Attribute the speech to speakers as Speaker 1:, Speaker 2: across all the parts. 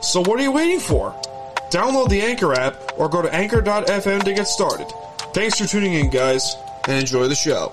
Speaker 1: So what are you waiting for? Download the Anchor app or go to anchor.fm to get started. Thanks for tuning in, guys, and enjoy the show.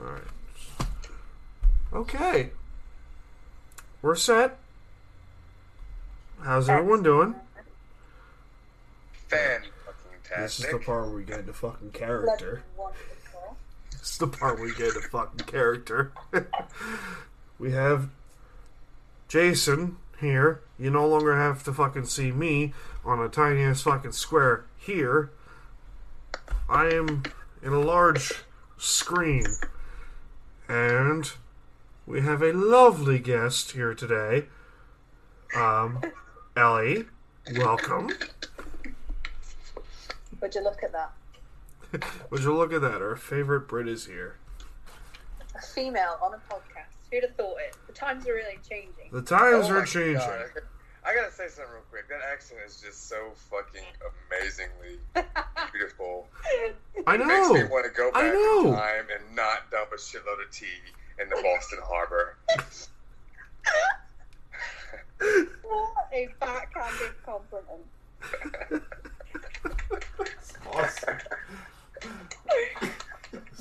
Speaker 1: All right. Okay. We're set. How's everyone doing? This is the
Speaker 2: Fan-fucking-tastic.
Speaker 1: part where we get into fucking character. This is the part where we get into fucking character. we have Jason here. You no longer have to fucking see me on a tiny ass fucking square here. I am in a large screen. And we have a lovely guest here today. Um, Ellie, welcome.
Speaker 3: Would you look at that?
Speaker 1: Would you look at that? Our favorite Brit is here.
Speaker 3: A female on a podcast. Who'd have thought it? The times are really changing.
Speaker 1: The times
Speaker 2: Oh my
Speaker 1: are changing.
Speaker 2: God. I gotta say something real quick. That accent is just so fucking amazingly beautiful.
Speaker 1: I
Speaker 2: It makes me
Speaker 1: know.
Speaker 2: want to go
Speaker 1: I
Speaker 2: back
Speaker 1: know.
Speaker 2: in time and not dump a shitload of tea in the Boston Harbor.
Speaker 3: What a backhanded compliment.
Speaker 1: Awesome.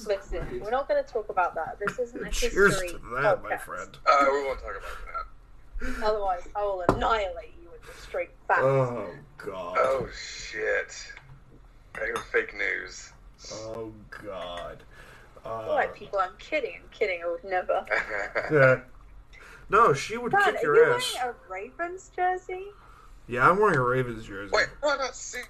Speaker 3: Listen, we're not going to talk about that. This isn't a
Speaker 1: Cheers
Speaker 3: history
Speaker 1: to that,
Speaker 3: podcast.
Speaker 1: my friend.
Speaker 2: Uh, we won't talk about that.
Speaker 3: Otherwise, I will annihilate you with the straight facts.
Speaker 1: Oh god.
Speaker 2: Oh shit! I hear fake news.
Speaker 1: Oh god.
Speaker 3: All
Speaker 1: Uh,
Speaker 3: right, people, I'm kidding. I'm kidding. I would never.
Speaker 1: yeah. No, she would
Speaker 3: Brad,
Speaker 1: kick
Speaker 3: are you
Speaker 1: your
Speaker 3: wearing
Speaker 1: ass.
Speaker 3: a Ravens jersey?
Speaker 1: Yeah, I'm wearing a Ravens jersey.
Speaker 2: Wait, why not see?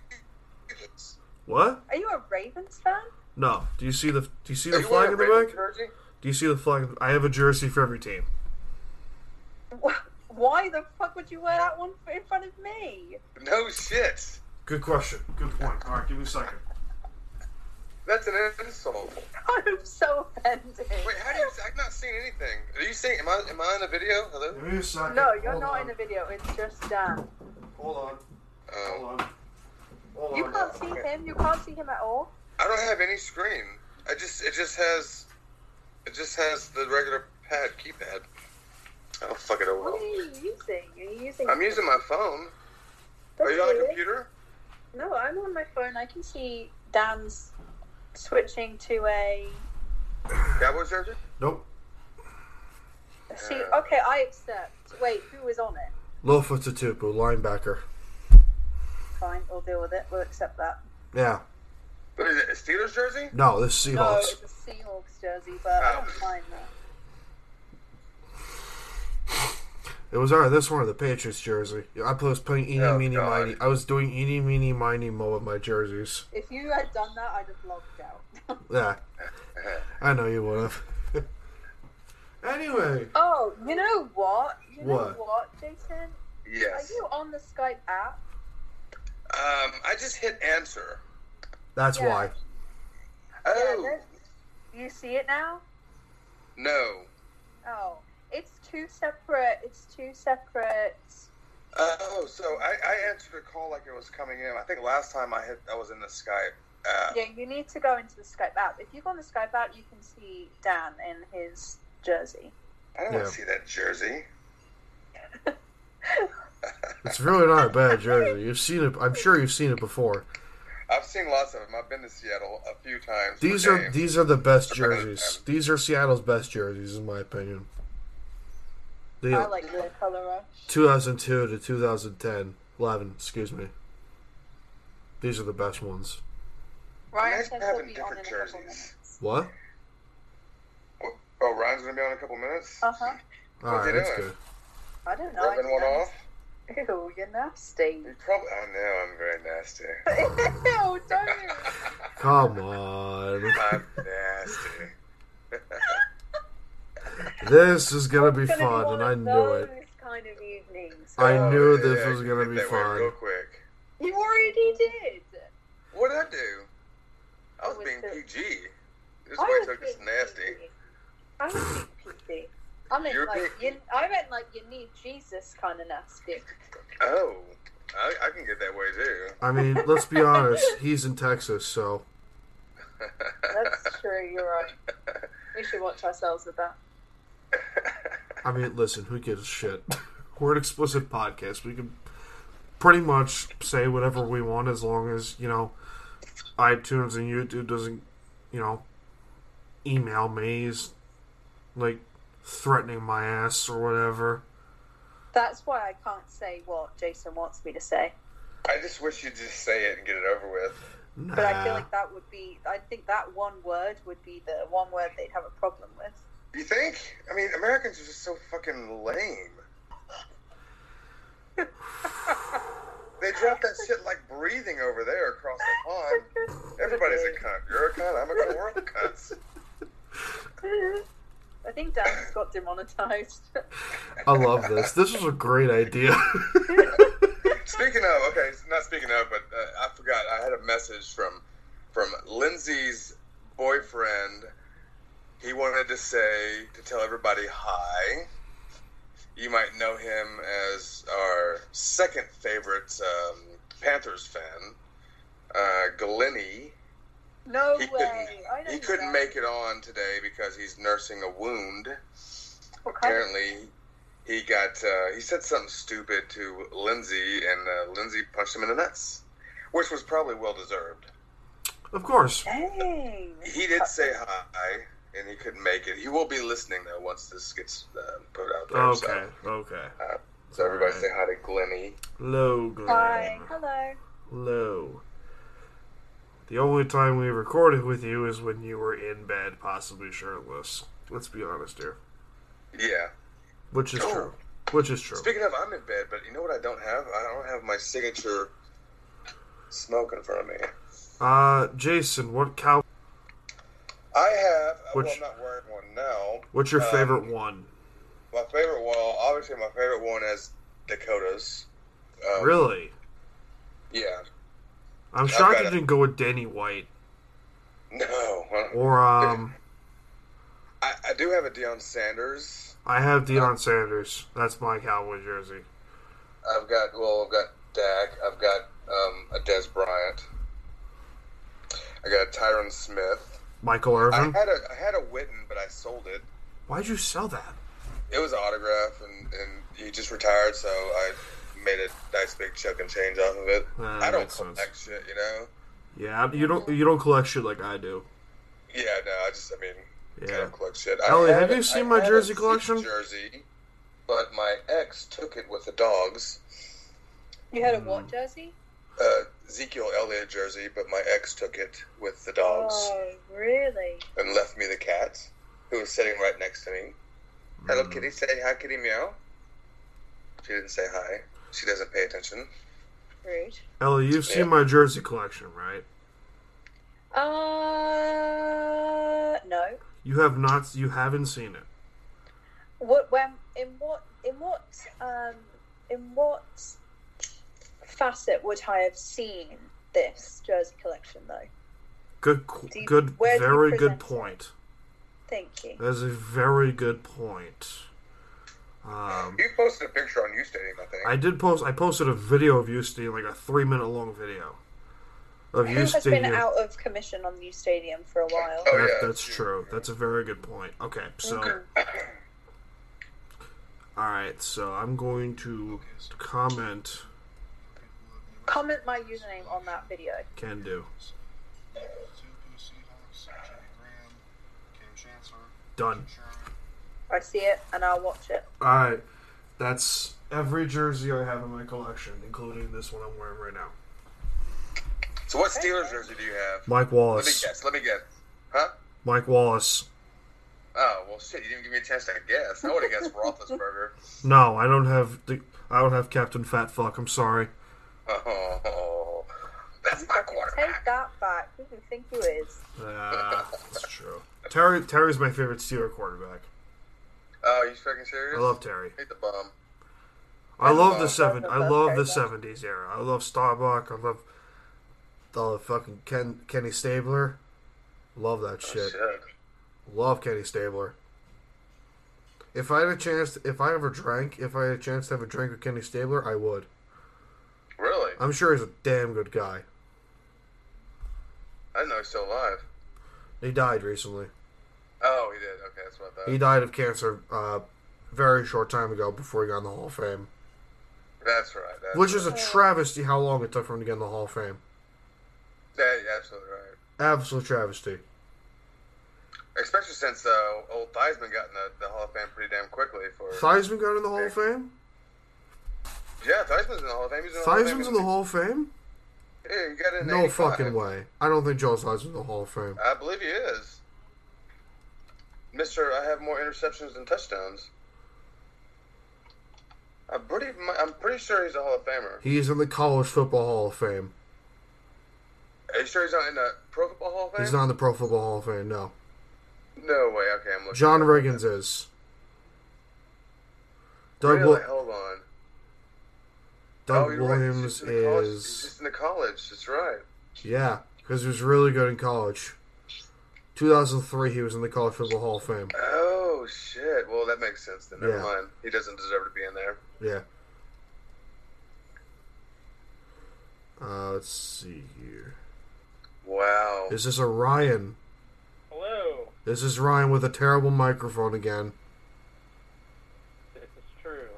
Speaker 2: this?
Speaker 1: What?
Speaker 3: Are you a Ravens fan?
Speaker 1: No. Do you see the Do you see
Speaker 2: Are
Speaker 1: the
Speaker 2: you
Speaker 1: flag in
Speaker 2: wearing a
Speaker 1: the
Speaker 2: Ravens
Speaker 1: back?
Speaker 2: jersey?
Speaker 1: Do you see the flag? I have a jersey for every team.
Speaker 3: Wh- Why the fuck would you wear that one f- in front of me?
Speaker 2: No shit.
Speaker 1: Good question. Good point. All right, give me a second.
Speaker 2: That's an insult.
Speaker 3: I'm so offended.
Speaker 2: Wait, how do you? I've not seen anything. Are you seeing? Am I? Am I in a video? Hello.
Speaker 1: Give me a second.
Speaker 3: No, you're
Speaker 1: Hold
Speaker 3: not
Speaker 1: on.
Speaker 3: in a video. It's just uh, Dan.
Speaker 1: Hold on.
Speaker 2: Oh,
Speaker 1: Hold on. Hold
Speaker 3: You
Speaker 1: on.
Speaker 3: can't see him. You can't see him at all.
Speaker 2: I don't have any screen. I just. It just has. It just has the regular pad keypad. Oh, I don't fucking know.
Speaker 3: What are you using? Are you using?
Speaker 2: I'm using my phone.
Speaker 3: That's
Speaker 2: Are you on a
Speaker 3: weird.
Speaker 2: computer?
Speaker 3: No, I'm on my phone. I can see Dan's switching to a.
Speaker 2: Cowboy jersey?
Speaker 1: Nope.
Speaker 3: See, okay, I accept. Wait, who was on it?
Speaker 1: Lofa Tatupu, linebacker.
Speaker 3: Fine, we'll deal with it. We'll accept that.
Speaker 1: Yeah.
Speaker 2: What is it? A Steelers jersey?
Speaker 1: No, this is
Speaker 3: No,
Speaker 1: Seahawks.
Speaker 3: it's a Seahawks jersey, but
Speaker 2: Oh.
Speaker 3: I don't mind that.
Speaker 1: It was
Speaker 4: uh,
Speaker 1: either this one or the Patriots jersey. I was playing Eeny,
Speaker 2: Oh,
Speaker 1: Meeny,
Speaker 2: God.
Speaker 1: Miny. I was doing Eeny, Meeny, Miny, Mo with my jerseys.
Speaker 3: If you had done that, I'd have logged out.
Speaker 1: Yeah, I know you would have. anyway.
Speaker 3: oh, you know what? You know
Speaker 1: What?
Speaker 3: what, Jason? Are
Speaker 2: yes.
Speaker 3: you on the Skype app?
Speaker 2: Um, I just hit answer. Oh,
Speaker 1: That's
Speaker 3: Yeah.
Speaker 1: why.
Speaker 2: No,
Speaker 3: You see it now?
Speaker 2: no.
Speaker 3: Oh, it's two separate. It's two separate.
Speaker 2: Oh, so I, I answered a call like it was coming in. I think last time I had I was in the Skype. app.
Speaker 3: Yeah, you need to go into the Skype app. If you go on the Skype app, you can see Dan in his jersey.
Speaker 2: I don't want
Speaker 4: Yeah.
Speaker 2: to see that jersey.
Speaker 4: It's really not a bad jersey. You've seen it. I'm sure you've seen it before.
Speaker 2: I've seen lots of them. I've been to Seattle a few times. for
Speaker 4: These are
Speaker 2: games.
Speaker 4: these are the best
Speaker 2: Sorry about
Speaker 4: jerseys.
Speaker 2: that.
Speaker 4: These are Seattle's best jerseys, in my opinion. They,
Speaker 3: I like the color rush.
Speaker 4: 2002 to 2010, 11. Excuse me. These are the best ones.
Speaker 3: Ryan
Speaker 2: Imagine
Speaker 3: says
Speaker 2: having
Speaker 3: he'll be on in
Speaker 2: different
Speaker 3: a couple
Speaker 2: jerseys.
Speaker 3: minutes.
Speaker 4: What?
Speaker 2: Oh, Ryan's gonna be on in a couple minutes.
Speaker 3: Uh huh.
Speaker 4: All right,
Speaker 2: you
Speaker 4: that's
Speaker 2: doing?
Speaker 4: good.
Speaker 3: I don't know. I
Speaker 2: Rubbing
Speaker 3: didn't
Speaker 2: one
Speaker 3: notice.
Speaker 2: off.
Speaker 3: Ew, you're nasty.
Speaker 2: You probably. I know I'm very nasty.
Speaker 3: Ew, don't.
Speaker 4: Come on.
Speaker 2: I'm nasty.
Speaker 4: This is gonna be
Speaker 3: It's gonna be
Speaker 4: fun,
Speaker 3: one
Speaker 4: and I
Speaker 3: of
Speaker 4: knew it.
Speaker 3: Those kind of evenings.
Speaker 4: I
Speaker 2: Oh,
Speaker 4: knew
Speaker 2: yeah,
Speaker 4: this
Speaker 2: yeah,
Speaker 4: was
Speaker 2: you
Speaker 4: gonna
Speaker 2: did
Speaker 4: be
Speaker 2: that way
Speaker 4: fun.
Speaker 2: Real quick.
Speaker 3: You already did.
Speaker 2: What would I do? I was
Speaker 3: With
Speaker 2: being
Speaker 3: the-
Speaker 2: PG. This
Speaker 3: I
Speaker 2: way
Speaker 3: was
Speaker 2: took it's
Speaker 3: being
Speaker 2: nasty.
Speaker 3: PC. I was being PC. I meant
Speaker 2: You're
Speaker 3: like you,
Speaker 2: being-
Speaker 3: I meant like you need Jesus kind of nasty.
Speaker 2: Oh, I, I can get that way too.
Speaker 4: I mean, let's be honest. He's in Texas, so
Speaker 3: That's true. You're right. We should watch ourselves with that.
Speaker 4: I mean, listen. Who gives a shit? We're an explicit podcast. We can pretty much say whatever we want as long as you know iTunes and YouTube doesn't, you know, email me is like threatening my ass or whatever.
Speaker 3: That's why I can't say what Jason wants me to say.
Speaker 2: I just wish you'd just say it and get it over with.
Speaker 4: Nah.
Speaker 3: But I
Speaker 4: Uh.
Speaker 3: feel like that would be. I think that one word would be the one word they'd have a problem with.
Speaker 2: You think? I mean, Americans are just so fucking lame. they drop that shit like breathing over there across the pond. Everybody's a cunt. You're a cunt. I'm a cunt. We're all cunts.
Speaker 3: I think Dan's got demonetized.
Speaker 4: I love this. This was a great idea.
Speaker 2: Speaking of, okay, it's not speaking of, but uh, I forgot. I had a message from from Lindsay's boyfriend. He wanted to say to tell everybody hi. You might know him as our second favorite um, Panthers fan, uh, Glennie.
Speaker 3: no
Speaker 2: He
Speaker 3: way. I
Speaker 2: couldn't,
Speaker 3: don't
Speaker 2: he couldn't make it on today because he's nursing a wound apparently he got uh, he said something stupid to Lindsay and uh, Lindsay punched him in the nuts, which was probably well deserved.
Speaker 4: of course.
Speaker 3: Dang.
Speaker 2: He did say hi, and he couldn't make it. He will be listening though once this gets uh, put out there.
Speaker 4: Okay.
Speaker 2: So,
Speaker 4: Okay.
Speaker 2: so everybody say hi to Glenny.
Speaker 4: Low Glenn.
Speaker 3: Hi. Hello.
Speaker 4: Low. The only time we recorded with you is when you were in bed, possibly shirtless. Let's be honest here.
Speaker 2: Yeah.
Speaker 4: Which is
Speaker 2: Oh.
Speaker 4: true. Which is true.
Speaker 2: Speaking of, I'm in bed, but you know what? I don't have. I don't have my signature smoke in front of me.
Speaker 4: Uh, Jason, what cow?
Speaker 2: I have. uh,
Speaker 4: Which-
Speaker 2: well, I'm not wearing one now.
Speaker 4: What's your
Speaker 2: Um,
Speaker 4: favorite one?
Speaker 2: My favorite. Well, obviously, my favorite one is Dakota's. Um,
Speaker 4: Really?
Speaker 2: Yeah.
Speaker 4: I'm shocked
Speaker 2: got
Speaker 4: you
Speaker 2: it.
Speaker 4: didn't go with Danny White
Speaker 2: No. I don't-
Speaker 4: or um.
Speaker 2: I, I do have a Deion Sanders.
Speaker 4: I have Deion Sanders. That's my Cowboy jersey.
Speaker 2: I've got well, I've got Dak. I've got um, a Des Bryant. I got a Tyron Smith.
Speaker 4: Michael
Speaker 2: I
Speaker 4: Irvin.
Speaker 2: had a I had a Witten, but I sold it.
Speaker 4: Why'd you sell that?
Speaker 2: It was an autograph, and, and he just retired, so I made a nice big chunk and change off of it.
Speaker 4: Ah,
Speaker 2: I don't
Speaker 4: makes sense.
Speaker 2: collect shit, you know.
Speaker 4: Yeah, you don't you don't collect shit like I do.
Speaker 2: Yeah, no, I just I mean, I
Speaker 4: Yeah.
Speaker 2: don't collect shit.
Speaker 4: Ellie,
Speaker 2: I had
Speaker 4: have
Speaker 2: a-
Speaker 4: you seen
Speaker 2: I
Speaker 4: my
Speaker 2: had a
Speaker 4: jersey
Speaker 2: Zeke
Speaker 4: collection?
Speaker 2: Jersey, but my ex took it with the dogs.
Speaker 3: You had a what jersey?
Speaker 2: uh, Ezekiel Elliott jersey, but my ex took it with the dogs
Speaker 3: Oh, really?
Speaker 2: and left me the cat, who was sitting right next to me. Hello, kitty. Say hi, kitty meow. She didn't say hi. She doesn't pay attention.
Speaker 3: Rude.
Speaker 4: Ellie, you've
Speaker 2: Yeah.
Speaker 4: seen my jersey collection, right?
Speaker 3: Uh, no.
Speaker 4: You have not. You haven't seen it.
Speaker 3: What? When? In what? In what? Um, in what facet would I have seen this jersey collection, though?
Speaker 4: Good,
Speaker 3: Do you-
Speaker 4: good,
Speaker 3: where do you
Speaker 4: very good
Speaker 3: present it?
Speaker 4: point.
Speaker 3: Thank you.
Speaker 4: That is a very good point. Um,
Speaker 2: You posted a picture on you stating, I think.
Speaker 4: I did post. I posted a video of you stealing, like a three-minute-long video of
Speaker 3: Who
Speaker 4: you
Speaker 3: has
Speaker 4: stealing.
Speaker 3: been out of commission on the new stadium for a while?
Speaker 4: That-
Speaker 2: Oh, yeah,
Speaker 4: that's
Speaker 2: that's true.
Speaker 4: true. That's a very good point. Okay, so all right, so I'm going to comment.
Speaker 3: Comment my username on that video.
Speaker 4: Can do. Done.
Speaker 3: I see it and I'll watch it.
Speaker 4: All right, that's every jersey I have in my collection, including this one I'm wearing right now.
Speaker 2: So, what Steelers jersey do you have?
Speaker 4: Mike
Speaker 2: Let me
Speaker 4: Wallace.
Speaker 2: guess. Let me guess. Huh?
Speaker 4: Mike Wallace.
Speaker 2: Oh well, shit! You didn't give me a chance to guess. I would have guessed Roethlisberger.
Speaker 4: No, I don't have the. I don't have Captain Fat Fuck. I'm sorry.
Speaker 2: Oh, that's my
Speaker 3: Take
Speaker 2: quarterback.
Speaker 3: that back. Who do you think you is?
Speaker 4: Ah, that's true. Terry Terry's my favorite Steeler quarterback.
Speaker 2: Oh, you fucking serious?
Speaker 4: I love Terry.
Speaker 2: Hate the bum.
Speaker 4: I love the seven. I love the seventies era. I love Starbuck. I love the fucking Ken Kenny Stabler. Love that
Speaker 2: Oh, Shit.
Speaker 4: shit. Love Kenny Stabler. If I had a chance, if I ever drank, if I had a chance to have a drink with Kenny Stabler, I would.
Speaker 2: Really?
Speaker 4: I'm sure he's a damn good guy.
Speaker 2: I didn't know he's still alive.
Speaker 4: He died recently.
Speaker 2: Oh, he did. Okay, that's what I thought.
Speaker 4: He died of cancer uh, very short time ago before he got in the Hall of Fame,
Speaker 2: That's right. That's
Speaker 4: which
Speaker 2: right.
Speaker 4: is a travesty. How long it took for him to get in the Hall of Fame?
Speaker 2: Yeah, you're absolutely right.
Speaker 4: Absolute travesty.
Speaker 2: Especially since uh, old Theismann got in the, the Hall of Fame pretty damn quickly for.
Speaker 4: Theismann got in the Hall of Fame.
Speaker 2: yeah, Theismann's in the Hall of Fame. He's in the Hall of
Speaker 4: Theismann's
Speaker 2: Fame.
Speaker 4: in the Hall of Fame?
Speaker 2: Yeah, he got in.
Speaker 4: No
Speaker 2: 85.
Speaker 4: fucking way. I don't think Joe Theismann's in the Hall of Fame.
Speaker 2: I believe he is. Mister, I have more interceptions than touchdowns. I'm pretty. mu- I'm pretty sure he's a Hall of Famer.
Speaker 4: He's in the College Football Hall of Fame.
Speaker 2: Are you sure he's not in the Pro Football Hall of Fame?
Speaker 4: He's not in the Pro Football Hall of Fame, no.
Speaker 2: No way. Okay, I'm looking.
Speaker 4: John Riggins is. Doug,
Speaker 2: Really? Oh,
Speaker 4: Wil-
Speaker 2: Hold on. Oh,
Speaker 4: Doug
Speaker 2: you're right.
Speaker 4: Williams
Speaker 2: He's just in the college- He's
Speaker 4: is.
Speaker 2: just in the college. That's right.
Speaker 4: Yeah, because he was really good in college. 2003, he was in the College Football Hall of Fame.
Speaker 2: Oh shit. Well, that makes sense then. Never
Speaker 4: Yeah.
Speaker 2: mind. He doesn't deserve to be in there.
Speaker 4: Yeah. Uh, let's see here.
Speaker 2: Wow.
Speaker 4: Is this Orion?
Speaker 5: Hello,
Speaker 4: This is Ryan with a terrible microphone again.
Speaker 5: this is true.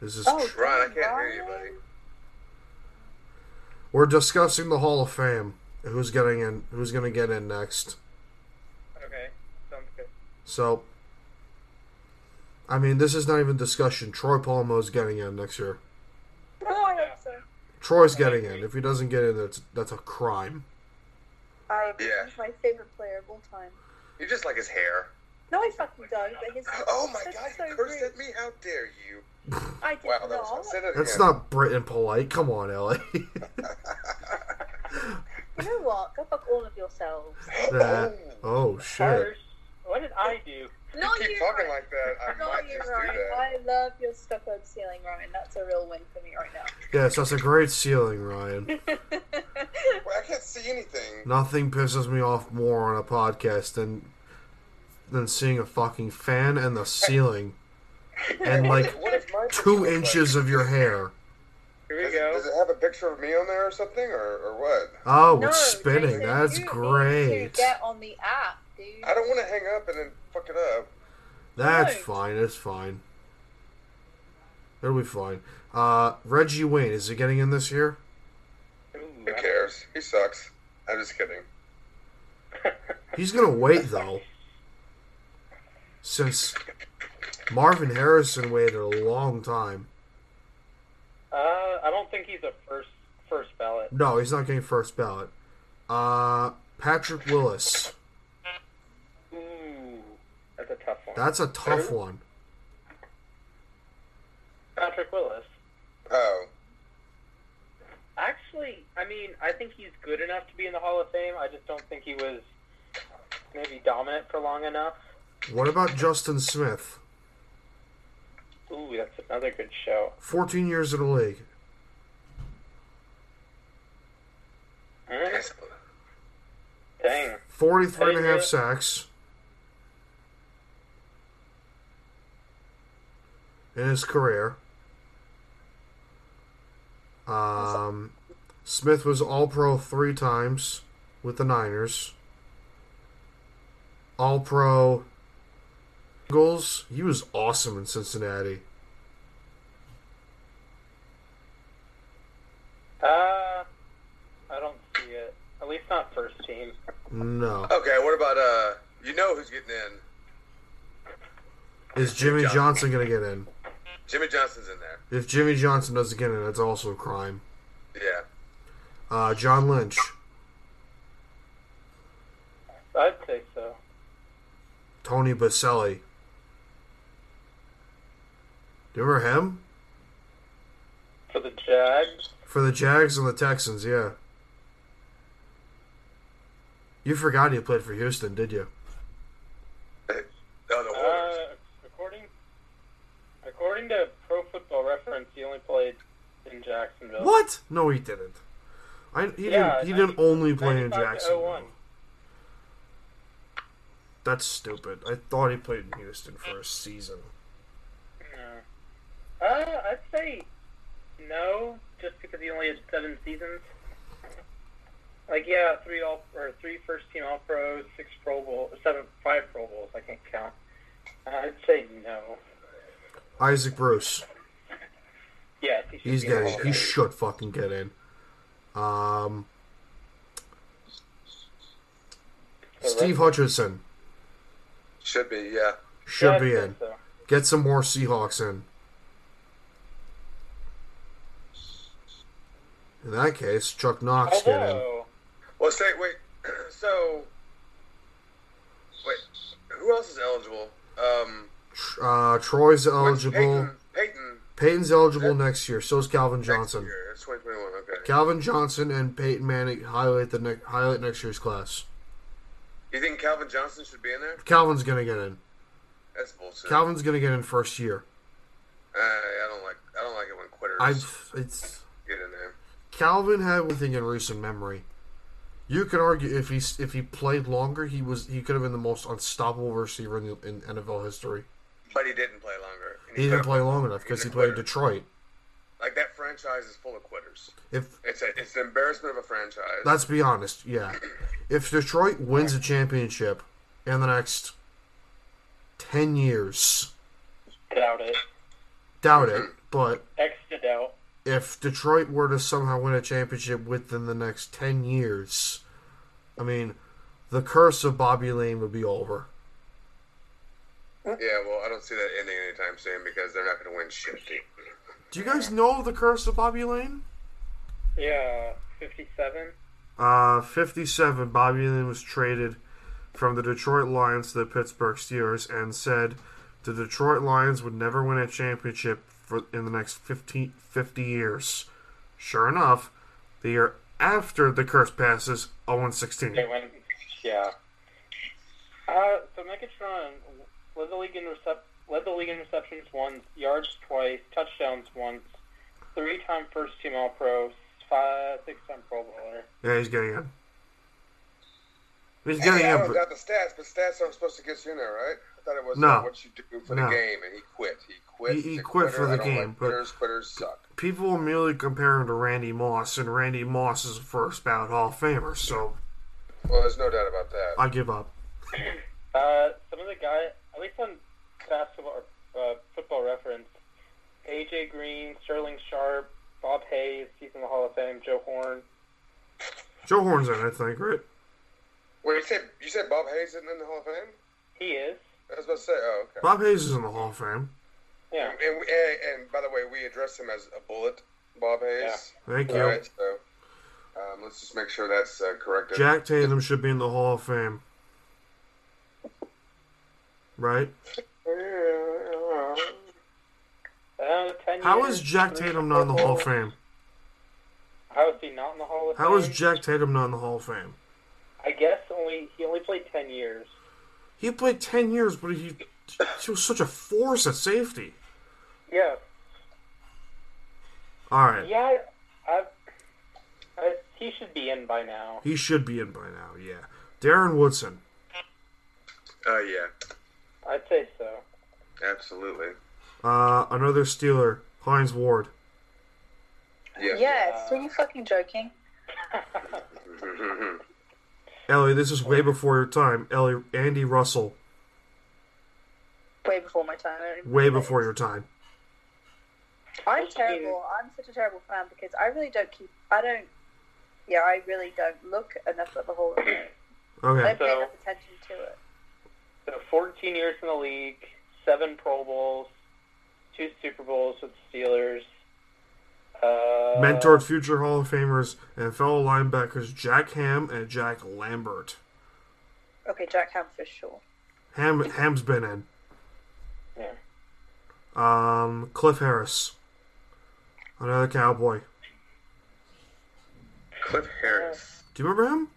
Speaker 4: This is
Speaker 3: Oh,
Speaker 4: tr-
Speaker 2: Ryan, I
Speaker 3: Jimmy
Speaker 2: can't hear you, buddy.
Speaker 3: Ryan?
Speaker 4: we're discussing the Hall of Fame. Who's getting in? Who's gonna get in next?
Speaker 5: Okay, sounds good.
Speaker 4: So, I mean, this is not even discussion. Troy Palmo's getting in next year.
Speaker 3: Oh, I hope so.
Speaker 4: Troy's getting in. If he doesn't get in, that's that's a crime.
Speaker 3: I
Speaker 2: Yeah.
Speaker 3: he's my favorite player of all time.
Speaker 2: You just like his hair.
Speaker 3: No, I fucking don't. But his
Speaker 2: Oh my
Speaker 3: that's
Speaker 2: god,
Speaker 3: so
Speaker 2: he cursed
Speaker 3: rude.
Speaker 2: at me. How dare you?
Speaker 3: I did
Speaker 2: Wow,
Speaker 3: not.
Speaker 2: that was. Say that
Speaker 4: That's
Speaker 2: again.
Speaker 4: not Brit and polite. Come on, Ellie.
Speaker 3: You know what? Go fuck all of yourselves.
Speaker 4: that. Oh shit.
Speaker 5: First, what did I do?
Speaker 3: Not
Speaker 2: keep talking like that, I
Speaker 3: Not
Speaker 2: might
Speaker 3: you,
Speaker 2: just do
Speaker 3: Ryan.
Speaker 2: that.
Speaker 3: I love your stuccoed ceiling, Ryan. That's a real win for me right
Speaker 4: Yes, that's a great ceiling, Ryan.
Speaker 3: now.
Speaker 2: Wait, I can't see anything.
Speaker 4: Nothing pisses me off more on a podcast than than seeing a fucking fan and the ceiling and like
Speaker 2: What is my picture
Speaker 4: two
Speaker 2: look like?
Speaker 4: inches of your hair.
Speaker 5: Here we
Speaker 2: Does it, does
Speaker 5: go.
Speaker 2: it have a picture of me on there or something, or, or what?
Speaker 4: Oh,
Speaker 3: No,
Speaker 4: it's spinning.
Speaker 3: Jason,
Speaker 4: That's
Speaker 3: you need
Speaker 4: great.
Speaker 3: to get on the app, dude.
Speaker 2: I don't want to hang up and then fuck it up.
Speaker 4: That's
Speaker 3: Right.
Speaker 4: fine. It's fine. It'll be fine. Uh, Reggie Wayne is he getting in this year?
Speaker 5: Ooh,
Speaker 2: Who cares? He sucks. I'm just kidding.
Speaker 4: He's gonna wait though, since Marvin Harrison waited a long time.
Speaker 5: Uh, I don't think he's a first first ballot.
Speaker 4: No, he's not getting first ballot. Uh, Patrick Willis.
Speaker 5: Ooh, that's a tough one.
Speaker 4: That's a tough
Speaker 2: Who?
Speaker 4: one.
Speaker 5: Patrick Willis.
Speaker 2: Oh,
Speaker 5: Actually, I mean, I think he's good enough to be in the Hall of Fame. I just don't think he was maybe dominant for long enough.
Speaker 4: What about Justin Smith?
Speaker 5: Ooh, that's another good show.
Speaker 4: Fourteen years in the league.
Speaker 5: Hmm?
Speaker 2: yes.
Speaker 5: Dang.
Speaker 4: 43 and a
Speaker 5: Hey,
Speaker 4: half
Speaker 5: man.
Speaker 4: sacks. In his career. Um, Smith was All Pro three times with the Niners. All Pro goals. He was awesome in Cincinnati.
Speaker 5: Uh, I don't see it. At least not first team.
Speaker 4: No.
Speaker 2: Okay, what about uh? You know who's getting in?
Speaker 4: Is Jimmy Johnson going to get in?
Speaker 2: Jimmy Johnson's in there.
Speaker 4: If Jimmy Johnson doesn't get in, that's also a crime.
Speaker 2: Yeah.
Speaker 4: Uh, John Lynch.
Speaker 5: I'd say so.
Speaker 4: Tony Baselli. Do you remember him?
Speaker 5: For the Jags,
Speaker 4: For the Jags and the Texans, yeah. You forgot he played for Houston, did you?
Speaker 2: Oh, the Warriors.
Speaker 5: uh, according according to Pro Football Reference, he only played in Jacksonville.
Speaker 4: What? No, he didn't. I, he
Speaker 5: Yeah,
Speaker 4: didn't. He didn't
Speaker 5: 90
Speaker 4: only play in
Speaker 5: 95 to
Speaker 4: Jacksonville.
Speaker 5: 01.
Speaker 4: That's stupid. I thought he played in Houston for a season.
Speaker 5: Uh, I'd say no, just because he only had seven seasons. Like yeah, three all or three first team all pros, six Pro Bowl, seven five Pro Bowls. I can't count. Uh, I'd say no.
Speaker 4: Isaac Bruce.
Speaker 5: Yes, he should
Speaker 4: He's
Speaker 5: be in the
Speaker 4: getting.
Speaker 5: Hall of
Speaker 4: He
Speaker 5: Fame.
Speaker 4: should fucking get in. Um, Steve Hutchinson
Speaker 2: Should be. Yeah.
Speaker 4: should
Speaker 5: Yeah,
Speaker 4: be
Speaker 5: I'd say
Speaker 4: in.
Speaker 5: so.
Speaker 4: Get some more Seahawks in. In that case, Chuck Knox get in.
Speaker 5: Although,
Speaker 2: Well, say wait. so, wait. Who else is eligible? Um,
Speaker 4: Tr- Uh, Troy's
Speaker 2: when's
Speaker 4: eligible.
Speaker 2: Peyton. Peyton
Speaker 4: Peyton's eligible next year. So is Calvin
Speaker 2: next
Speaker 4: Johnson.
Speaker 2: year. It's 2021. Okay.
Speaker 4: Calvin Johnson and Peyton Manning highlight the ne- highlight next year's class.
Speaker 2: you think Calvin Johnson should be in there?
Speaker 4: Calvin's gonna get in.
Speaker 2: That's bullshit.
Speaker 4: Calvin's gonna get in first year.
Speaker 2: Uh, I don't like. I don't like it when quitters
Speaker 4: I it's
Speaker 2: get in there.
Speaker 4: Calvin had one thing in recent memory. You could argue if he if he played longer, he was he could have been the most unstoppable receiver in, the, in NFL history.
Speaker 2: But he didn't play longer. And
Speaker 4: He didn't
Speaker 2: could've-
Speaker 4: play long enough because he played Detroit.
Speaker 2: Like that franchise is full of quitters.
Speaker 4: If
Speaker 2: It's a, it's an embarrassment of a franchise.
Speaker 4: let's be honest, yeah, if Detroit wins a championship in the next ten years,
Speaker 5: doubt it.
Speaker 4: doubt it. But
Speaker 5: Extra doubt.
Speaker 4: if Detroit were to somehow win a championship within the next ten years, I mean, the curse of Bobby Lane would be over.
Speaker 2: yeah. Well, I don't see that ending anytime soon because they're not going to win shit.
Speaker 4: Do you guys know the curse of Bobby Lane?
Speaker 5: Yeah, fifty-seven.
Speaker 4: Uh, 57, Bobby Lane was traded from the Detroit Lions to the Pittsburgh Steelers and said the Detroit Lions would never win a championship for in the next 15, 50 years. Sure enough, the year after the curse passes, 0 16.
Speaker 5: They went. Yeah. Uh, so Megatron led the league in recep- led the league in receptions once, yards twice, touchdowns once, three-time first-team All-Pro, five, six-time Pro Bowler.
Speaker 4: Yeah, he's getting in. He's
Speaker 2: Yeah,
Speaker 4: getting
Speaker 2: I
Speaker 4: in,
Speaker 2: don't
Speaker 4: but
Speaker 2: got the stats, but stats aren't supposed to get you in there, right? I thought it was
Speaker 4: No.
Speaker 2: what you do for
Speaker 4: No.
Speaker 2: the game, and he quit. He quit.
Speaker 4: He- he
Speaker 2: He's a
Speaker 4: quit for
Speaker 2: quitter.
Speaker 4: the
Speaker 2: I don't
Speaker 4: game,
Speaker 2: Like
Speaker 4: but-
Speaker 2: quitters, quitters suck.
Speaker 4: people merely compare him to Randy Moss, and Randy Moss is a first ballot Hall of Famer, so
Speaker 2: Well, there's no doubt about that.
Speaker 4: I give up.
Speaker 5: Uh, some of the guys, at least on basketball or uh, football reference, AJ Green, Sterling Sharp, Bob Hayes, he's in the Hall of Fame, Joe Horn.
Speaker 4: Joe Horn's in, I think, right?
Speaker 2: Wait, you said you said Bob Hayes isn't in the Hall of Fame?
Speaker 5: He is.
Speaker 2: I was about to say, oh, okay.
Speaker 4: Bob Hayes is in the Hall of Fame.
Speaker 5: Yeah.
Speaker 2: And, and, we- and, and by the way, we address him as a bullet, Bob Hayes.
Speaker 4: Thank you.
Speaker 2: All right, so um, let's just make sure that's uh, corrected.
Speaker 4: Jack Tatum should be in the Hall of Fame. Right?
Speaker 5: Uh, 10
Speaker 4: How
Speaker 5: years,
Speaker 4: is Jack
Speaker 5: three
Speaker 4: Tatum
Speaker 5: Pro
Speaker 4: not in the Hall of
Speaker 5: Bowler.
Speaker 4: Fame?
Speaker 5: How is he not in the Hall of Fame?
Speaker 4: How is Jack Tatum not in the Hall of Fame?
Speaker 5: I guess only he only played ten years.
Speaker 4: He played 10 years, but he, he was such a force at safety.
Speaker 5: Yeah,
Speaker 4: All right.
Speaker 5: yeah. I, I, I, he should be in by now.
Speaker 4: He should be in by now, yeah. Darren Woodson.
Speaker 2: Oh yeah,
Speaker 5: I'd say so.
Speaker 2: absolutely.
Speaker 4: Uh, another Steeler, Heinz Ward.
Speaker 2: Yeah.
Speaker 3: Yes,
Speaker 2: Uh,
Speaker 3: were you fucking joking?
Speaker 2: Mm-hmm.
Speaker 4: Ellie, this is way before your time. Ellie, Andy Russell,
Speaker 3: Way before my time. I don't even
Speaker 4: way
Speaker 3: remember.
Speaker 4: before your time.
Speaker 3: I'm terrible. I'm such a terrible fan because I really don't keep. I don't. Yeah, I really don't look enough at the whole. Thing. I
Speaker 4: Okay.
Speaker 3: don't pay
Speaker 5: So-
Speaker 3: enough attention to it.
Speaker 5: So 14 years in the league, seven Pro Bowls, two Super Bowls with the Steelers. Uh,
Speaker 4: Mentored future Hall of Famers and fellow linebackers Jack Ham and Jack Lambert.
Speaker 3: Okay, Jack Ham for sure.
Speaker 4: Ham Ham's been in.
Speaker 5: Yeah.
Speaker 4: Um, Cliff Harris, another Cowboy.
Speaker 2: Cliff Harris.
Speaker 4: Do you remember him?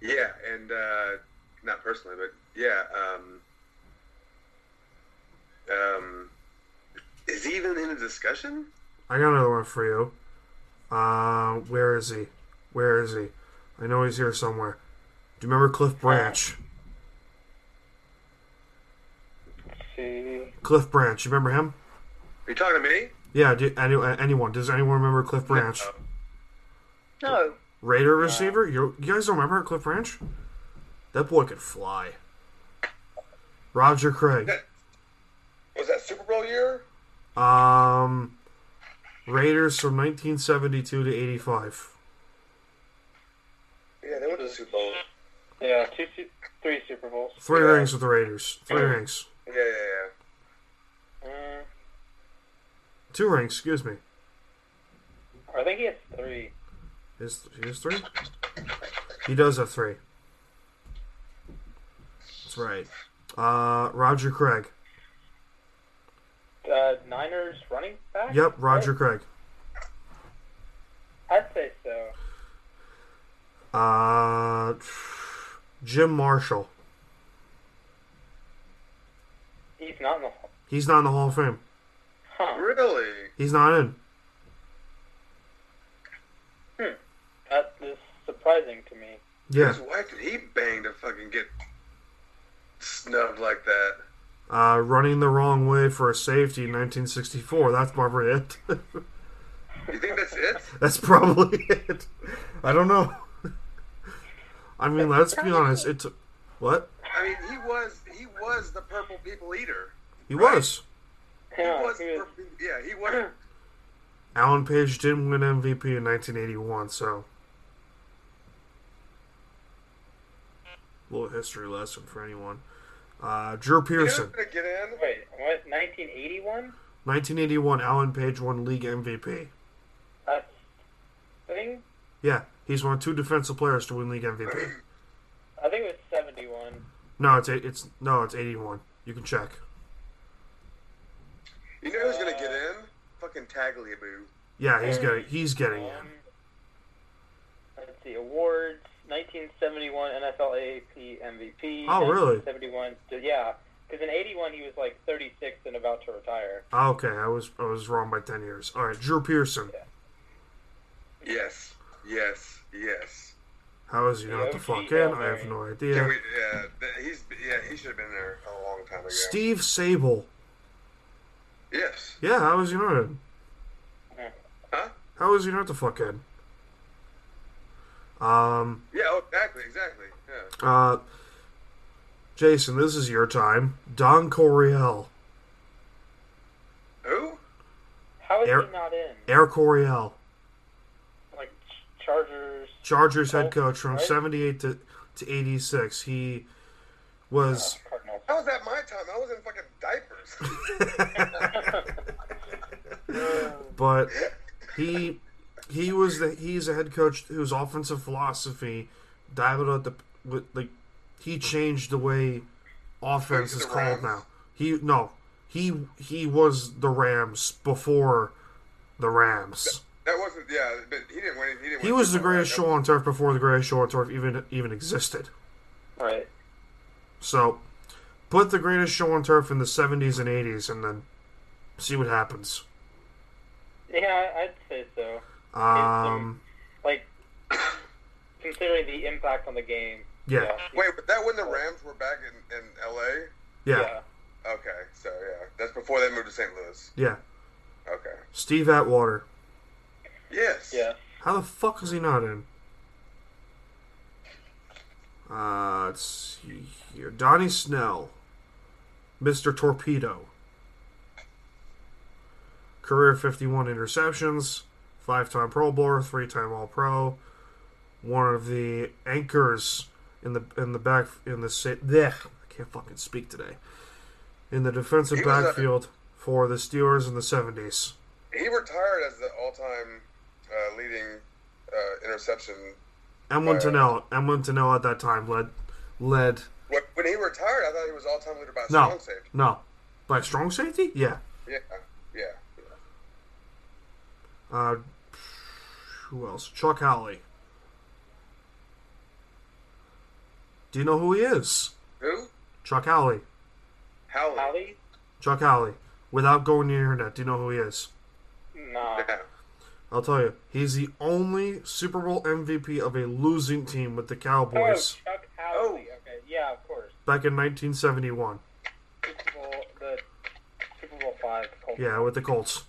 Speaker 2: Yeah, and uh, not personally, but yeah. Um, um, is he even in a discussion?
Speaker 4: I got another one for you. Uh, where is he? Where is he? I know he's here somewhere. Do you remember Cliff Branch?
Speaker 5: Let's see.
Speaker 4: Cliff Branch, you remember him?
Speaker 2: Are you talking to me? Uh,
Speaker 4: Yeah, do, any, anyone. Does anyone remember Cliff Branch?
Speaker 3: No,
Speaker 4: Raider receiver? You, you guys don't remember Cliff Branch? That boy could fly. Roger Craig.
Speaker 2: Was that Super Bowl year?
Speaker 4: Um, Raiders from 1972 to 85.
Speaker 2: Yeah, they went to the Super Bowl.
Speaker 5: Yeah, two, su- three Super Bowls.
Speaker 4: Three
Speaker 2: Yeah.
Speaker 4: rings with the Raiders. Three rings.
Speaker 2: Yeah, yeah, yeah.
Speaker 5: Mm,
Speaker 4: Two rings, excuse me.
Speaker 5: I think he has three.
Speaker 4: Is he has three? He does have three. That's right. Uh, Roger Craig.
Speaker 5: Uh, Niners running back?
Speaker 4: Yep, Roger Craig.
Speaker 5: Right? I'd say so.
Speaker 4: Uh, Jim Marshall.
Speaker 5: He's not in the
Speaker 4: He's not in the Hall of Fame.
Speaker 5: huh.
Speaker 2: Really?
Speaker 4: He's not in.
Speaker 5: That is surprising to me.
Speaker 4: Yeah.
Speaker 2: His wife, he banged to fucking get snubbed like that.
Speaker 4: Uh, running the wrong way for a safety in 1964. That's probably it.
Speaker 2: You think that's it?
Speaker 4: that's probably it. I don't know. I mean, let's be honest. It's what
Speaker 2: I mean, he was he was the purple people eater.
Speaker 4: he was.
Speaker 5: Yeah,
Speaker 2: He was,
Speaker 5: he
Speaker 2: the
Speaker 5: was-
Speaker 2: purple, yeah, he was.
Speaker 4: Alan Page didn't win MVP in 1981, so. Little history lesson for anyone. Uh, Drew
Speaker 2: He was
Speaker 4: Pearson,
Speaker 2: gonna get in.
Speaker 5: Wait, what? 1981?
Speaker 4: 1981, Alan Page won league MVP.
Speaker 5: That's thing?
Speaker 4: Yeah, he's one of two defensive players to win league MVP.
Speaker 5: I think it was 71.
Speaker 4: No, it's eight- it's no, it's 81. You can check.
Speaker 2: You know who's gonna get in? Fucking Tagliabue.
Speaker 4: Yeah, he's getting he's getting
Speaker 5: Um,
Speaker 4: in.
Speaker 5: let's see, awards 1971 NFL AAP MVP.
Speaker 4: Oh, really?
Speaker 5: 1971, so yeah, because in 81 he was like 36 and about to retire.
Speaker 4: Ah, okay, I was I was wrong by 10 years. All right, Drew Pearson.
Speaker 2: Yes, yes, yes.
Speaker 4: How is he not the fuck in? I have no
Speaker 2: Can we,
Speaker 4: idea.
Speaker 2: yeah, th- he's yeah, he should have been there a long time ago.
Speaker 4: Steve Sable.
Speaker 2: Yes,
Speaker 4: Yeah, how is he not in?
Speaker 2: huh?
Speaker 4: How is he not the fuck in? Um,
Speaker 2: Yeah, oh, exactly, exactly. Yeah.
Speaker 4: uh, Jason, this is your time. Don Coryell,
Speaker 2: Who?
Speaker 5: How is
Speaker 4: Air-
Speaker 5: he not in?
Speaker 4: Air Coryell,
Speaker 5: Like Ch- Chargers.
Speaker 4: Chargers head coach from
Speaker 5: Right.
Speaker 4: '78 to, to '86. He was
Speaker 5: Cardinals.
Speaker 2: How was that my time? I was in fucking diapers.
Speaker 4: but he he was the he's a head coach whose offensive philosophy dialed out the with, like he changed the way offense is
Speaker 2: He's the
Speaker 4: called
Speaker 2: Rams.
Speaker 4: now. He no he he was the Rams before the Rams.
Speaker 2: that wasn't yeah, but he didn't win. He didn't.
Speaker 4: He
Speaker 2: win
Speaker 4: was the greatest
Speaker 2: That-
Speaker 4: show on turf before the greatest show on turf even even existed.
Speaker 5: Right.
Speaker 4: So put the greatest show on turf in the seventies and eighties, and then see what happens.
Speaker 5: Yeah, I'd say so.
Speaker 4: Um,
Speaker 5: Like considering the impact on the game,
Speaker 4: Yeah.
Speaker 2: Wait, was that when the Rams were back in, in L.A.?
Speaker 4: Yeah.
Speaker 2: Okay, so yeah, that's before they moved to St. Louis.
Speaker 4: Yeah.
Speaker 2: Okay.
Speaker 4: Steve Atwater.
Speaker 2: Yes.
Speaker 5: Yeah.
Speaker 4: How the fuck is he not in? Uh, let's see here. Donnie Snell. Mr. Torpedo. Career 51 interceptions, five time Pro Bowler, three time All Pro. One of the anchors in the in the back in the sa- bleh, I can't fucking speak today. In the defensive
Speaker 2: He was a-
Speaker 4: backfield for the Steelers in the 70s.
Speaker 2: He retired as the all-time uh, leading uh, interception.
Speaker 4: Emlyn Tunnell, Emlyn Tunnell at that time led led
Speaker 2: When when he retired, I thought he was all-time leader by a
Speaker 4: no
Speaker 2: strong safety.
Speaker 4: no by strong safety yeah
Speaker 2: Yeah, yeah.
Speaker 4: Uh, who else? Chuck Howley. Do you know who he is?
Speaker 2: Who?
Speaker 4: Chuck Howley.
Speaker 2: Howley.
Speaker 5: Holly?
Speaker 4: Chuck Howley. Without going to the internet, do you know who he is?
Speaker 5: Nah.
Speaker 2: Yeah.
Speaker 4: I'll tell you. He's the only Super Bowl MVP of a losing team with the
Speaker 5: Oh,
Speaker 4: Cowboys
Speaker 5: Chuck Howley. Okay. Yeah, of course.
Speaker 4: back in 1971.
Speaker 5: Super Bowl, the Super Bowl five. Colts.
Speaker 4: Yeah, with the Colts.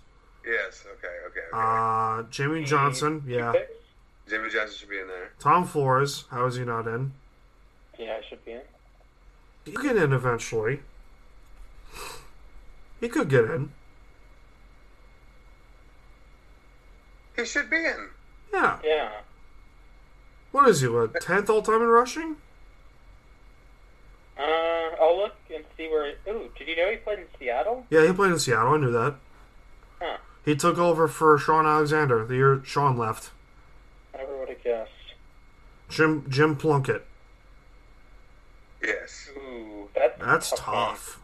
Speaker 2: Yes. Okay. Okay. okay. Mm.
Speaker 4: Uh, Jamie Johnson. Yeah.
Speaker 2: Jimmy Johnson should be in there.
Speaker 4: Tom Flores. How is he not in?
Speaker 5: Yeah, I should be in.
Speaker 4: He could get in eventually. He could get in.
Speaker 2: He should be in.
Speaker 4: Yeah.
Speaker 5: Yeah.
Speaker 4: What is he, a 10th all time in rushing?
Speaker 5: Uh, I'll look and see where. Ooh, did you know he played in Seattle?
Speaker 4: Yeah, he played in Seattle. I knew that.
Speaker 5: Huh.
Speaker 4: He took over for Sean Alexander the year Sean left.
Speaker 5: Never would have guessed.
Speaker 4: Jim Jim Plunkett.
Speaker 2: Yes.
Speaker 5: Ooh, that's
Speaker 4: That's tough.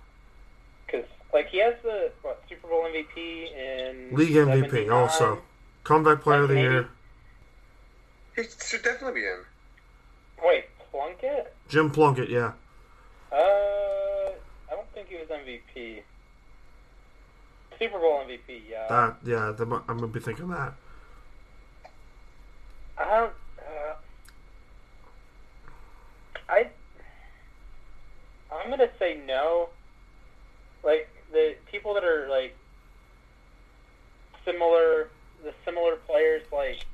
Speaker 5: Because like he has the what, Super Bowl MVP and
Speaker 4: League MVP
Speaker 5: 79.
Speaker 4: also. Comeback player of the
Speaker 5: Maybe.
Speaker 4: year.
Speaker 2: He should definitely be in.
Speaker 5: Wait, Plunkett?
Speaker 4: Jim Plunkett, yeah.
Speaker 5: Uh, I don't think he was MVP. Super Bowl MVP, yeah.
Speaker 4: That yeah, the, I'm gonna be thinking that.
Speaker 5: I don't. Uh, I. I'm gonna say no. Like the people that are like similar, the similar players, like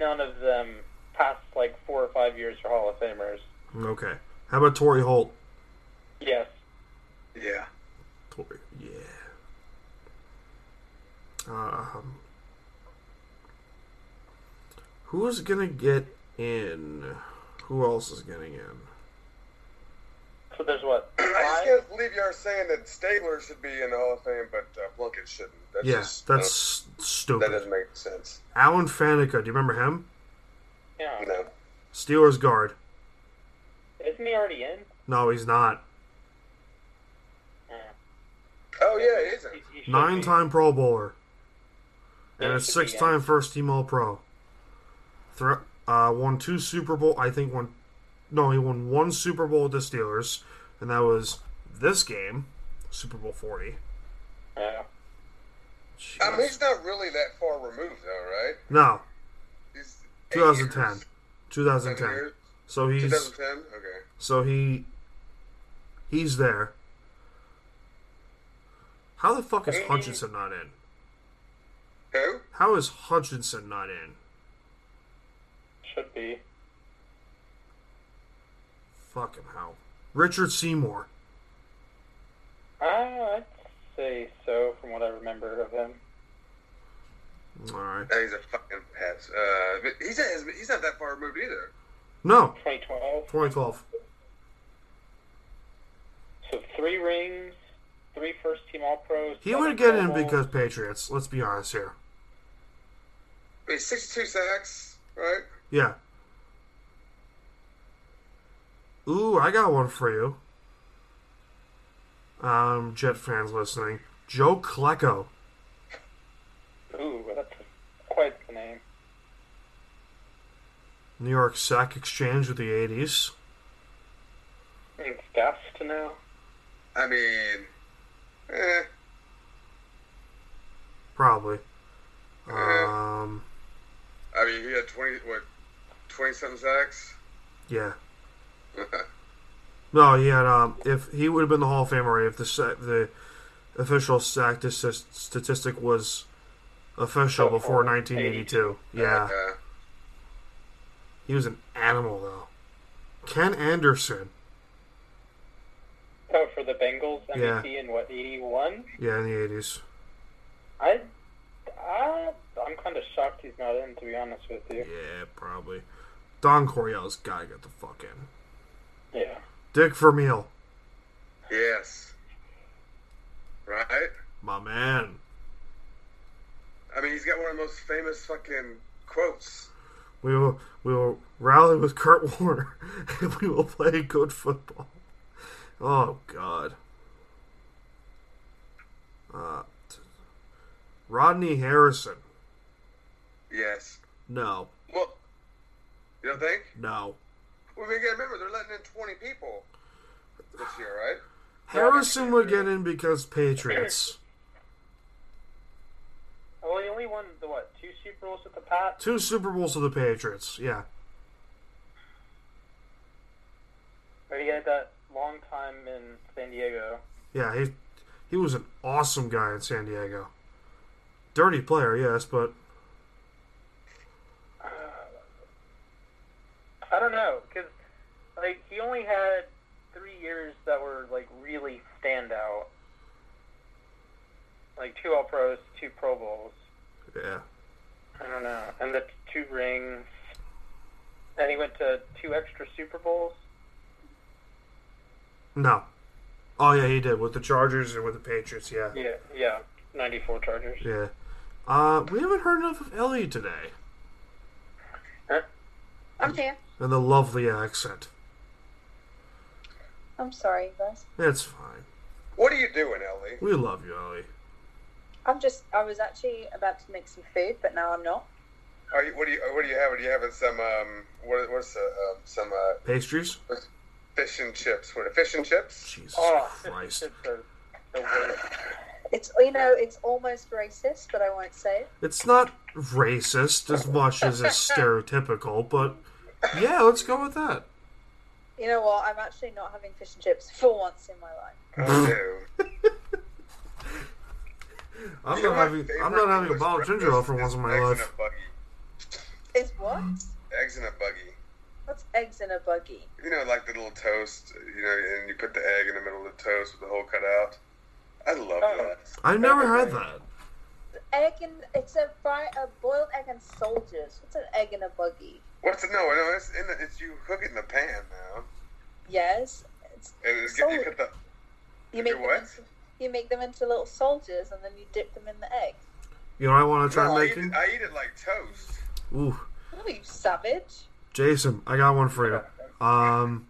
Speaker 5: none of them past like four or five years for Hall of Famers.
Speaker 4: Okay. How about Torrey Holt?
Speaker 5: Yes.
Speaker 2: Yeah.
Speaker 4: Torrey, yeah. Um, who's gonna get in? Who else is getting in?
Speaker 5: So there's what?
Speaker 2: I just
Speaker 5: Five?
Speaker 2: can't believe y'all saying that Stabler should be in the Hall of Fame, but uh, Plunkett shouldn't. That's
Speaker 4: Yeah,
Speaker 2: just, uh,
Speaker 4: that's stupid.
Speaker 2: that doesn't make sense.
Speaker 4: Alan Faneca, do you remember him?
Speaker 5: Yeah.
Speaker 2: No.
Speaker 4: Steelers guard.
Speaker 5: Isn't he already in?
Speaker 4: No, he's not.
Speaker 5: Uh,
Speaker 2: Oh yeah, he isn't.
Speaker 5: he- he should
Speaker 4: Nine
Speaker 5: be.
Speaker 4: time Pro Bowler. And
Speaker 5: Yeah,
Speaker 4: a
Speaker 5: he should be
Speaker 4: six time first team All Pro. Thre- uh, won two Super Bowl. I think won. No, he won one Super Bowl with the Steelers, and that was this game, Super Bowl 40.
Speaker 5: in. Yeah.
Speaker 2: I mean, he's
Speaker 4: Jeez.
Speaker 2: not really that far removed, though, right?
Speaker 4: No,
Speaker 2: He's eight
Speaker 4: 2010.
Speaker 2: years, seven
Speaker 4: 2010.
Speaker 2: years?
Speaker 4: So he's
Speaker 2: 2010. Okay.
Speaker 4: so he he's there. How the fuck is
Speaker 5: Maybe-
Speaker 4: Hutchinson not in?
Speaker 2: Who?
Speaker 4: How is Hutchinson not in?
Speaker 5: Should be.
Speaker 4: Fucking hell. Richard Seymour.
Speaker 5: Uh, I'd say so, from what I remember of him.
Speaker 4: All right.
Speaker 2: Uh, he's a fucking pest. Uh, but he's not, he's not that far removed either.
Speaker 4: No,
Speaker 5: 2012.
Speaker 4: 2012.
Speaker 5: So three rings, three first team All Pros.
Speaker 4: He
Speaker 5: seven
Speaker 4: would get in
Speaker 5: Pro Bowls.
Speaker 4: because Patriots. Let's be honest here.
Speaker 2: I mean, 62 sacks, right?
Speaker 4: Yeah. Ooh, I got one for you. Um, Jet fans listening. Joe Klecko.
Speaker 5: Ooh, that's quite the name.
Speaker 4: New York Sack Exchange of the 80s.
Speaker 5: It's fast to know.
Speaker 2: I mean, eh,
Speaker 4: Probably.
Speaker 2: Yeah.
Speaker 4: Um,
Speaker 2: I mean, he had 20, what, 20 something sacks?
Speaker 4: yeah. No, he had. Um, if he would have been the Hall of Famer if the sa- the official sack dis- statistic was official before 1982. Yeah,
Speaker 2: Yeah.
Speaker 4: he was an animal though. Ken Anderson.
Speaker 5: Oh, for the Bengals
Speaker 4: Yeah.
Speaker 5: MVP in what eighty one?
Speaker 4: Yeah, in the 80s.
Speaker 5: I, I, I'm kind of shocked he's not in. To be honest with you.
Speaker 4: Yeah, probably. Don Coryell's gotta get the fuck in.
Speaker 5: Yeah.
Speaker 4: Dick Vermeil,
Speaker 2: Yes. Right?
Speaker 4: my man.
Speaker 2: I mean, he's got one of the most famous fucking quotes.
Speaker 4: We will we will rally with Kurt Warner and we will play good football. Oh God. Uh, t- Rodney Harrison.
Speaker 2: Yes.
Speaker 4: No,
Speaker 2: Well, you don't think?
Speaker 4: no.
Speaker 2: Well, we gotta remember they're letting in 20 people this year, right?
Speaker 4: Harrison would get in because Patriots.
Speaker 5: Well, he only won the what two Super Bowls with the Pats.
Speaker 4: Two Super Bowls to the Patriots. Yeah.
Speaker 5: But he had that long time in San Diego.
Speaker 4: Yeah, he he was an awesome guy in San Diego. Dirty player, yes, but
Speaker 5: I don't know, cause like he only had three years that were like really standout. Like two All Pros, two Pro Bowls.
Speaker 4: yeah.
Speaker 5: I don't know, and the t- two rings. And he went to two extra Super Bowls.
Speaker 4: No. Oh yeah, he did with the Chargers and with the Patriots, yeah.
Speaker 5: Yeah, yeah, '94 Chargers.
Speaker 4: Yeah. Uh, we haven't heard enough of Ellie today.
Speaker 5: Huh?
Speaker 3: I'm here.
Speaker 4: And the lovely accent.
Speaker 3: I'm sorry, you guys.
Speaker 4: It's fine.
Speaker 2: What are you doing, Ellie?
Speaker 4: We love you, Ellie.
Speaker 3: I'm just. I was actually about to make some food, but now I'm not.
Speaker 2: Are you? What do you? What do you have? Are you having some? Um, what, what's the, um, some uh,
Speaker 4: Pastries?
Speaker 2: fish and chips? What? Fish and chips?
Speaker 4: Jesus
Speaker 5: Oh,
Speaker 4: Christ.
Speaker 5: it's the, the worst.
Speaker 3: It's you know, it's almost racist, but I won't say it.
Speaker 4: It's not racist as much as it's stereotypical, but yeah, let's go with that.
Speaker 3: You know what? I'm actually not having fish and chips for once in my life.
Speaker 2: Oh, no.
Speaker 4: I'm
Speaker 2: You know
Speaker 4: not
Speaker 2: my
Speaker 4: having I'm
Speaker 2: favorite
Speaker 4: not having a
Speaker 2: English
Speaker 4: bottle of ginger
Speaker 2: breakfast
Speaker 4: ale for once
Speaker 2: is
Speaker 4: in my
Speaker 2: eggs
Speaker 4: life.
Speaker 2: In a buggy.
Speaker 3: Is what?
Speaker 2: Eggs in a buggy.
Speaker 3: What's eggs in a buggy?
Speaker 2: You know, like the little toast. You know, and you put the egg in the middle of the toast with the hole cut out. I love
Speaker 5: Oh.
Speaker 2: that.
Speaker 4: I've never had that.
Speaker 3: Egg in it's a fry a boiled egg and soldiers. What's an egg in a buggy?
Speaker 2: What's it? No, no, it's in the, it's you cook it in the pan now,
Speaker 3: Yes. It's
Speaker 2: and it's get, you
Speaker 3: Solid.
Speaker 2: put the
Speaker 3: you
Speaker 2: do
Speaker 3: make them
Speaker 2: what?
Speaker 3: into, you make them into little soldiers and then you dip them in the egg.
Speaker 4: You know what I want to
Speaker 2: No,
Speaker 4: try
Speaker 2: I, eat it,
Speaker 4: making?
Speaker 2: I eat it like toast.
Speaker 4: Ooh.
Speaker 3: Oh you savage.
Speaker 4: Jason, I got one for you. Um,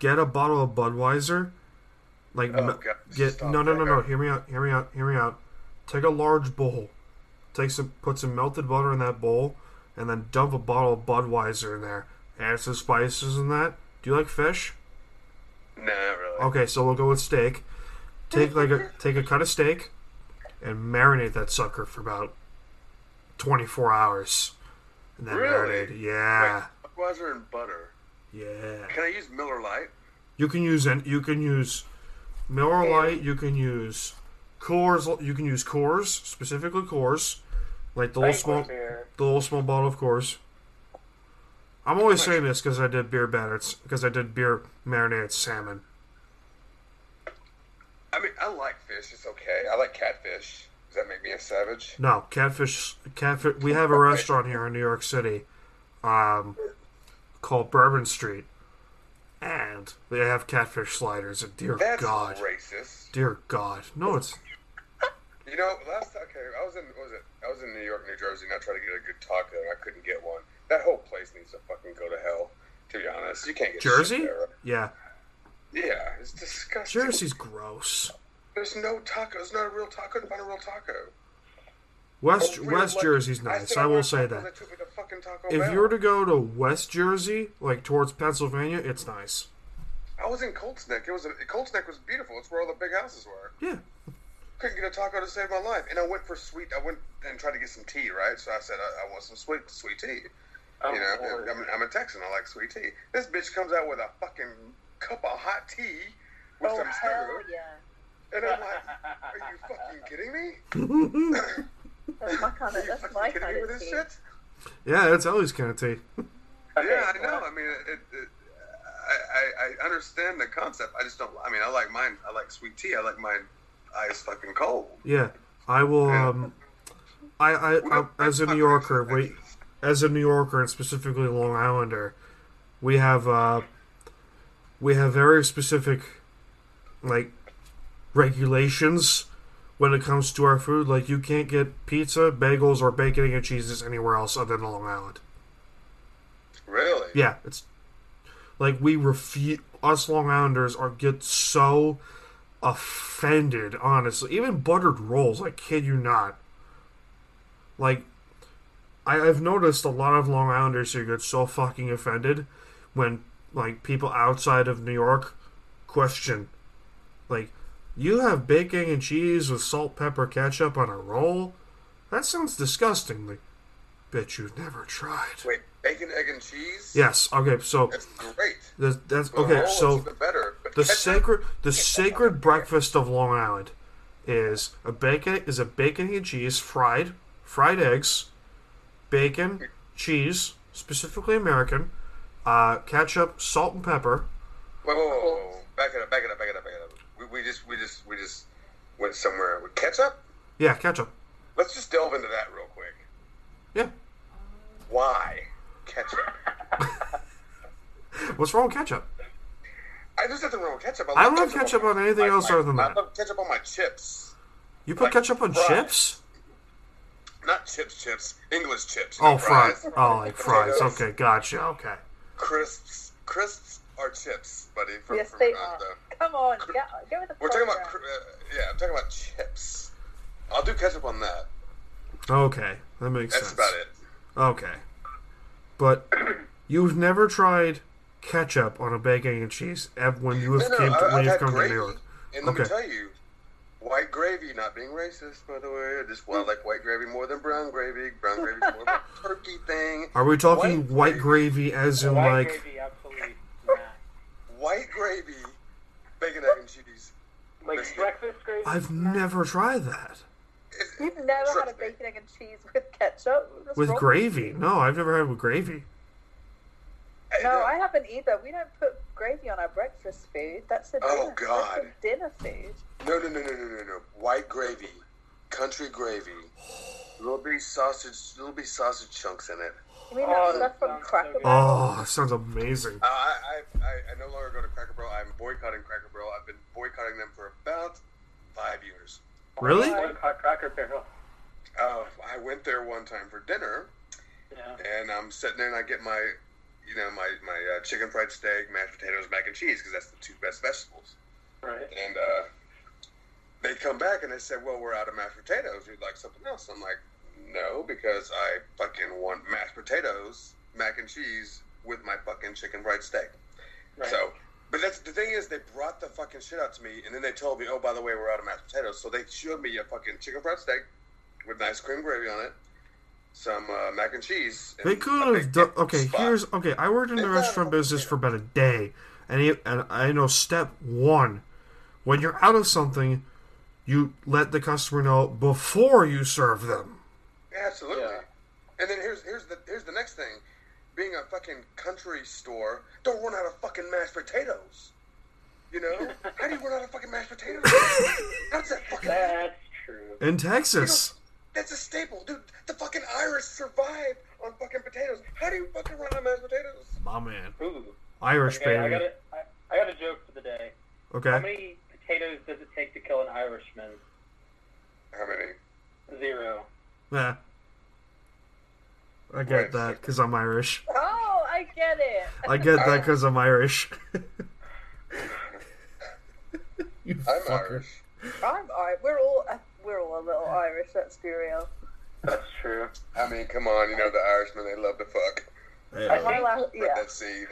Speaker 4: get a bottle of Budweiser. Like,
Speaker 2: Oh,
Speaker 4: me-
Speaker 2: God,
Speaker 4: get
Speaker 2: stop
Speaker 4: no, no, no,
Speaker 2: that.
Speaker 4: no. Hear me out. Hear me out. Hear me out. Take a large bowl. Take some. Put some melted butter in that bowl, and then dump a bottle of Budweiser in there. Add some spices and that. Do you like fish?
Speaker 2: Nah, really.
Speaker 4: Okay, so we'll go with steak. Take like a take a cut of steak, and marinate that sucker for about twenty four hours. And then
Speaker 2: Really?
Speaker 4: marinate. Yeah,
Speaker 2: Wait, Budweiser and butter.
Speaker 4: yeah.
Speaker 2: Can I use Miller Lite?
Speaker 4: You can use and you can use Miller Lite. You can use Coors. You can use Coors specifically Coors, like the little small,
Speaker 5: Banquet beer.
Speaker 4: the little small bottle of Coors. I'm always saying this because I did beer batter. It's because I did beer marinated salmon.
Speaker 2: I mean, I like fish. It's okay. I like catfish. Does that make me a savage?
Speaker 4: No catfish, catfish. We have a restaurant here in New York City, um, called Bourbon Street, and they have catfish sliders. And dear
Speaker 2: That's
Speaker 4: God,
Speaker 2: racist.
Speaker 4: dear God, no, it's
Speaker 2: You know, last okay, I was in what was it? I was in New York, New Jersey, and I tried to get a good taco, and I couldn't get one. That whole place needs to fucking go to hell. To be honest, you can't get shit
Speaker 4: Jersey.
Speaker 2: there.
Speaker 4: Yeah,
Speaker 2: Yeah, it's disgusting.
Speaker 4: Jersey's gross.
Speaker 2: There's no taco. There's not a real taco. I couldn't find a real taco.
Speaker 4: West
Speaker 2: A real,
Speaker 4: West
Speaker 2: like-
Speaker 4: Jersey's
Speaker 2: I
Speaker 4: nice.
Speaker 2: said
Speaker 4: I
Speaker 2: want
Speaker 4: will
Speaker 2: a
Speaker 4: say
Speaker 2: taco
Speaker 4: that.
Speaker 2: took me to fucking Taco
Speaker 4: If
Speaker 2: Bell.
Speaker 4: you were to go to West Jersey, like towards Pennsylvania, it's nice.
Speaker 2: I was in Colts Neck. It was a, Colts Neck was beautiful. It's where all the big houses were.
Speaker 4: Yeah.
Speaker 2: couldn't get a taco to save my life, and I went for sweet. I went and tried to get some tea, right? So I said, I, I want some sweet sweet tea.
Speaker 5: Oh,
Speaker 2: you know,
Speaker 5: Lord.
Speaker 2: I'm, I'm a Texan. I like sweet tea. This bitch comes out with a fucking cup of hot tea with
Speaker 3: Oh
Speaker 2: some
Speaker 3: hell
Speaker 2: syrup,
Speaker 3: yeah!
Speaker 2: and I'm like, "Are you fucking kidding me?
Speaker 3: That's my kind
Speaker 2: Are
Speaker 3: of.
Speaker 2: you
Speaker 3: That's my
Speaker 2: fucking kidding
Speaker 3: kind
Speaker 2: me with
Speaker 3: of
Speaker 2: this
Speaker 3: tea.
Speaker 2: shit?"
Speaker 4: Yeah, that's Ellie's kind of tea.
Speaker 5: Okay,
Speaker 2: yeah, I
Speaker 5: well,
Speaker 2: know. I mean, it, it, I, I I understand the concept. I just don't. I mean, I like mine. I like sweet tea. I like mine ice fucking cold.
Speaker 4: Yeah, I will. Um, I, I, I as a New Yorker, wait, as a New Yorker and specifically Long Islander, we have uh, we have very specific like regulations when it comes to our food. Like you can't get pizza, bagels, or bacon egg, and cheeses anywhere else other than Long Island.
Speaker 2: Really?
Speaker 4: Yeah, it's like we refuse. Us Long Islanders are get so offended. Honestly, even buttered rolls. I kid you not. Like, I, I've noticed a lot of Long Islanders who get so fucking offended when like people outside of New York question, like, you have bacon and cheese with salt, pepper, ketchup on a roll. That sounds disgusting. Like, bitch, you've never tried.
Speaker 2: Wait, bacon, egg, and cheese.
Speaker 4: Yes. Okay. So
Speaker 2: that's great.
Speaker 4: that's, that's
Speaker 2: The
Speaker 4: okay.
Speaker 2: whole is
Speaker 4: So
Speaker 2: the better. But
Speaker 4: the
Speaker 2: ketchup?
Speaker 4: sacred the sacred breakfast of Long Island is a bacon is a bacon and cheese fried fried eggs, bacon, cheese specifically American, uh, ketchup, salt and pepper.
Speaker 2: Whoa, whoa, whoa, whoa. back it up, back it up, back it up, back it up. We, we just, we just, we just went somewhere with ketchup.
Speaker 4: Yeah, ketchup.
Speaker 2: Let's just delve into that real quick.
Speaker 4: Yeah.
Speaker 2: Why ketchup?
Speaker 4: What's wrong with ketchup?
Speaker 2: I there's nothing wrong with ketchup.
Speaker 4: I don't have ketchup on anything
Speaker 2: my-
Speaker 4: else
Speaker 2: my-
Speaker 4: other than
Speaker 2: I
Speaker 4: that.
Speaker 2: love ketchup on my chips.
Speaker 4: You put ketchup on
Speaker 2: fries.
Speaker 4: chips?
Speaker 2: Not chips, chips. English chips.
Speaker 4: Oh,
Speaker 2: not
Speaker 4: fries. Oh, like fries.
Speaker 2: Potatoes.
Speaker 4: Okay, gotcha. Okay.
Speaker 2: Crisps. Crisps are chips, buddy. From,
Speaker 3: Yes,
Speaker 2: from,
Speaker 3: they
Speaker 2: uh,
Speaker 3: are.
Speaker 2: the-
Speaker 3: Come on, go, go with the.
Speaker 2: We're talking about.
Speaker 3: program.
Speaker 2: cr- Uh, yeah, I'm talking about chips. I'll do ketchup on that.
Speaker 4: Okay, that makes
Speaker 2: That's
Speaker 4: sense.
Speaker 2: about it.
Speaker 4: Okay. But you've never tried ketchup on a bacon and cheese ev- when you have
Speaker 2: No,
Speaker 4: came
Speaker 2: no,
Speaker 4: to,
Speaker 2: I,
Speaker 4: when
Speaker 2: I've
Speaker 4: you've
Speaker 2: had
Speaker 4: come to
Speaker 2: gravy.
Speaker 4: New York.
Speaker 2: And let
Speaker 4: Okay.
Speaker 2: me tell you, white gravy, not being racist, by the way, I just well, I like white gravy more than brown gravy. Brown gravy's more of a turkey thing.
Speaker 4: Are we talking white,
Speaker 2: White
Speaker 4: gravy as in
Speaker 5: white
Speaker 4: like
Speaker 5: gravy, absolutely not.
Speaker 2: White gravy, bacon, egg, and cheese.
Speaker 5: Like
Speaker 2: Listen.
Speaker 5: breakfast gravy.
Speaker 4: I've never tried that
Speaker 2: It's-
Speaker 3: You've never had a
Speaker 2: Trust me.
Speaker 3: bacon, egg, and cheese with ketchup? What's
Speaker 4: with
Speaker 3: wrong?
Speaker 4: gravy? No, I've never had with gravy.
Speaker 2: Hey,
Speaker 3: No,
Speaker 2: no.
Speaker 3: I haven't either. We don't put gravy on our breakfast food. That's a dinner.
Speaker 2: Oh, God.
Speaker 3: That's a dinner food.
Speaker 2: No, no, no, no, no, no, no. White gravy, country gravy, little bitty sausage, little bitty sausage chunks in it.
Speaker 3: You mean that
Speaker 5: Oh,
Speaker 3: stuff from
Speaker 5: that sounds
Speaker 3: Cracker
Speaker 5: so
Speaker 3: Barrel?
Speaker 4: Oh, that sounds amazing.
Speaker 2: Uh, I, I, I, I no longer go to Cracker Barrel. I'm boycotting Cracker Barrel. I've been boycotting them for about five years.
Speaker 4: Really?
Speaker 5: Like hot cracker barrel.
Speaker 2: Uh, I went there one time for dinner,
Speaker 5: Yeah.
Speaker 2: and I'm sitting there and I get my, you know, my my uh, chicken fried steak, mashed potatoes, mac and cheese, because that's the two best vegetables.
Speaker 5: Right.
Speaker 2: And uh, they come back and they said, "Well, we're out of mashed potatoes. You'd like something else?" I'm like, "No, because I fucking want mashed potatoes, mac and cheese with my fucking chicken fried steak."
Speaker 5: Right.
Speaker 2: So, but that's the thing is, they brought the fucking shit out to me, and then they told me, "Oh, by the way, we're out of mashed potatoes." So they showed me a fucking chicken fried steak with nice cream gravy on it, some uh, mac and cheese. And
Speaker 4: They
Speaker 2: a
Speaker 4: could have
Speaker 2: big
Speaker 4: done.
Speaker 2: dip
Speaker 4: Okay,
Speaker 2: spot.
Speaker 4: here's okay. I worked in the
Speaker 2: They've
Speaker 4: restaurant
Speaker 2: got a-
Speaker 4: business for about a day, and he, and I know step one, when you're out of something, you let the customer know before you serve them.
Speaker 2: Absolutely.
Speaker 5: Yeah.
Speaker 2: And then here's here's the here's the next thing. Being a fucking country store, don't run out of fucking mashed potatoes. You know? How do you run out of fucking mashed potatoes? How does that fucking
Speaker 5: That's true.
Speaker 4: In Texas,
Speaker 2: That's a staple, dude. The fucking Irish survived on fucking potatoes. How do you fucking run out of mashed potatoes?
Speaker 4: my man,
Speaker 5: Ooh.
Speaker 4: Irish
Speaker 5: Okay, I got
Speaker 4: baby.
Speaker 5: a, I, I got a joke for the day. How
Speaker 4: Okay,
Speaker 5: many potatoes does it take to kill an Irishman?
Speaker 2: How many?
Speaker 5: Zero.
Speaker 4: yeah, I
Speaker 2: Wait
Speaker 4: get
Speaker 2: a
Speaker 4: that
Speaker 2: second.
Speaker 4: because I'm Irish.
Speaker 3: Oh, I get it.
Speaker 4: I get that because I'm Irish. you
Speaker 2: I'm
Speaker 4: fucker.
Speaker 2: Irish.
Speaker 3: I'm Irish. We're all uh, we're all a little Irish. Let's be real.
Speaker 5: That's true.
Speaker 2: I mean, come on, you know the Irishmen, they love to fuck.
Speaker 4: Yeah.
Speaker 3: My last,
Speaker 2: Put
Speaker 3: yeah.
Speaker 2: that seed.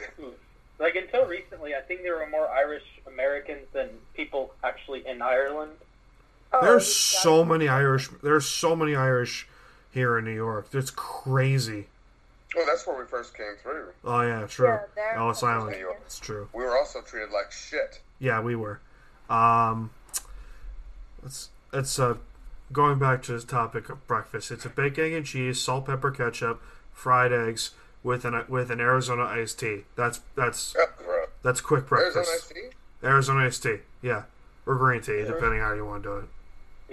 Speaker 5: Like until recently, I think there were more Irish Americans than people actually in Ireland.
Speaker 3: Oh,
Speaker 4: There's
Speaker 3: this
Speaker 4: so many Irish. There's so many Irish here in New York. It's crazy.
Speaker 3: guy-
Speaker 2: Well, that's where we first came through.
Speaker 4: Oh yeah, true.
Speaker 3: Yeah, they're-
Speaker 4: Ellis Island.
Speaker 2: New York.
Speaker 4: It's true.
Speaker 2: We were also treated like shit.
Speaker 4: Yeah, we were. Um, it's it's uh, going back to the topic of breakfast. It's a baked egg and cheese, salt, pepper, ketchup, fried eggs with an with an Arizona iced tea. That's that's
Speaker 2: Oh, gross.
Speaker 4: that's quick breakfast.
Speaker 2: Arizona iced tea?
Speaker 4: Arizona iced tea, yeah, or green tea, depending how you want to do it.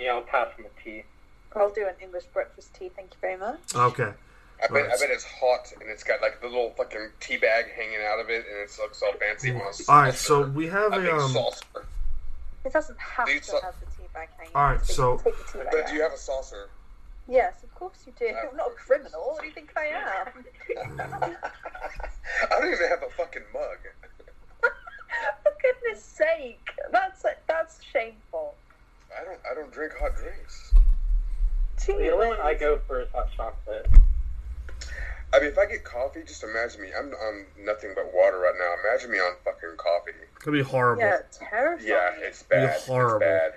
Speaker 5: Yeah, I'll pass on the tea.
Speaker 3: I'll do an English breakfast tea. Thank you very much.
Speaker 4: Okay,
Speaker 2: I bet, I
Speaker 4: Right.
Speaker 2: bet it's hot and it's got like the little fucking tea bag hanging out of it and it looks all fancy. on a
Speaker 4: all right.
Speaker 2: saucer,
Speaker 4: So we have
Speaker 2: a big
Speaker 4: a um.
Speaker 2: saucer.
Speaker 3: It doesn't have
Speaker 2: Dude,
Speaker 3: to
Speaker 2: so-
Speaker 3: have the tea bag hanging.
Speaker 4: All right,
Speaker 3: Take-
Speaker 4: so-
Speaker 3: take the tea bag
Speaker 2: But do you
Speaker 3: out.
Speaker 2: have a saucer?
Speaker 3: Yes, of course you do.
Speaker 2: Uh,
Speaker 3: I'm not a criminal. What do you think I am?
Speaker 2: I don't even have a fucking mug.
Speaker 3: For goodness sake, that's that's shameful.
Speaker 2: I don't. I don't drink hot drinks.
Speaker 3: Tea
Speaker 5: The only one I
Speaker 3: is-
Speaker 5: go for is hot chocolate.
Speaker 2: I mean, if I get coffee, just imagine me. I'm on nothing but water right now. Imagine me on fucking coffee.
Speaker 4: Could be horrible.
Speaker 3: Yeah, terrifying.
Speaker 2: Yeah, it's bad.
Speaker 4: horrible.
Speaker 2: It's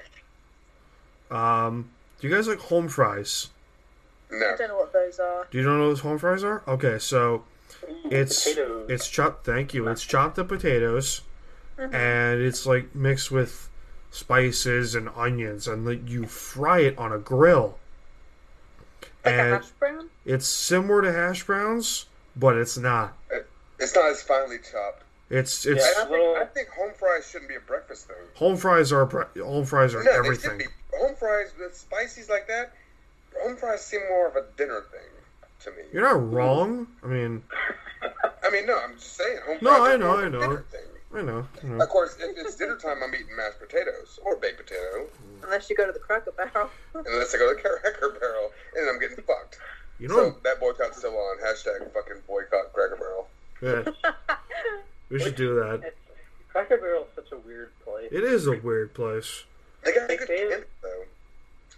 Speaker 2: bad.
Speaker 4: Um, do you guys like home fries?
Speaker 3: I
Speaker 2: No.
Speaker 3: don't know what those are.
Speaker 4: Do you know what those home fries are? Okay, so
Speaker 2: Mm,
Speaker 5: Ooh,
Speaker 4: it's
Speaker 5: potatoes.
Speaker 4: it's chopped. Thank you. It's chopped up potatoes,
Speaker 2: Mm-hmm.
Speaker 4: and it's like mixed with spices and onions, and like you fry it on a grill.
Speaker 3: Like a
Speaker 4: And
Speaker 3: hash brown.
Speaker 4: it's similar to hash browns, but it's not.
Speaker 2: It's not as finely chopped.
Speaker 4: It's it's
Speaker 2: And I,
Speaker 5: Yeah. Little-
Speaker 2: think, I think home fries shouldn't be a breakfast though.
Speaker 4: home fries are bre- home fries are
Speaker 2: No,
Speaker 4: everything.
Speaker 2: they should be home fries with spices like that. Home fries seem more of a dinner thing to me.
Speaker 4: You're not wrong. I mean,
Speaker 2: I mean, no, I'm just saying. Home
Speaker 4: No,
Speaker 2: fries
Speaker 4: I
Speaker 2: are
Speaker 4: know,
Speaker 2: more of
Speaker 4: I
Speaker 2: a
Speaker 4: know.
Speaker 2: dinner thing.
Speaker 4: I know. I know.
Speaker 2: Of course, if it's dinner time, I'm eating mashed potatoes or baked potato,
Speaker 3: Unless you go to the Cracker Barrel.
Speaker 2: unless I go to Cracker Barrel and I'm getting fucked.
Speaker 4: You know.
Speaker 2: So that boycott's still on. Hashtag fucking boycott Cracker Barrel.
Speaker 4: Yeah. we should do that.
Speaker 5: It's, Cracker Barrel's such a weird place.
Speaker 4: It is a weird place.
Speaker 2: They got
Speaker 5: Like
Speaker 2: good
Speaker 5: they-
Speaker 2: candy though.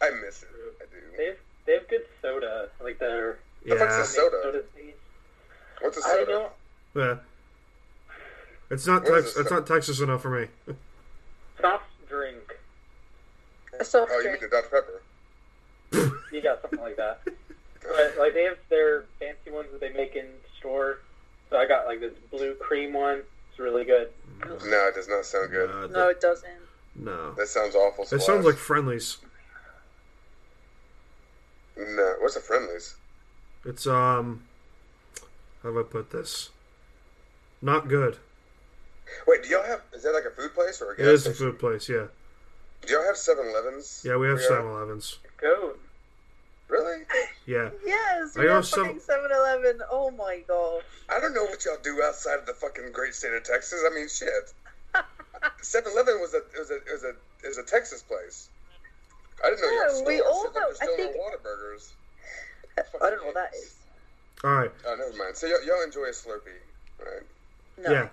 Speaker 2: I miss it. I do.
Speaker 5: They've they've good soda, like their
Speaker 4: Yeah.
Speaker 2: fuck's Soda.
Speaker 5: soda thing.
Speaker 2: What's a
Speaker 5: I
Speaker 2: soda?
Speaker 5: don't.
Speaker 4: Yeah. It's not
Speaker 2: What is
Speaker 4: Tex-
Speaker 2: this
Speaker 4: it's not Texas enough for me.
Speaker 5: Soft drink.
Speaker 3: A soft
Speaker 2: Oh, you mean
Speaker 3: drink.
Speaker 2: the Dr Pepper?
Speaker 5: You got something like that. But like they have their fancy ones that they make in store. So I got like this blue cream one. It's really good.
Speaker 2: No, it does not sound good.
Speaker 4: Uh,
Speaker 3: No, it doesn't.
Speaker 4: no.
Speaker 2: That sounds awful.
Speaker 4: It
Speaker 2: Splash.
Speaker 4: sounds like friendlies.
Speaker 2: no. What's a friendlies?
Speaker 4: It's um how do I put this? Not good.
Speaker 2: Wait, do y'all have? Is that like a food place or a gas
Speaker 4: It is a
Speaker 2: station?
Speaker 4: food place, yeah.
Speaker 2: Do y'all have 7-Elevens?
Speaker 4: Yeah, we have
Speaker 2: Where y'all-
Speaker 4: 7-Elevens.
Speaker 5: Go.
Speaker 2: Really?
Speaker 4: Yeah.
Speaker 3: Yes,
Speaker 4: I
Speaker 3: we
Speaker 4: go
Speaker 3: have
Speaker 4: some-
Speaker 3: fucking 7-Eleven. Oh my god.
Speaker 2: I don't know what y'all do outside of the fucking great state of Texas. I mean, shit. 7-Eleven was a was a was a was a Texas place. I didn't know
Speaker 3: Yeah,
Speaker 2: y'all still,
Speaker 3: we all
Speaker 2: still,
Speaker 3: know- I
Speaker 2: still
Speaker 3: think-
Speaker 2: no Whataburgers.
Speaker 3: I don't know what that is.
Speaker 4: All right.
Speaker 2: Oh, never mind. So y'all, y'all enjoy a Slurpee, right?
Speaker 3: No.
Speaker 4: Yeah.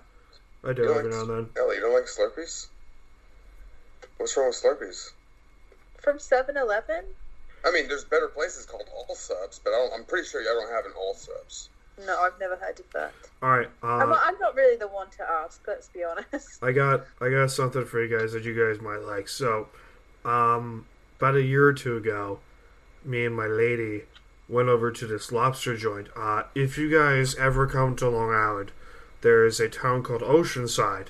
Speaker 4: I do
Speaker 2: You don't
Speaker 4: every now
Speaker 2: like-
Speaker 4: and then.
Speaker 2: Ellie, you don't like Slurpees? What's wrong with Slurpees?
Speaker 3: From 7-Eleven?
Speaker 2: I mean, there's better places called All Subs, but I don't, I'm pretty sure y'all don't have an All Subs.
Speaker 3: No, I've never heard of that.
Speaker 4: All right.
Speaker 3: I'm,
Speaker 4: Uh,
Speaker 3: I'm not really the one to ask, let's be honest.
Speaker 4: I got I got something for you guys that you guys might like. So, um about a year or two ago, me and my lady went over to this lobster joint. Uh, if you guys ever come to Long Island, there is a town called Oceanside,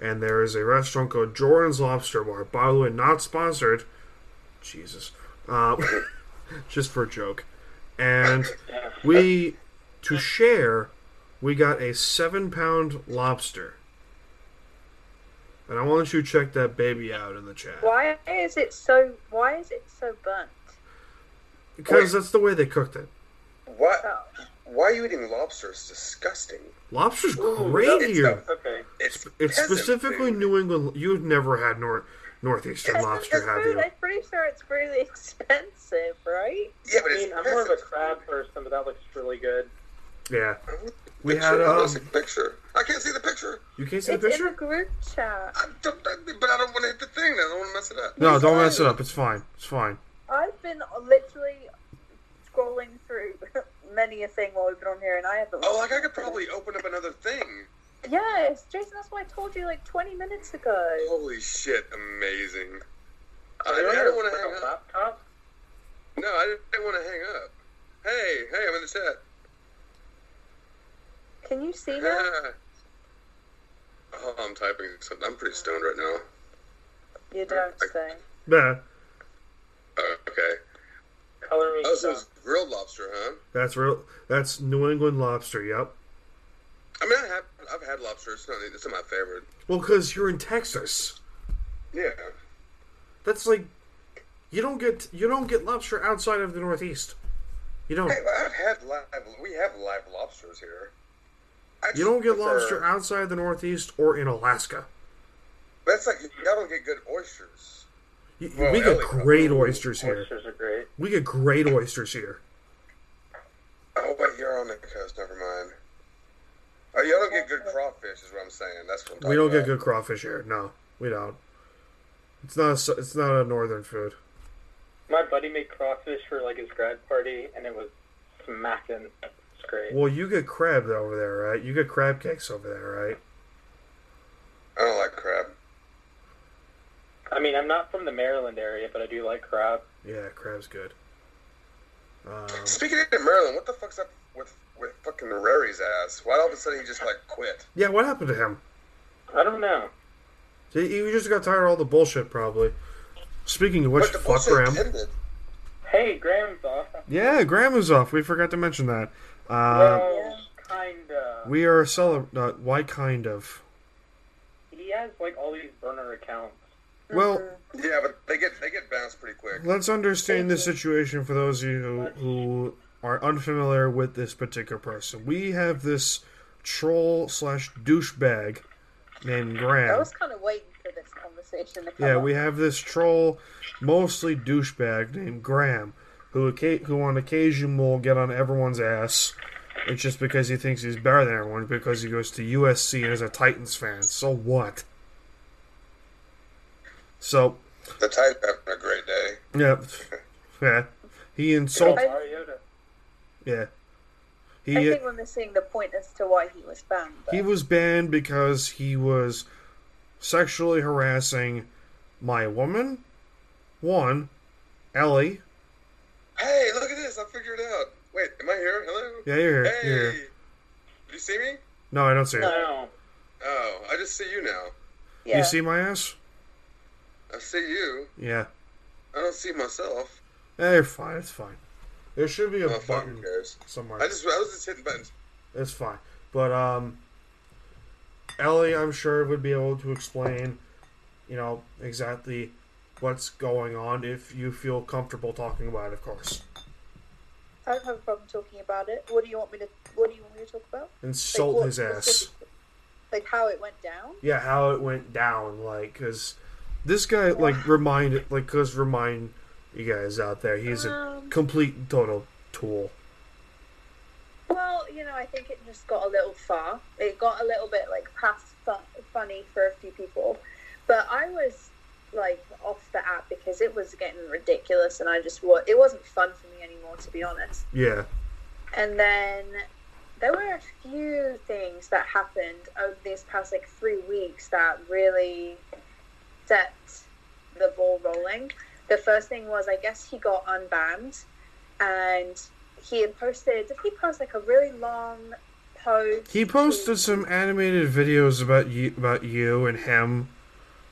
Speaker 4: and there is a restaurant called Jordan's Lobster Bar. By the way, not sponsored. Jesus, uh, just for a joke. And we, to share, we got a seven-pound lobster. And I want you to check that baby out in the chat.
Speaker 3: Why is it so why is it so burnt?
Speaker 4: Because that's the way they cooked it.
Speaker 2: Why?
Speaker 3: Oh.
Speaker 2: Why are you eating lobster? It's disgusting.
Speaker 4: Lobster's
Speaker 2: no,
Speaker 4: great
Speaker 2: it's
Speaker 4: here.
Speaker 2: not-
Speaker 5: Okay.
Speaker 2: It's
Speaker 4: It's
Speaker 2: peasant
Speaker 4: specifically
Speaker 2: food.
Speaker 4: New England. You've never had nor- northeastern
Speaker 3: Because
Speaker 4: lobster,
Speaker 3: the
Speaker 4: have
Speaker 3: food,
Speaker 4: you?
Speaker 2: eh?
Speaker 3: I'm pretty sure it's really expensive, right?
Speaker 2: Yeah, but
Speaker 5: I
Speaker 2: it's
Speaker 5: mean, I'm more of a
Speaker 2: peasant
Speaker 5: crab
Speaker 2: food.
Speaker 5: person, but that looks really good.
Speaker 4: Yeah. We
Speaker 2: Picture,
Speaker 4: had,
Speaker 2: I wanna
Speaker 4: um,
Speaker 2: see the picture. I can't see the picture.
Speaker 4: You can't see the
Speaker 3: it's in
Speaker 4: picture.
Speaker 3: the group chat.
Speaker 2: I don't, I- but I don't want to hit the thing. I don't want to mess it up.
Speaker 4: No, don't mess it up. It's fine. It's fine.
Speaker 3: I've been literally scrolling through many a thing while we've been on here, and I haven't.
Speaker 2: Oh, like I could probably open up another thing.
Speaker 3: Yes, Jason. That's what I told you like 20 minutes ago.
Speaker 2: Holy shit! Amazing. I,
Speaker 5: Are you
Speaker 2: I
Speaker 5: on
Speaker 2: don't
Speaker 5: your
Speaker 2: want to hang up.
Speaker 5: laptop?
Speaker 2: No, I didn't want to hang up. Hey, hey, I'm in the chat.
Speaker 3: Can you see that?
Speaker 2: Ah. Oh, I'm typing. something. I'm pretty stoned right now.
Speaker 3: You don't say.
Speaker 4: Nah,
Speaker 2: Oh, okay.
Speaker 5: Color me.
Speaker 2: Oh, so it's
Speaker 5: stuff.
Speaker 2: grilled lobster, huh?
Speaker 4: that's real. That's New England lobster. Yep.
Speaker 2: I mean, I have, I've had lobster. It's not, it's not my favorite.
Speaker 4: Well, because you're in Texas.
Speaker 2: Yeah.
Speaker 4: That's like you don't get you don't get lobster outside of the Northeast. You don't.
Speaker 2: Hey, I've had live. We have live lobsters here. I
Speaker 4: You
Speaker 2: just
Speaker 4: don't get
Speaker 2: prefer-
Speaker 4: lobster outside the Northeast or in Alaska.
Speaker 2: That's like y'all don't get good oysters.
Speaker 4: You-
Speaker 2: Well,
Speaker 4: we get
Speaker 2: Ellie-
Speaker 4: great oysters here.
Speaker 5: Oysters are great.
Speaker 4: We get great oysters here.
Speaker 2: Oh, but you're on the coast. Never mind. Oh, y'all don't get good crawfish, is what I'm saying. That's what I'm
Speaker 4: We don't
Speaker 2: talking
Speaker 4: get good crawfish here. No, we don't. It's not. A, s- it's not a northern food.
Speaker 5: My buddy made crawfish for like his grad party, and it was smacking. It's great.
Speaker 4: Well, you get crab over there, right? You get crab cakes over there, right?
Speaker 2: about. I don't like crab.
Speaker 5: I mean, I'm not from the Maryland area, but I do like crab.
Speaker 4: Yeah, crab's good. Um,
Speaker 2: Speaking of Maryland, what the fuck's up with with fucking Rary's ass? Why all of a sudden he just like quit?
Speaker 4: yeah, what happened to him?
Speaker 5: I don't know.
Speaker 4: He, he just got tired of all the bullshit, probably. Speaking of which,
Speaker 2: but the
Speaker 4: fuck
Speaker 2: bullshit
Speaker 4: Graham.
Speaker 2: ended.
Speaker 5: Hey, Graham's off.
Speaker 4: Yeah, Graham is off. We forgot to mention that. Uh,
Speaker 5: well, kinda.
Speaker 4: we are celebrating. Uh, why kind of?
Speaker 5: he has like all these burner accounts.
Speaker 4: Well,
Speaker 2: Yeah, but they get they get bounced pretty quick.
Speaker 4: let's understand this situation for those of you who, who are unfamiliar with this particular person. We have this troll slash douchebag named
Speaker 3: I
Speaker 4: Graham.
Speaker 3: was kind of waiting for this conversation to come
Speaker 4: Yeah,
Speaker 3: up.
Speaker 4: we have this troll, mostly douchebag named Graham, who occa- who on occasion will get on everyone's ass. It's just because he thinks he's better than everyone because he goes to USC and is a Titans fan. So what? So
Speaker 2: The Titans having a great day.
Speaker 4: yeah, yeah. He insults.
Speaker 3: I-
Speaker 5: Mariota.
Speaker 4: Yeah,
Speaker 3: I
Speaker 4: he
Speaker 3: think we're missing the point as to why he was banned. though.
Speaker 4: he was banned because he was sexually harassing my woman, one, Ellie.
Speaker 2: Hey, look at this! I figured it out. Wait, am I here? Hello.
Speaker 4: Yeah, you're here.
Speaker 2: Hey,
Speaker 4: You're here.
Speaker 2: do you see me?
Speaker 4: No, I don't see it.
Speaker 5: No.
Speaker 2: Oh, I just see you now.
Speaker 3: yeah.
Speaker 4: You see my ass?
Speaker 2: I see you.
Speaker 4: Yeah.
Speaker 2: I don't see myself.
Speaker 4: Eh, you're fine. It's fine. There should be a
Speaker 2: Oh, fuck, who
Speaker 4: button
Speaker 2: cares?
Speaker 4: somewhere.
Speaker 2: I just I was just hitting buttons.
Speaker 4: It's fine. But um, Ellie, I'm sure would be able to explain, you know, exactly what's going on if you feel comfortable talking about it. Of course,
Speaker 3: I don't have a problem talking about it. What do you want me to? What do you want me to talk about? Like,
Speaker 4: insult
Speaker 3: what
Speaker 4: his ass.
Speaker 3: specifically? Like how it went down.
Speaker 4: Yeah, how it went down, like, cause this guy, like, remind, like, cause remind you guys out there, he's a
Speaker 3: Um.
Speaker 4: complete and total tool.
Speaker 3: Well, you know, I think it just got a little far. It got a little bit like past fu- funny for a few people, but I was like off the app because it was getting ridiculous, and I just wa- it wasn't fun for me anymore, to be honest.
Speaker 4: Yeah.
Speaker 3: And then there were a few things that happened over these past like three weeks that really set the ball rolling. The first thing was, I guess he got unbanned, and he had posted. Did he post like a really long post?
Speaker 4: He posted some animated videos about you, about you and him.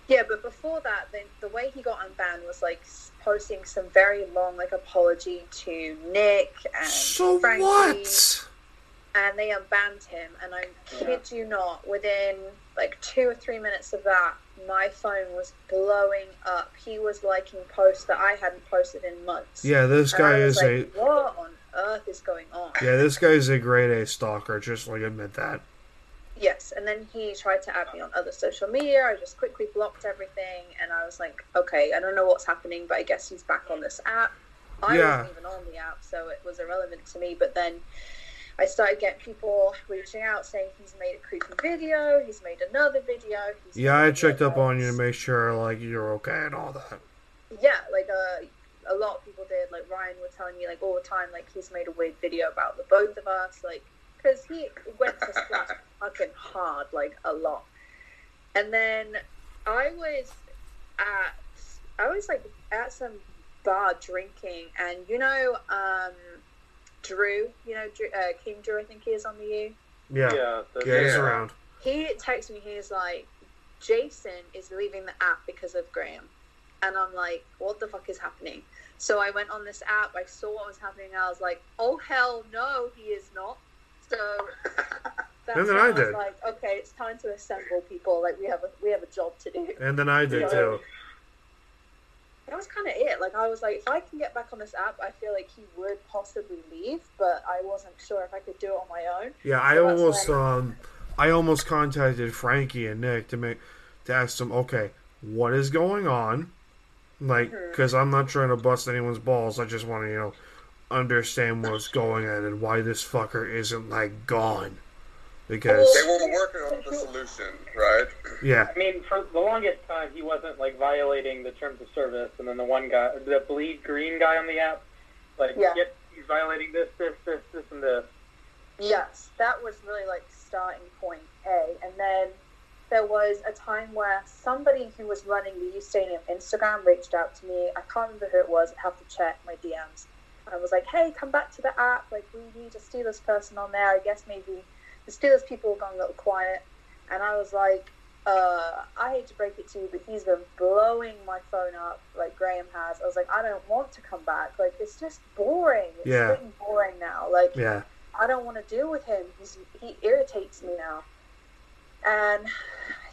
Speaker 3: Yeah, but before that, the, the way he got unbanned was like s- posting some very long like apology to Nick and
Speaker 4: So
Speaker 3: Frankie.
Speaker 4: what?
Speaker 3: and they unbanned him. And I kid you not, within like two or three minutes of that, my phone was blowing up. He was liking posts that I hadn't posted in months.
Speaker 4: Yeah, this
Speaker 3: And I
Speaker 4: guy
Speaker 3: was
Speaker 4: is a
Speaker 3: like, what on earth is going on?
Speaker 4: yeah, this guy is a grade A stalker. Just like admit that.
Speaker 3: Yes, and then he tried to add me on other social media. I just quickly blocked everything, and I was like, okay, I don't know what's happening, but I guess he's back on this app. I
Speaker 4: Yeah.
Speaker 3: wasn't even on the app, so it was irrelevant to me. But then I started getting people reaching out saying he's made a creepy video, he's made another video. He's
Speaker 4: Yeah,
Speaker 3: made
Speaker 4: I checked up
Speaker 3: another.
Speaker 4: on you to make sure like you're okay and all that.
Speaker 3: Yeah, like uh, a lot of people did. Like Ryan was telling me like all the time, like he's made a weird video about the both of us, like because he went to Slack fucking hard, like a lot. And then I was at, I was like at some bar drinking, and you know, um, Drew, you know, Drew, uh, King Drew, I think he is on the U.
Speaker 4: Yeah. Yeah,
Speaker 5: Yeah, the,
Speaker 4: he's
Speaker 2: Yeah.
Speaker 4: around.
Speaker 3: He texted me, he's like, Jason is leaving the app because of Graham. And I'm like, what the fuck is happening? So I went on this app, I saw what was happening, and I was like, oh hell no, he is not. So that's
Speaker 4: And then
Speaker 3: when
Speaker 4: I
Speaker 3: I was
Speaker 4: did.
Speaker 3: like, okay, it's time to assemble people. Like we have a we have a job to do.
Speaker 4: And then I did
Speaker 5: Yeah.
Speaker 4: too.
Speaker 3: That was kind of it. Like I was like, if I can get back on this app, I feel like he would possibly leave, but I wasn't sure if I could do it on my own.
Speaker 4: Yeah, I
Speaker 3: So that's
Speaker 4: almost
Speaker 3: when-
Speaker 4: um, I almost contacted Frankie and Nick to make to ask them, okay, what is going on? Like,
Speaker 3: Mm-hmm.
Speaker 4: because I'm not trying to bust anyone's balls. I just want to, you know, understand what's going on and why this fucker isn't like gone. Because
Speaker 3: Oh.
Speaker 2: They were working on the solution, right?
Speaker 4: yeah,
Speaker 5: I mean, for the longest time, he wasn't like violating the terms of service, and then the one guy, the bleed green guy on the app, like,
Speaker 3: Yeah.
Speaker 5: yep, he's violating this, this, this, this, and this.
Speaker 3: Yes, that was really like starting point A. And then there was a time where somebody who was running the U Stadium Instagram reached out to me. I can't remember who it was. I have to check my DMs. I was like, hey, come back to the app. Like, we need a Steelers person on there. I guess maybe the Steelers people have gone a little quiet. And I was like, uh, I hate to break it to you, but he's been blowing my phone up like Graham has. I was like, I don't want to come back. Like, it's just boring. It's
Speaker 4: Yeah.
Speaker 3: getting boring now. Like,
Speaker 4: yeah,
Speaker 3: I don't want to deal with him. He's, he irritates me now. And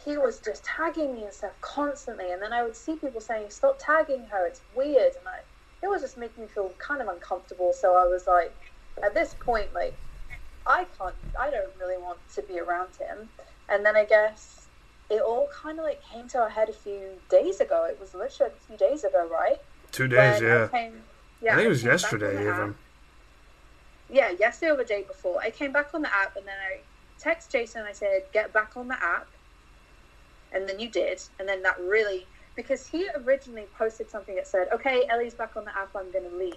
Speaker 3: he was just tagging me and stuff constantly. And then I would see people saying, stop tagging her. It's weird. And I, it was just making me feel kind of uncomfortable. So I was like, at this point, like, I can't, I don't really want to be around him. And then I guess it all kind of like came to a head a few days ago. It was literally a few days ago, right?
Speaker 4: two days.
Speaker 3: When I
Speaker 4: Yeah,
Speaker 3: came- yeah,
Speaker 4: I think it
Speaker 3: I
Speaker 4: was
Speaker 3: came back
Speaker 4: yesterday
Speaker 3: on the app
Speaker 4: even.
Speaker 3: yeah, yesterday or the day before, I came back on the app and then I text Jason and I said, get back on the app. And then you did. And then that really, because he originally posted something that said, okay, Ellie's back on the app, I'm going to leave.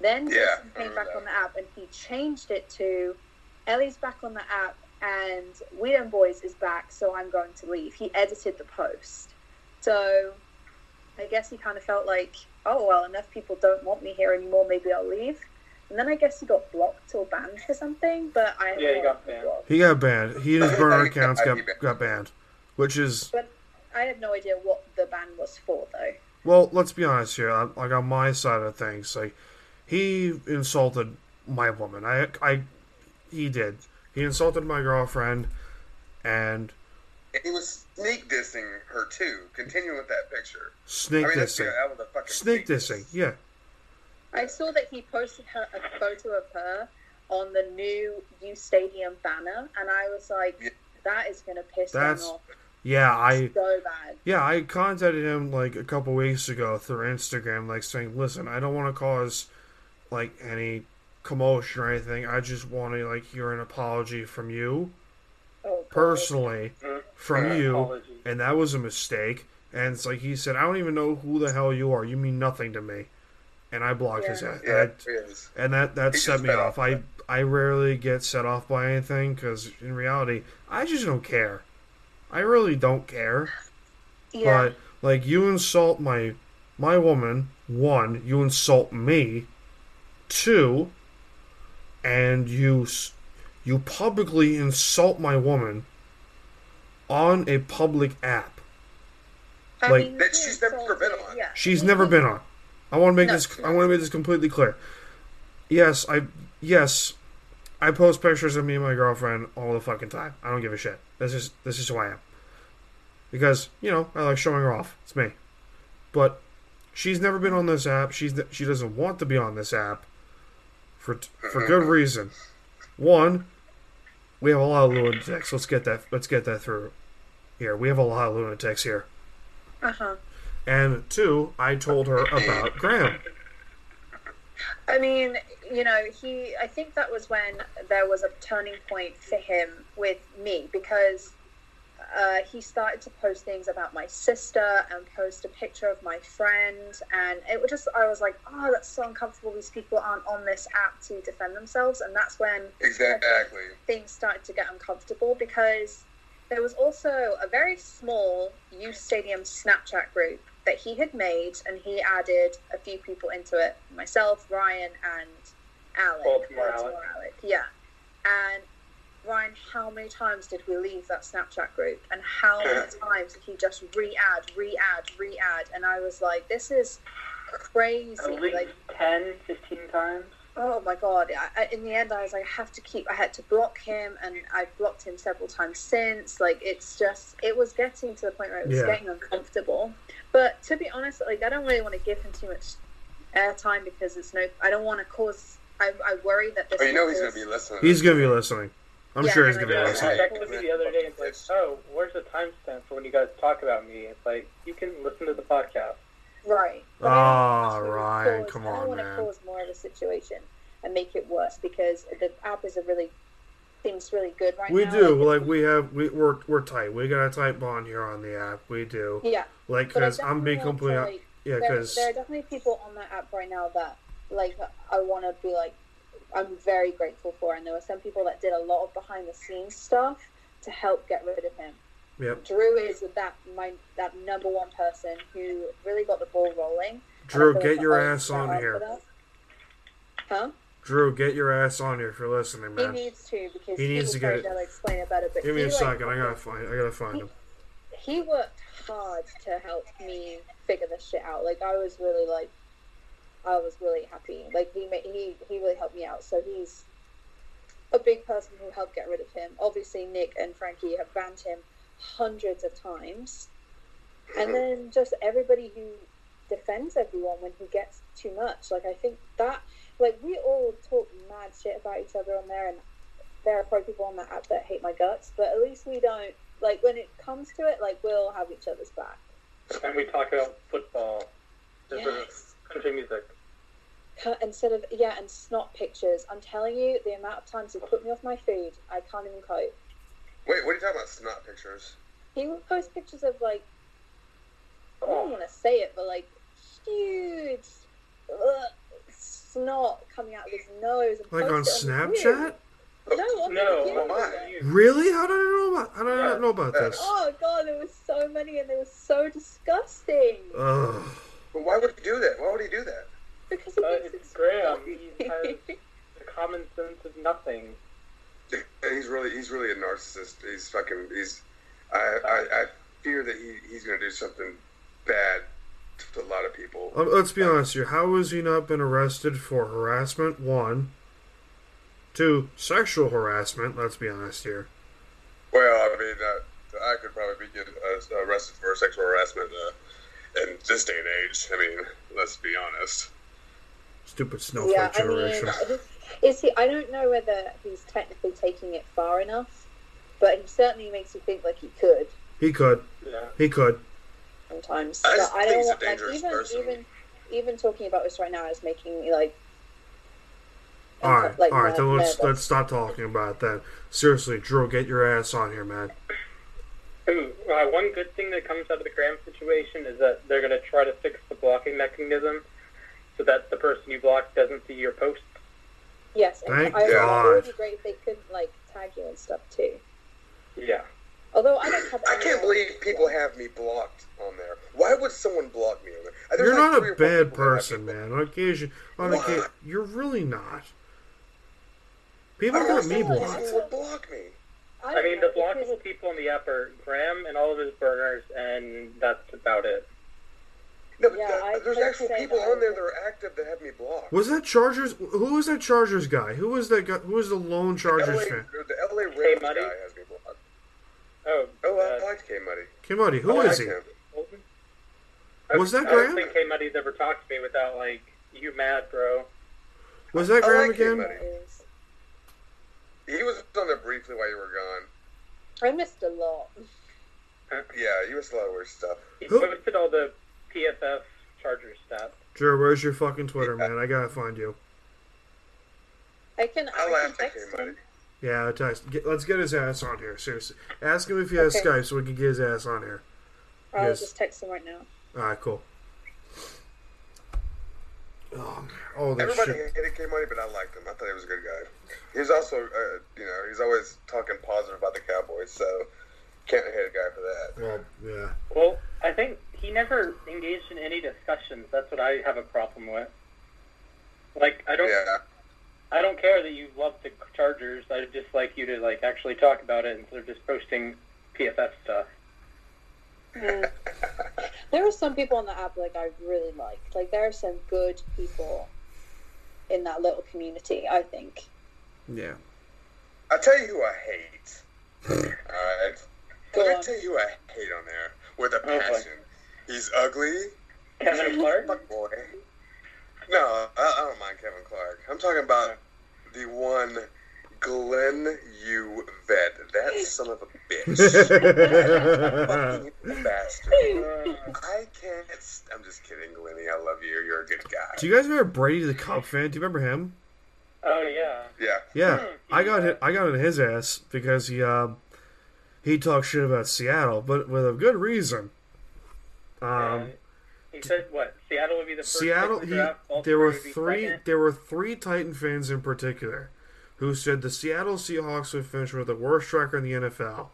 Speaker 3: Then
Speaker 2: Yeah,
Speaker 3: Jason
Speaker 2: I
Speaker 3: came
Speaker 2: remember
Speaker 3: back
Speaker 2: that.
Speaker 3: on the app and he changed it to, Ellie's back on the app and We and Boys is back, so I'm going to leave. He edited the post. So I guess he kind of felt like, oh, well, enough people don't want me here anymore, maybe I'll leave. And then I guess he got blocked or banned for something, but I
Speaker 5: Yeah, he got banned.
Speaker 4: He got banned. He and his burner
Speaker 2: He got-
Speaker 4: accounts got
Speaker 2: he got-
Speaker 4: got banned, which is
Speaker 3: But I have no idea what the ban was for, though.
Speaker 4: Well, let's be honest here. I- Like on my side of things, like he insulted my woman. I, I, he did. He insulted my girlfriend, and
Speaker 2: He was sneak dissing her too. Continuing with that picture.
Speaker 4: snake
Speaker 2: I mean, that's,
Speaker 4: dissing.
Speaker 2: that was a fucking
Speaker 4: Snake
Speaker 2: diss.
Speaker 4: dissing. Yeah,
Speaker 3: I saw that he posted her a photo of her on the new U Stadium banner, and I was
Speaker 2: Yeah.
Speaker 3: like, that is going to piss
Speaker 4: That's-
Speaker 3: them off
Speaker 4: yeah. I,
Speaker 3: so bad.
Speaker 4: yeah. I contacted him like a couple weeks ago through Instagram, like saying, "Listen, I don't want to cause like any commotion or anything. I just want to like hear an apology from you."
Speaker 3: Oh, God.
Speaker 4: personally
Speaker 2: Mm-hmm.
Speaker 4: from
Speaker 2: Yeah,
Speaker 4: you,
Speaker 5: apology.
Speaker 4: and that was a mistake. And it's like he said, I don't even know who the hell you are. You mean nothing to me. And I blocked his ass.
Speaker 2: Yeah,
Speaker 4: That-
Speaker 2: it is.
Speaker 4: and that that
Speaker 2: He
Speaker 4: set
Speaker 2: just
Speaker 4: me
Speaker 2: fed
Speaker 4: off.
Speaker 2: off
Speaker 4: I I rarely get set off by anything because in reality, I just don't care. I really don't care.
Speaker 3: Yeah.
Speaker 4: But like you insult my my woman, one, you insult me, two, and you s- you publicly insult my woman on a public app.
Speaker 3: I
Speaker 4: like-
Speaker 3: mean,
Speaker 2: That
Speaker 3: he
Speaker 2: she's never
Speaker 3: insulted-
Speaker 2: been on.
Speaker 3: Yeah. Mm-hmm.
Speaker 4: She's
Speaker 3: He-
Speaker 4: never
Speaker 3: he-
Speaker 4: been on. I want to make
Speaker 3: No.
Speaker 4: this I want to make this completely clear. Yes, I yes, I post pictures of me and my girlfriend all the fucking time. I don't give a shit. This is this is who I am. Because, you know, I like showing her off. It's me. But she's never been on this app. She's she doesn't want to be on this app for for good reason. One, we have a lot of lunatics. Let's get that let's get that through here. We have a lot of lunatics here.
Speaker 3: Uh-huh.
Speaker 4: And two, I told her about Graham.
Speaker 3: I mean, you know, he. I think that was when there was a turning point for him with me because uh, he started to post things about my sister and post a picture of my friend, and it was just. I was like, oh, that's so uncomfortable. These people aren't on this app to defend themselves, and that's when
Speaker 2: Exactly.
Speaker 3: things started to get uncomfortable because there was also a very small youth stadium Snapchat group that he had made, and he added a few people into it myself, Ryan, and Alec.
Speaker 5: Baltimore Alec.
Speaker 3: Yeah. And Ryan, how many times did we leave that Snapchat group? And how many times did he just re add, re add, re add? And I was like, this is crazy.
Speaker 5: At least
Speaker 3: Like,
Speaker 5: 10, 15 times.
Speaker 3: oh my God. I, I- in the end, I was like, I have to keep, I had to block him. And I've blocked him several times since. Like, it's just, it was getting to the point where it was
Speaker 4: Yeah.
Speaker 3: getting uncomfortable. But to be honest, like, I don't really want to give him too much airtime because it's no, I don't want to cause, I, I worry that this
Speaker 2: Oh, you know he's
Speaker 3: will
Speaker 2: gonna
Speaker 3: cause-
Speaker 2: be listening.
Speaker 4: He's gonna be listening. I'm
Speaker 3: Yeah,
Speaker 4: sure he's
Speaker 3: and
Speaker 4: gonna
Speaker 3: I
Speaker 4: be
Speaker 3: know.
Speaker 5: I
Speaker 4: listening.
Speaker 5: checked with you the other day. It's like, oh, where's the timestamp for when you guys talk about me? It's like you can listen to the podcast.
Speaker 3: Right. But
Speaker 4: Ah,
Speaker 3: I don't wanna
Speaker 4: Ryan,
Speaker 3: cause-
Speaker 4: come
Speaker 3: I
Speaker 4: on,
Speaker 3: don't want
Speaker 4: man.
Speaker 3: to cause more of a situation and make it worse because the app is a really seems really good right
Speaker 4: We
Speaker 3: now.
Speaker 4: do like we have we we're we're tight. We got a tight bond here on the app. We do
Speaker 3: yeah,
Speaker 4: like
Speaker 3: but I
Speaker 4: because I'm being
Speaker 3: definitely want to,
Speaker 4: completely
Speaker 3: like,
Speaker 4: yeah
Speaker 3: there,
Speaker 4: because
Speaker 3: there are definitely people on that app right now that like I want to be like I'm very grateful for, and there were some people that did a lot of behind the scenes stuff to help get rid of him.
Speaker 4: yep
Speaker 3: Drew is that my that number one person who really got the ball rolling.
Speaker 4: Drew
Speaker 3: And I feel
Speaker 4: get your
Speaker 3: like
Speaker 4: ass on
Speaker 3: shout out for
Speaker 4: here.
Speaker 3: that. Huh?
Speaker 4: Drew get your ass on here if you're listening,
Speaker 3: He
Speaker 4: man.
Speaker 3: needs to because
Speaker 4: He
Speaker 3: he,
Speaker 4: needs
Speaker 3: was
Speaker 4: to
Speaker 3: very
Speaker 4: get it.
Speaker 3: well explain it better. But
Speaker 4: Give me
Speaker 3: he,
Speaker 4: a
Speaker 3: like,
Speaker 4: second. I gotta find I gotta find him.
Speaker 3: He worked hard to help me figure this shit out. Like I was really like, I was really happy. Like he made, he he really helped me out. So he's a big person who helped get rid of him. Obviously, Nick and Frankie have banned him hundreds of times, and then just everybody who defends everyone when he gets too much. Like I think that like we all talk mad shit about each other on there and there are probably people on that app that hate my guts, but at least we don't like when it comes to it, like we'll have each other's back.
Speaker 5: And we talk about football, different
Speaker 3: Yes.
Speaker 5: country music.
Speaker 3: Cut- Instead of yeah, and snot pictures. I'm telling you, the amount of times he put me off my food, I can't even cope.
Speaker 2: Wait, what are you talking about? Snot pictures.
Speaker 3: He would post pictures of like I don't
Speaker 5: Oh,
Speaker 3: want to say it, but like huge ugh, snot coming out of his nose. And
Speaker 4: Like
Speaker 3: post
Speaker 4: on
Speaker 3: it the
Speaker 4: Snapchat?
Speaker 3: computer. No, on
Speaker 5: no,
Speaker 3: the computer.
Speaker 5: on
Speaker 2: why?
Speaker 5: you.
Speaker 4: Really? How did I know about how did I not know about this?
Speaker 3: Oh god, there was so many, and they were so disgusting.
Speaker 4: Ugh.
Speaker 2: But why would he do that? Why would he do that?
Speaker 3: Because he
Speaker 5: Uh,
Speaker 3: thinks
Speaker 5: it's
Speaker 3: it's
Speaker 5: Graham.
Speaker 3: funny.
Speaker 5: He has the common sense of nothing.
Speaker 2: And he's really, he's really a narcissist. He's fucking, he's. I, I, I fear that he, he's gonna do something bad to a lot of people.
Speaker 4: Um, Let's be honest here. How has he not been arrested for harassment? One. Two, sexual harassment. Let's be honest here.
Speaker 2: Well, I mean, uh, I could probably be getting uh, arrested for sexual harassment uh, in this day and age. I mean, let's be honest.
Speaker 4: Stupid snowflake
Speaker 3: yeah, I mean, uh,
Speaker 4: generation.
Speaker 3: is he? I don't know whether he's technically taking it far enough, but he certainly makes you think like he could
Speaker 4: he could.
Speaker 5: Yeah.
Speaker 4: He could.
Speaker 3: sometimes.
Speaker 2: I
Speaker 3: but
Speaker 2: just
Speaker 3: I
Speaker 2: think
Speaker 3: don't
Speaker 2: he's a
Speaker 3: want, like
Speaker 2: dangerous
Speaker 3: even
Speaker 2: person.
Speaker 3: even even talking about this right now is making me like.
Speaker 4: All right,
Speaker 3: like,
Speaker 4: all right.
Speaker 3: ner-
Speaker 4: Then let's
Speaker 3: nervous.
Speaker 4: let's stop talking about that. Seriously, Drew, get your ass on here, man.
Speaker 5: Ooh, uh, one good thing that comes out of the Graham situation is that they're going to try to fix the blocking mechanism so that the person you block doesn't see your post.
Speaker 3: Yes, and
Speaker 4: Thank
Speaker 3: I, I would be
Speaker 4: God.
Speaker 3: great if they couldn't like tag you and stuff too.
Speaker 5: Yeah.
Speaker 3: Although I don't have.
Speaker 2: I can't
Speaker 3: anyone-
Speaker 2: believe people have me blocked on there. Why would someone block me on there? There's
Speaker 4: You're
Speaker 2: like
Speaker 4: not
Speaker 2: three
Speaker 4: a
Speaker 2: or four
Speaker 4: bad
Speaker 2: people that have
Speaker 4: person,
Speaker 2: me blocked.
Speaker 4: man. On occasion, on
Speaker 2: What?
Speaker 4: occasion, you're really not.
Speaker 2: I
Speaker 4: People
Speaker 2: don't
Speaker 4: got me
Speaker 2: understand why
Speaker 4: blocked.
Speaker 2: people would block me.
Speaker 3: I,
Speaker 5: I
Speaker 3: don't
Speaker 5: mean,
Speaker 3: know,
Speaker 5: the blockable
Speaker 3: because-
Speaker 5: people on the app are Graham and all of his burners, and that's about it.
Speaker 2: No, but
Speaker 3: Yeah,
Speaker 2: that-
Speaker 3: I
Speaker 2: there's
Speaker 3: couldn't
Speaker 2: actual
Speaker 3: say
Speaker 2: people
Speaker 3: that I
Speaker 2: on there
Speaker 3: would-
Speaker 2: that are active that have me blocked.
Speaker 4: Was that Chargers? Who was that Chargers guy? Who was that guy? Who was the lone
Speaker 2: LA,
Speaker 4: Chargers fan?
Speaker 2: the LA Rams
Speaker 5: Muddy?
Speaker 2: guy has me blocked.
Speaker 5: Oh,
Speaker 2: Oh, I
Speaker 5: uh,
Speaker 2: liked K Muddy.
Speaker 4: Kim Muddy,
Speaker 2: I
Speaker 4: who
Speaker 2: liked
Speaker 4: is he?
Speaker 2: him.
Speaker 5: Bolton?
Speaker 4: Was that
Speaker 5: I don't
Speaker 4: Graham?
Speaker 5: think K Muddy's ever talked to me without, like, you mad, bro.
Speaker 4: Was that
Speaker 2: I
Speaker 4: Graham
Speaker 2: like him,
Speaker 4: again?
Speaker 2: buddy. He was on there briefly while you were gone.
Speaker 3: I missed a lot.
Speaker 2: Yeah, you missed a lot of weird stuff.
Speaker 5: He
Speaker 4: Who-
Speaker 5: posted all the PFF Chargers stats.
Speaker 4: Drew, where's your fucking Twitter, man? I gotta find you.
Speaker 3: I can. I,
Speaker 2: I
Speaker 3: can
Speaker 2: laughed at K
Speaker 3: text
Speaker 2: Muddy.
Speaker 3: him.
Speaker 4: Yeah, I text. Get, let's get his ass on here. Seriously, ask him if he has
Speaker 3: Okay.
Speaker 4: Skype so we can get his ass on here.
Speaker 3: I'll
Speaker 4: Yes.
Speaker 3: just text him right now.
Speaker 4: All right, cool. Oh, man. oh this
Speaker 2: Everybody
Speaker 4: shit.
Speaker 2: hated K Money, but I liked him. I thought he was a good guy. He's also, uh, you know, he's always talking positive about the Cowboys, so can't hate a guy for that.
Speaker 4: Well, yeah.
Speaker 5: Well, I think he never engaged in any discussions. That's what I have a problem with. Like, I don't.
Speaker 2: Yeah,
Speaker 5: I don't care that you love the Chargers. I'd just like you to like actually talk about it instead of just posting PFF stuff.
Speaker 3: Mm. there are some people on the app like I really like. Like there are some good people in that little community. I think.
Speaker 4: Yeah.
Speaker 2: I'll tell you who I hate. All right.
Speaker 3: Go
Speaker 2: Let
Speaker 3: on.
Speaker 2: me tell you who I hate on there with a
Speaker 5: Oh, boy.
Speaker 2: passion. He's ugly.
Speaker 5: Kevin Clark.
Speaker 2: Fuck boy. No, I, I don't mind Kevin Clark. I'm talking about the one Glenn U. Vet. That son of a bitch.
Speaker 4: yeah.
Speaker 2: Fucking bastard.
Speaker 5: Uh,
Speaker 2: I can't. I'm just kidding, Glenny. I love you. You're a good guy.
Speaker 4: Do you guys remember Brady the Cop fan? Do you remember him?
Speaker 5: Oh yeah.
Speaker 2: yeah.
Speaker 4: Yeah,
Speaker 2: Hmm.
Speaker 4: I got hit. I got in his ass because he um, he talked shit about Seattle, but with a good reason. Um,
Speaker 5: he said what? Seattle would be the first. pick in
Speaker 4: Seattle.
Speaker 5: the
Speaker 4: He,
Speaker 5: draft, Baltimore
Speaker 4: there were
Speaker 5: would be
Speaker 4: three.
Speaker 5: second.
Speaker 4: There were three Titan fans in particular who said the Seattle Seahawks would finish with the worst record in the NFL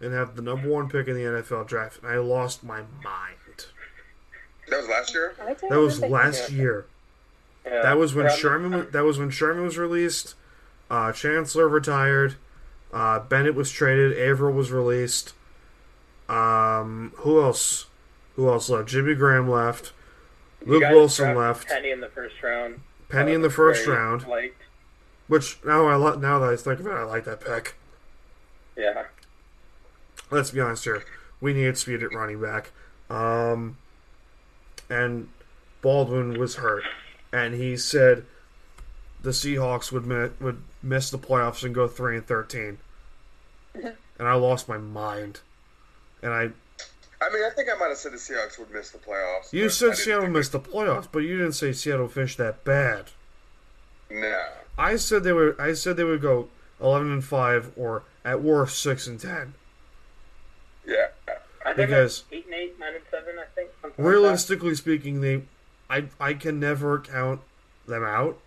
Speaker 4: and have the number one pick in the NFL draft, and I lost my mind.
Speaker 2: That was last year.
Speaker 3: I don't
Speaker 4: That was
Speaker 3: remember.
Speaker 4: last year.
Speaker 5: Yeah.
Speaker 4: That was when
Speaker 5: Probably-
Speaker 4: Sherman. Was, that was when Sherman was released. Uh, Chancellor retired. Uh, Bennett was traded. Averill was released. Um, who else? Who else left? Jimmy Graham left.
Speaker 5: You
Speaker 4: Luke
Speaker 5: guys
Speaker 4: Wilson
Speaker 5: drafted
Speaker 4: left. Penny,
Speaker 5: Penny in the first round.
Speaker 4: in
Speaker 5: That
Speaker 4: the
Speaker 5: was
Speaker 4: first
Speaker 5: very
Speaker 4: round.
Speaker 5: Liked.
Speaker 4: Which now I li- now that I think of it, I like that pick.
Speaker 5: Yeah.
Speaker 4: Let's be honest here. We needed speed at running back. Um, and Baldwin was hurt, and he said the Seahawks would mi- would miss the playoffs and go three and thirteen. And I lost my mind. And I
Speaker 2: I mean, I think I might have said the Seahawks would miss the playoffs.
Speaker 4: you
Speaker 2: but I
Speaker 4: said
Speaker 2: didn't
Speaker 4: Seattle
Speaker 2: think-
Speaker 4: missed the playoffs, but you didn't say Seattle finished that bad.
Speaker 2: No.
Speaker 4: I said they were. I said they would go eleven and five, or at worst six and ten.
Speaker 2: Yeah.
Speaker 5: I think
Speaker 4: Because-
Speaker 5: I- eight and eight, nine and seven. I think. something like that.
Speaker 4: realistically speaking, they, I, I can never count them out.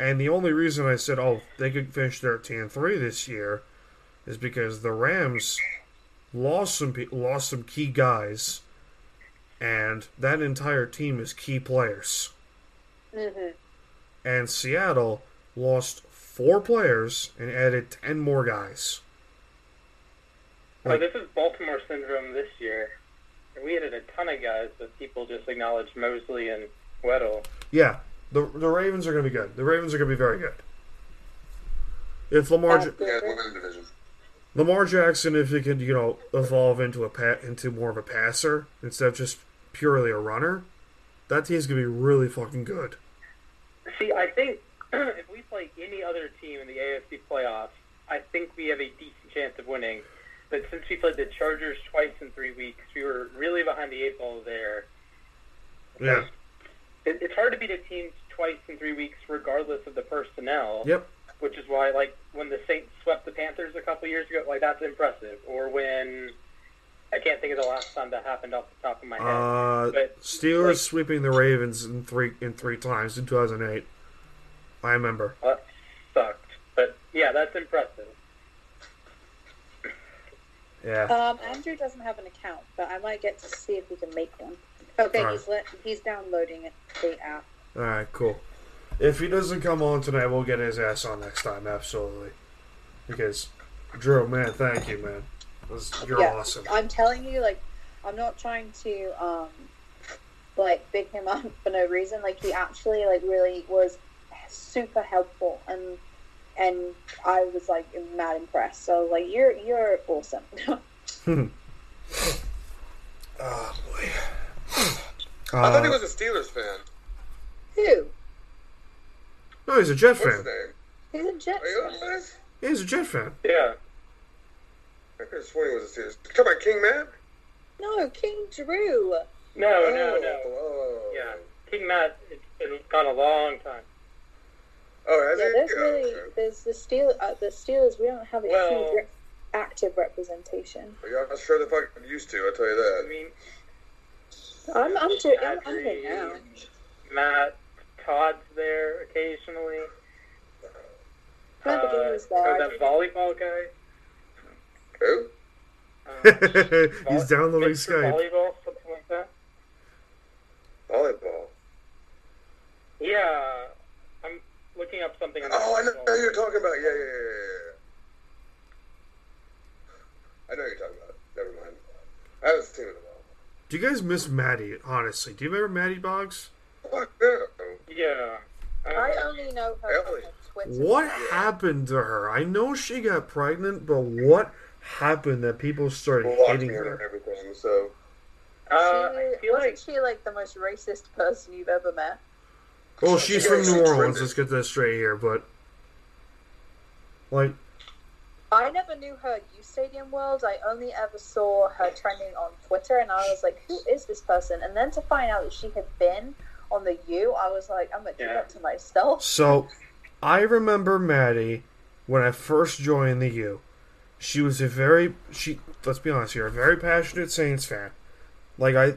Speaker 4: And the only reason I said, oh, they could finish 13 and 3 this year is because the Rams lost some pe- lost some key guys, and that entire team is key players.
Speaker 3: Mhm.
Speaker 4: And Seattle lost four players and added 10 more guys.
Speaker 5: Oh, this is Baltimore syndrome this year. We added a ton of guys, but people just acknowledged Mosley and Weddle.
Speaker 4: Yeah, the the Ravens are going to be good. The Ravens are going to be very good. If Lamar
Speaker 3: That's
Speaker 4: Ja-
Speaker 2: You guys
Speaker 3: good.
Speaker 2: won the division.
Speaker 4: Lamar Jackson, if he could, you know, evolve into a pat into more of a passer instead of just purely a runner, that team's gonna be really fucking good.
Speaker 5: See, I think if we play any other team in the AFC playoffs, I think we have a decent chance of winning. But since we played the Chargers twice in three weeks, we were really behind the eight ball there.
Speaker 4: Yeah.
Speaker 5: It, it's hard to beat a team twice in three weeks, regardless of the personnel.
Speaker 4: Yep.
Speaker 5: Which is why, like, when the Saints swept the Panthers a couple years ago, like that's impressive. Or when I can't think of the last time that happened off the top of my head.
Speaker 4: Uh,
Speaker 5: but
Speaker 4: Steelers
Speaker 5: like-
Speaker 4: sweeping the Ravens in three in three times in two thousand eight. I remember.
Speaker 5: Well, that sucked. But yeah, that's impressive.
Speaker 4: Yeah.
Speaker 3: Um, Andrew doesn't have an account, but I might get to see if we can make one. Okay,
Speaker 4: Alright.
Speaker 3: he's let, he's downloading it, the app.
Speaker 4: All right. Cool. If he doesn't come on tonight, we'll get his ass on next time. Absolutely. Because Drew, man, thank you, man. This- You're
Speaker 3: yeah,
Speaker 4: awesome.
Speaker 3: I'm telling you, like, I'm not trying to, um, like, big him up for no reason. Like, he actually, like, really was super helpful, and and I was like mad impressed. So, like, you're you're awesome.
Speaker 4: Oh boy.
Speaker 2: I thought
Speaker 4: Uh,
Speaker 2: he was a Steelers fan.
Speaker 3: Who?
Speaker 4: no, oh, he's a Jet
Speaker 2: What's his
Speaker 4: fan.
Speaker 2: name?
Speaker 3: Who's a Jets?
Speaker 2: Are you on
Speaker 3: fan?
Speaker 2: this?
Speaker 4: He's a Jet fan.
Speaker 5: Yeah.
Speaker 2: I could have sworn he was a Steelers. You talking about King Matt?
Speaker 3: No, King Drew.
Speaker 5: No, no, no.
Speaker 2: Oh.
Speaker 5: Yeah. King Matt, it's been gone a long time.
Speaker 2: Oh, has
Speaker 3: Yeah,
Speaker 2: he?
Speaker 3: there's
Speaker 2: Oh,
Speaker 3: really
Speaker 2: okay.
Speaker 3: there's the Steel uh, the Steelers. We don't have a
Speaker 5: Well-
Speaker 3: huge re- active representation.
Speaker 2: Y'all sure the fuck used to, I tell you
Speaker 5: I
Speaker 2: that.
Speaker 5: mean,
Speaker 3: I'm I'm doing I'm, I'm
Speaker 5: Kadri,
Speaker 3: here now.
Speaker 5: Matt, Todd's there occasionally.
Speaker 3: Glad the
Speaker 5: Uh,
Speaker 3: game was
Speaker 5: oh,
Speaker 3: there.
Speaker 5: that volleyball guy.
Speaker 2: Who?
Speaker 5: Uh,
Speaker 4: He's downloading
Speaker 5: Mr.
Speaker 4: Skype.
Speaker 5: Volleyball, something like that.
Speaker 2: Volleyball.
Speaker 5: Yeah, I'm looking up something. on the
Speaker 2: Oh,
Speaker 4: Do you guys miss Maddie? Honestly, do you remember Maddie Boggs?
Speaker 2: Fuck no.
Speaker 5: Yeah. Uh,
Speaker 3: I only know her from
Speaker 2: Ellie.
Speaker 3: her Twitter.
Speaker 4: What happened to her? I know she got pregnant, but what happened that people started
Speaker 2: Blocked
Speaker 4: hating
Speaker 2: me and
Speaker 4: her?
Speaker 2: everything. So
Speaker 5: uh, I
Speaker 3: She,
Speaker 5: feel
Speaker 3: wasn't
Speaker 5: like
Speaker 3: she like the most racist person you've ever met?
Speaker 4: Well, she's
Speaker 2: She
Speaker 4: from
Speaker 2: was
Speaker 4: New Orleans.
Speaker 2: trending.
Speaker 4: Let's get that straight here, but like,
Speaker 3: I never knew her U Stadium World. I only ever saw her trending on Twitter, and I was like, "Who is this person?" And then to find out that she had been on the U, I was like, "I'm gonna do
Speaker 5: Yeah.
Speaker 3: that to myself."
Speaker 4: so I remember Maddie when I first joined the U. She was a very she. Let's be honest here, a very passionate Saints fan. Like I,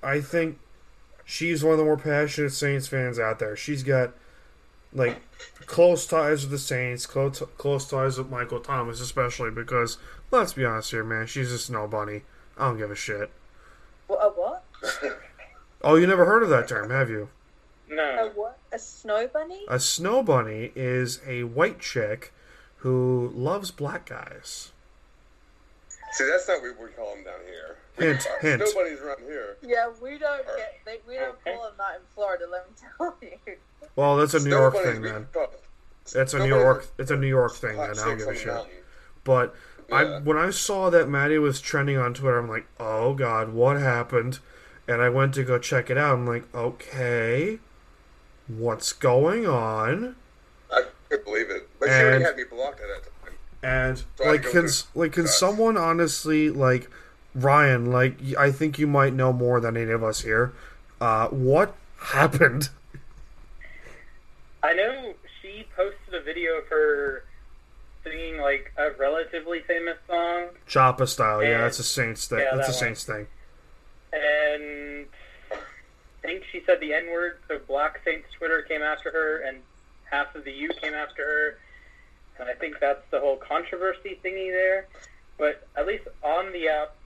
Speaker 4: I think she's one of the more passionate Saints fans out there. She's got like close ties with the Saints, close close ties with Michael Thomas, especially because let's be honest here, man, she's a snow bunny. I don't give a shit.
Speaker 3: Wha- A what?
Speaker 4: Oh, you never heard of that term, have you?
Speaker 3: A
Speaker 5: no.
Speaker 3: what? A snow bunny?
Speaker 4: A snow bunny is a white chick who loves black guys.
Speaker 2: see, that's not what we call them down here.
Speaker 4: Hint, hint.
Speaker 2: Nobody's around here.
Speaker 3: Yeah, we don't get they, we don't
Speaker 5: Okay.
Speaker 3: call them that in Florida. Let me tell you.
Speaker 4: Well, that's a New York thing, man. That's
Speaker 2: That's
Speaker 4: a New York. It's a New York thing, man. I don't give a shit. But I,
Speaker 2: Yeah.
Speaker 4: when I saw that Maddie was trending on Twitter, I'm like, oh god, what happened? And I went to go check it out. I'm like, okay, what's going on?
Speaker 2: I couldn't believe it. But she already
Speaker 4: And-
Speaker 2: had me blocked at that time.
Speaker 4: And
Speaker 2: So I
Speaker 4: like,
Speaker 2: go
Speaker 4: can
Speaker 2: to-
Speaker 4: like can
Speaker 2: Yes.
Speaker 4: someone honestly like Ryan? Like, y- I think you might know more than any of us here. Uh, what happened?
Speaker 5: I know she posted a video of her singing like a relatively famous song,
Speaker 4: Choppa style, yeah,
Speaker 5: Yeah.
Speaker 4: that's a Saints thing.
Speaker 5: Yeah,
Speaker 4: that's a
Speaker 5: that one.
Speaker 4: Saints thing.
Speaker 5: and I think she said the N word, so Black Saints Twitter came after her, and half of the U came after her, and I think that's the whole controversy thingy there. But at least on the app,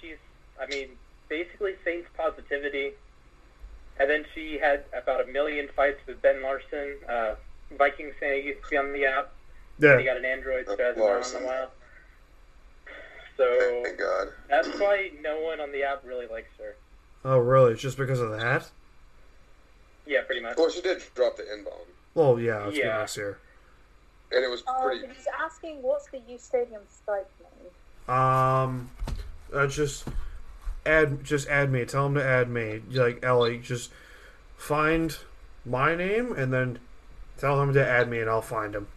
Speaker 5: she's, I mean, basically Saints positivity. And then she had about a million fights with Ben Larson, uh, Vikings fan who used to be on the app. He
Speaker 4: Yeah,
Speaker 5: got an Android, so
Speaker 2: Of
Speaker 5: hasn't been on in
Speaker 2: Larson.
Speaker 5: a while. So
Speaker 2: Thank God.
Speaker 5: that's why no one on the app really likes her.
Speaker 4: Oh, really? Just because of that?
Speaker 5: Yeah, pretty much.
Speaker 2: Well, she did drop the N bomb.
Speaker 4: Well, yeah. Let's be
Speaker 5: Yeah.
Speaker 4: honest here.
Speaker 2: And it was
Speaker 3: Oh,
Speaker 2: pretty.
Speaker 3: but he's asking, "What's the U Stadium strike name?"
Speaker 4: Um, uh, just add, just add me. Tell him to add me. Like Ellie, just find my name and then tell him to add me, and I'll find him.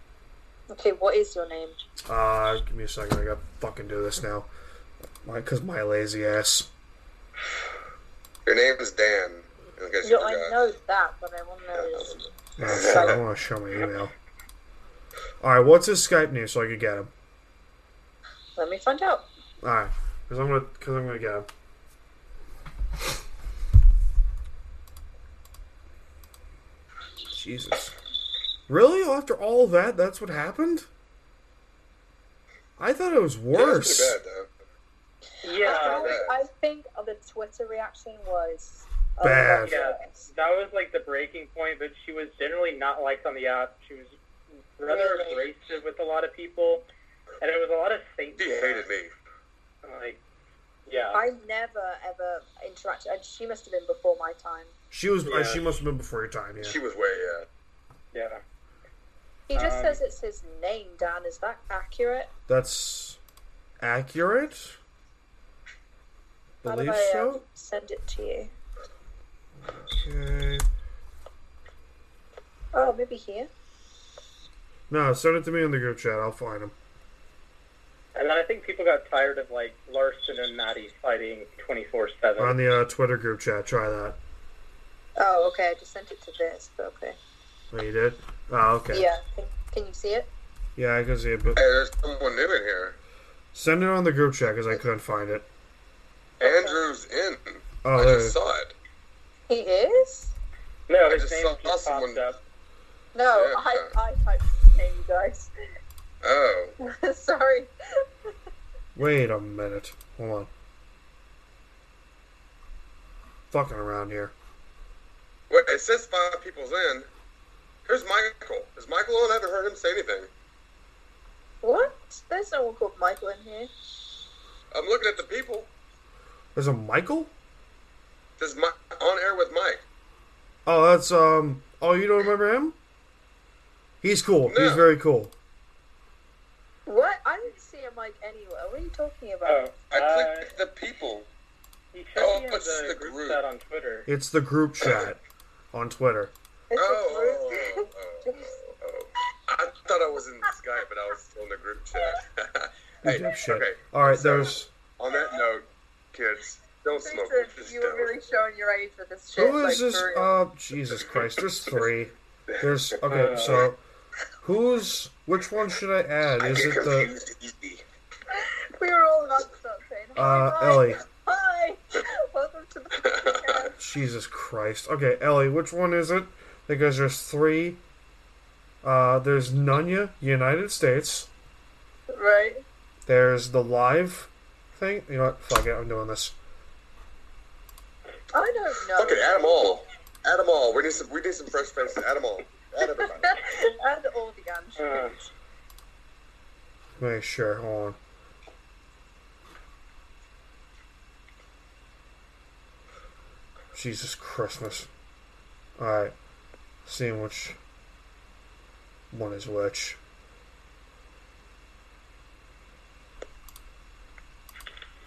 Speaker 3: Okay, what is your name?
Speaker 4: Uh, give me a second. I gotta fucking do this now. My, cause my lazy ass.
Speaker 2: Your name is Dan. In case you
Speaker 3: Yo, I
Speaker 2: forgot.
Speaker 3: know that, but I want to know.
Speaker 4: Oh, shit, I want to show my email. All right, what's his Skype name so I could get him?
Speaker 3: Let me find out.
Speaker 4: All right, cause I'm gonna, cause I'm gonna get him. Jesus, really? After all that, that's what happened? I thought it was
Speaker 2: Yeah,
Speaker 4: worse.
Speaker 2: that's pretty bad, though.
Speaker 5: Yeah,
Speaker 3: I,
Speaker 5: that,
Speaker 2: that-
Speaker 3: I think the Twitter reaction was a
Speaker 4: Bad.
Speaker 3: lot
Speaker 5: yeah,
Speaker 3: worse.
Speaker 5: that was like the breaking point. But she was generally not liked on the app. She was rather
Speaker 3: Really?
Speaker 5: abrasive with a lot of people, and it was a lot of saints.
Speaker 2: She hated me.
Speaker 5: Like, yeah,
Speaker 3: I never ever interacted, and she must have been before my time.
Speaker 4: She was. uh,
Speaker 5: Yeah.
Speaker 4: she must have been before your time. Yeah.
Speaker 2: She was way, uh, yeah.
Speaker 5: yeah.
Speaker 3: He just
Speaker 5: Um,
Speaker 3: says it's his name, Dan. Is that accurate?
Speaker 4: That's accurate.
Speaker 3: How do
Speaker 4: Believe
Speaker 3: I um,
Speaker 4: so.
Speaker 3: send it to you?
Speaker 4: Okay.
Speaker 3: Oh, maybe here.
Speaker 4: No, send it to me in the group chat. I'll find him.
Speaker 5: And then I think people got tired of like Larson and Maddie fighting twenty four
Speaker 4: On
Speaker 5: seven.
Speaker 4: the uh, Twitter group chat. Try that.
Speaker 3: Oh, okay. I just sent it to this, but okay.
Speaker 4: Oh, you did? Oh, okay.
Speaker 3: Yeah. Can, can you see it?
Speaker 4: Yeah, I can see it, but
Speaker 2: Hey, there's someone new in here.
Speaker 4: send it on the group chat because I couldn't find it.
Speaker 2: Andrew's in.
Speaker 4: Oh,
Speaker 2: I
Speaker 4: there it
Speaker 2: just
Speaker 4: is.
Speaker 2: saw it.
Speaker 3: He is.
Speaker 5: No,
Speaker 2: I
Speaker 5: his
Speaker 2: just
Speaker 5: name
Speaker 2: saw
Speaker 5: keeps popped
Speaker 2: someone-
Speaker 5: up.
Speaker 3: No,
Speaker 2: Yeah.
Speaker 3: I I typed his name, you guys.
Speaker 2: Oh.
Speaker 3: Sorry.
Speaker 4: Wait a minute. Hold on. Fucking around here.
Speaker 2: Wait, it says five people's in. Here's Michael. Is Michael on? I haven't heard him say anything.
Speaker 3: What? There's no one called Michael in here.
Speaker 2: I'm looking at the people.
Speaker 4: There's a Michael?
Speaker 2: This is Mi- on air with Mike.
Speaker 4: Oh, that's um. Oh, you don't remember him? He's cool. He's
Speaker 2: No.
Speaker 4: very cool.
Speaker 3: What? I didn't see him like anywhere. What are you talking
Speaker 5: Oh,
Speaker 3: about?
Speaker 2: I
Speaker 5: uh,
Speaker 2: clicked the people.
Speaker 5: he should
Speaker 2: oh,
Speaker 5: be in
Speaker 2: it's
Speaker 5: the,
Speaker 2: the
Speaker 5: group,
Speaker 2: group.
Speaker 5: chat on Twitter.
Speaker 4: It's the group chat on Twitter.
Speaker 3: It's
Speaker 2: Oh,
Speaker 3: a
Speaker 2: oh,
Speaker 3: group.
Speaker 2: oh, oh, oh. I thought I was in Skype, but I was still in the group chat.
Speaker 4: The
Speaker 2: hey,
Speaker 4: group chat.
Speaker 2: okay.
Speaker 4: All right,
Speaker 2: so,
Speaker 4: there's
Speaker 2: On that note, kids, don't smoke.
Speaker 3: Jason,
Speaker 2: Just
Speaker 3: you
Speaker 2: don't.
Speaker 3: were really showing your age with this shit.
Speaker 4: who is
Speaker 3: like,
Speaker 4: this?
Speaker 3: for real.
Speaker 4: Uh, Jesus Christ. There's three. There's okay. So, who's which one should I uh, add?
Speaker 2: I
Speaker 4: Is
Speaker 2: get
Speaker 4: it the
Speaker 2: confused easy.
Speaker 3: We were all about something.
Speaker 4: uh
Speaker 3: Hi,
Speaker 4: Ellie?
Speaker 3: Hi. Welcome to the podcast.
Speaker 4: Jesus Christ. Okay, Ellie, which one is it? Because there's three. Uh, there's Nunya, United States.
Speaker 3: Right.
Speaker 4: There's the live thing. You know what? Fuck it. I'm doing this.
Speaker 3: I don't know.
Speaker 2: Fuck it, add them all. Add them all. We need some. We need some fresh faces. Add them all. Add everybody.
Speaker 3: and all the
Speaker 5: Uh,
Speaker 3: guns.
Speaker 4: Make sure. Hold on. Jesus Christmas. Alright. Seeing which one is which.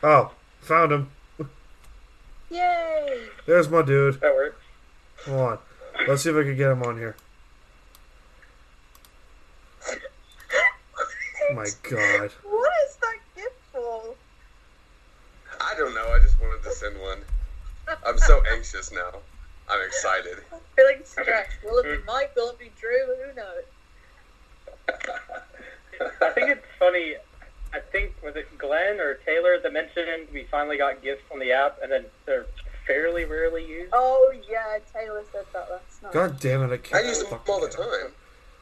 Speaker 4: Oh, found him.
Speaker 3: Yay!
Speaker 4: There's my dude.
Speaker 5: that works.
Speaker 4: Hold on. Let's see if I can get him on here. My god.
Speaker 3: What is that gift for?
Speaker 2: I don't know. I just wanted to send one. I'm so anxious now. I'm excited.
Speaker 3: Feeling stressed. Will
Speaker 2: Hmm.
Speaker 3: it be Mike? Will it be Drew? Who knows?
Speaker 5: I think it's funny. I think was it Glenn or Taylor that mentioned we finally got gifts on the app, and then they're fairly rarely used.
Speaker 3: Oh yeah, Taylor said that last night.
Speaker 4: God damn it, I
Speaker 2: I
Speaker 4: can't.
Speaker 2: use them
Speaker 4: fucking
Speaker 2: all the
Speaker 4: get him.
Speaker 2: time.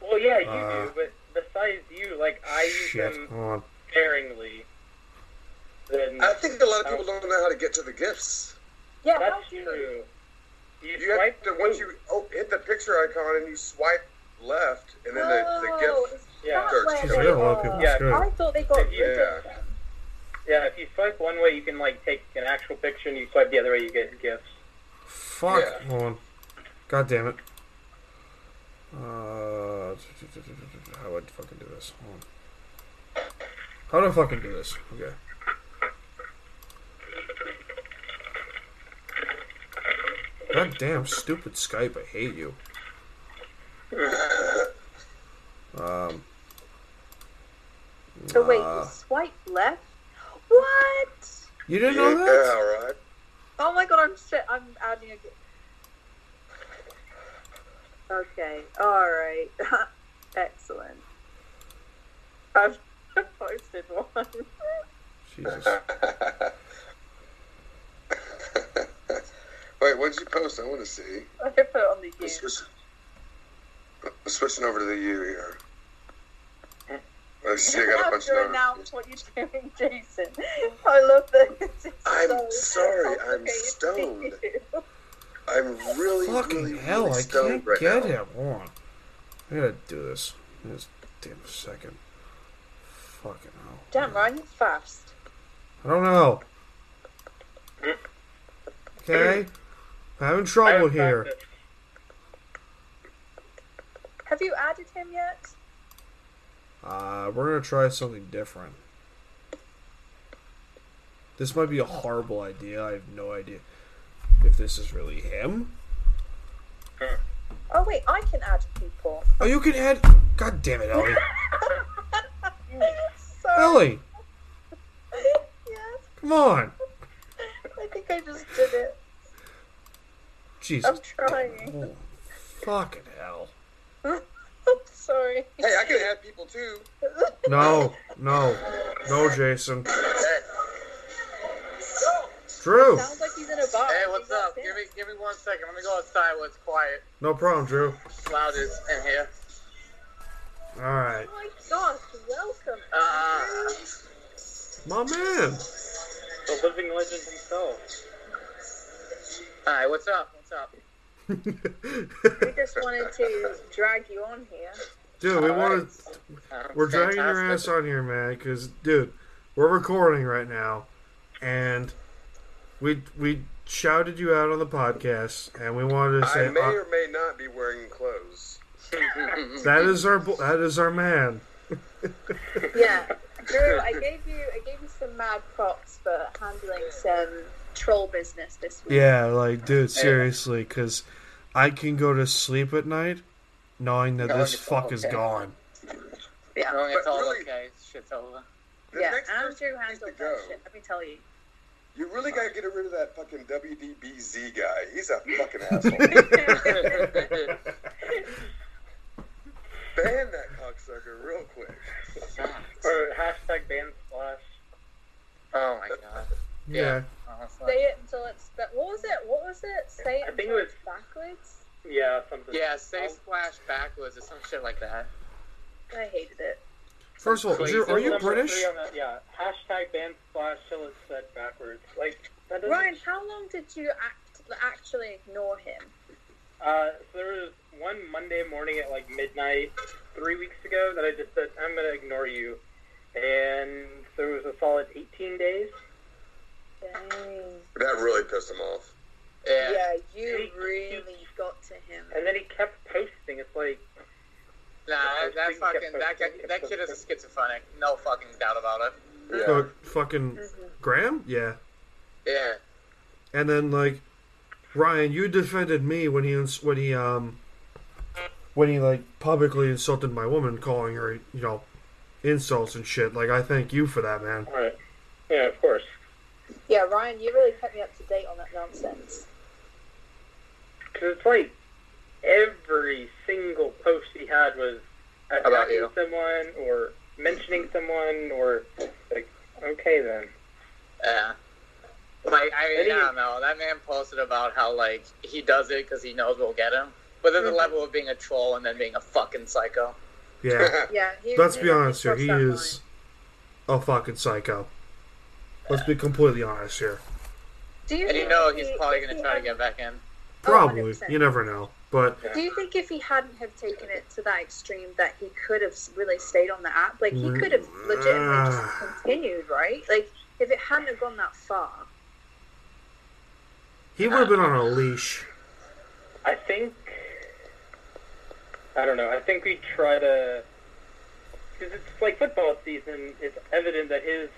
Speaker 5: Well, yeah, you
Speaker 4: Uh,
Speaker 5: do, but besides you, like I use
Speaker 4: Shit,
Speaker 5: them
Speaker 4: hold on.
Speaker 5: sparingly. Then
Speaker 2: I think a lot of people don't know how to get to the gifts.
Speaker 3: Yeah, how
Speaker 5: that's
Speaker 3: do you-
Speaker 5: true. You,
Speaker 2: You have
Speaker 5: swipe
Speaker 2: to once
Speaker 5: through.
Speaker 2: you oh, hit the picture icon and you swipe left, and then
Speaker 3: Oh,
Speaker 2: the, the
Speaker 3: it's
Speaker 2: gift.
Speaker 5: Yeah.
Speaker 3: that
Speaker 2: Search.
Speaker 3: way
Speaker 4: Jeez,
Speaker 3: they
Speaker 4: we got a lot of people
Speaker 3: are.
Speaker 5: Yeah.
Speaker 4: screwed.
Speaker 3: I thought they got rid of
Speaker 2: Yeah.
Speaker 3: them.
Speaker 5: Yeah, if you swipe one way, you can like take an actual picture, and you swipe the other way, you get gifts.
Speaker 4: Fuck.
Speaker 2: Yeah.
Speaker 4: Hold on. God damn it. Uh, how would I fucking do this? Hold on. How do I fucking do this? Okay. God damn, stupid Skype. I hate you. Um,
Speaker 3: So Oh, wait, you
Speaker 4: Uh.
Speaker 3: swipe left? What?
Speaker 4: you didn't
Speaker 2: Yeah,
Speaker 4: know that?
Speaker 2: all right.
Speaker 3: Oh my god, I'm shit. I'm adding a. gi- Okay, alright. Excellent. I've posted one.
Speaker 4: Jesus.
Speaker 2: Wait, what did you post? I want to see.
Speaker 3: I put it on the
Speaker 2: Let's
Speaker 3: U.
Speaker 2: switch- I'm switching over to the U here. Oh shit, I got a
Speaker 3: have
Speaker 2: bunch
Speaker 3: to
Speaker 2: of
Speaker 3: announce
Speaker 2: notifications.
Speaker 3: what you're doing, Jason. I love that. It's
Speaker 2: I'm
Speaker 3: so
Speaker 2: sorry, I'm
Speaker 3: complicated to
Speaker 2: stoned.
Speaker 3: you.
Speaker 2: I'm really,
Speaker 4: Fucking
Speaker 2: really,
Speaker 4: hell, I
Speaker 2: really stoned
Speaker 4: can't
Speaker 2: right
Speaker 4: get
Speaker 2: now.
Speaker 4: him. Hold on. I gotta do this. In this damn second. Fucking hell.
Speaker 3: Damn, Ryan, you're fast.
Speaker 4: I don't know. Okay? I'm having trouble
Speaker 5: I have
Speaker 4: here.
Speaker 5: practice.
Speaker 3: Have you added him yet?
Speaker 4: Uh, we're gonna try something different. This might be a horrible idea. I have no idea if this is really him.
Speaker 3: Oh wait, I can add people.
Speaker 4: Oh, you can add. God damn it, Ellie. Ellie,
Speaker 3: Sorry. yes,
Speaker 4: come on.
Speaker 3: I think I just did it.
Speaker 4: Jesus.
Speaker 3: I'm trying.
Speaker 4: Oh, fucking hell.
Speaker 3: I'm sorry.
Speaker 2: Hey, I can have people too.
Speaker 4: No, no, no, Jason.
Speaker 2: Hey,
Speaker 4: Drew,
Speaker 3: Sounds like he's in a bar.
Speaker 6: Hey,
Speaker 3: He's
Speaker 6: what's
Speaker 3: not
Speaker 6: up?
Speaker 3: there.
Speaker 6: Give me, give me one second. Let me go outside where it's quiet.
Speaker 4: no problem, Drew.
Speaker 6: It's loud as in here.
Speaker 4: All right,
Speaker 3: Oh my gosh, welcome.
Speaker 6: Uh,
Speaker 4: my man.
Speaker 5: The living legend himself.
Speaker 6: all right, what's up? What's up?
Speaker 3: we just wanted to drag you on here.
Speaker 4: dude, we want to.
Speaker 6: Uh,
Speaker 4: We're dragging your ass
Speaker 6: fantastic.
Speaker 4: on here, man. Because, dude, we're recording right now, and We we shouted you out on the podcast, and we wanted to say
Speaker 2: I may
Speaker 4: uh,
Speaker 2: or may not be wearing clothes.
Speaker 4: that is our bo- that is our man.
Speaker 3: Yeah, Drew, I gave you I gave you some mad props for handling some troll business this week.
Speaker 4: Yeah, like dude, seriously, because I can go to sleep at night knowing that
Speaker 6: No,
Speaker 4: this
Speaker 6: it's
Speaker 4: fuck
Speaker 6: all
Speaker 4: is
Speaker 6: okay.
Speaker 4: gone.
Speaker 3: Yeah,
Speaker 6: Knowing it's
Speaker 2: But
Speaker 6: all
Speaker 2: really-
Speaker 6: okay, shit's over.
Speaker 2: The
Speaker 3: yeah.
Speaker 2: next person
Speaker 3: Andrew
Speaker 2: needs
Speaker 3: handled
Speaker 2: to
Speaker 3: that
Speaker 2: go.
Speaker 3: shit. Let me tell you.
Speaker 2: You really gotta get rid of that fucking WDBZ guy. He's a fucking asshole. Ban that cocksucker real quick.
Speaker 5: Or hashtag ban splash.
Speaker 6: oh my god.
Speaker 4: Yeah.
Speaker 3: Say it until it's. But what was it? What was it? Say it
Speaker 5: I think
Speaker 3: until
Speaker 5: it
Speaker 3: it's backwards.
Speaker 5: Yeah, something.
Speaker 6: Yeah, say splash backwards or some shit like that.
Speaker 3: I hated it.
Speaker 4: First of all,
Speaker 6: Please,
Speaker 4: Drew, are you
Speaker 5: Number
Speaker 4: British?
Speaker 5: three on that, yeah. Hashtag ban splash till it's said backwards. Like that doesn't.
Speaker 3: Ryan, how long did you act, actually ignore him?
Speaker 5: Uh, so there was one Monday morning at like midnight three weeks ago that I just said I'm gonna ignore you, and there was a solid 18 days.
Speaker 3: Dang.
Speaker 2: That really pissed him off.
Speaker 6: Yeah.
Speaker 3: Yeah, you really got to him.
Speaker 5: And then he kept posting. It's like,
Speaker 6: Nah, that, that fucking that guy, that kid is a schizophrenic. No fucking doubt about it.
Speaker 2: Yeah.
Speaker 4: Fuck- Uh, fucking Graham? Yeah.
Speaker 6: Yeah.
Speaker 4: And then like Ryan, you defended me when he ins- when he um when he like publicly insulted my woman, calling her you know insults and shit. Like I thank you for that, man.
Speaker 5: all right, yeah, of course.
Speaker 3: Yeah, Ryan, you really kept me up to date on that nonsense.
Speaker 5: Because it's like every single post he had was attacking
Speaker 6: About you.
Speaker 5: someone or mentioning someone or like, okay then.
Speaker 6: Yeah. Like I,
Speaker 5: Any-
Speaker 6: I don't know. That man posted about how like he does it because he knows we'll get him. But there's a
Speaker 3: Mm-hmm.
Speaker 6: level of being a troll and then being a fucking psycho.
Speaker 4: Yeah.
Speaker 3: Yeah, he,
Speaker 4: Let's
Speaker 3: he
Speaker 4: be
Speaker 3: really
Speaker 4: honest here.
Speaker 3: crossed
Speaker 4: He
Speaker 3: that
Speaker 4: is a fucking psycho. Let's be completely honest here.
Speaker 3: line. Do you,
Speaker 6: And you
Speaker 3: think
Speaker 6: know
Speaker 3: if
Speaker 6: he's
Speaker 3: he-
Speaker 6: probably
Speaker 3: if
Speaker 6: gonna
Speaker 3: he
Speaker 6: try to
Speaker 3: had-
Speaker 6: get back in.
Speaker 4: Probably.
Speaker 3: 100%.
Speaker 4: You never know. But
Speaker 3: Do you think if he hadn't have taken it to that extreme, that he could have really stayed on the app? Like he could have legitimately just
Speaker 4: Mm.
Speaker 3: continued, right? Like if it hadn't have gone that far.
Speaker 4: he would have been on a leash.
Speaker 5: I think I don't know. I think we try to because it's like football season. It's evident that his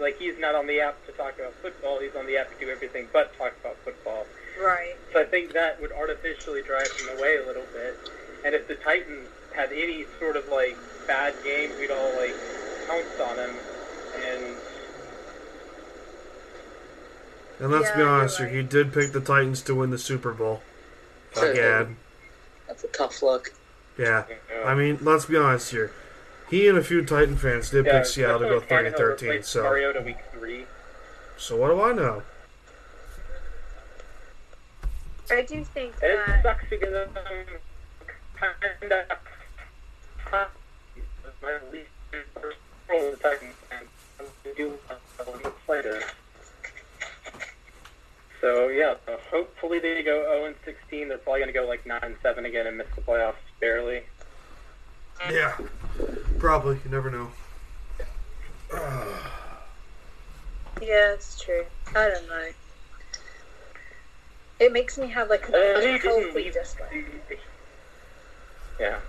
Speaker 5: like he's not on the app to talk about football. He's on the app to do everything but talk about football.
Speaker 3: Right.
Speaker 5: So I think that would artificially drive him away a little bit. And if the Titans had any sort of like bad game, we'd all like pounce on him. And
Speaker 4: And let's
Speaker 3: Yeah,
Speaker 4: be
Speaker 3: you're
Speaker 4: honest
Speaker 3: right.
Speaker 4: here. He did pick the Titans to win the Super Bowl. Again.
Speaker 6: That's a tough look.
Speaker 4: Yeah. I mean, let's be honest here. He and a few Titan fans did pick Seattle to go 30 13. So,
Speaker 5: Mariota week three.
Speaker 4: so what do I know?
Speaker 3: I do think
Speaker 5: And it
Speaker 3: that
Speaker 5: sucks because I'm kind of my least favorite role in the Titans, and I'm gonna do a little bit later. So yeah, so hopefully they go 0 and 16. They're probably gonna go like 9 and 7 again and miss the playoffs barely.
Speaker 4: Yeah. Probably. You never know.
Speaker 3: yeah, it's true. I don't know. It makes me have like
Speaker 5: Uh,
Speaker 3: a
Speaker 5: he didn't
Speaker 3: healthy
Speaker 5: leave.
Speaker 3: dislike.
Speaker 5: the- Yeah,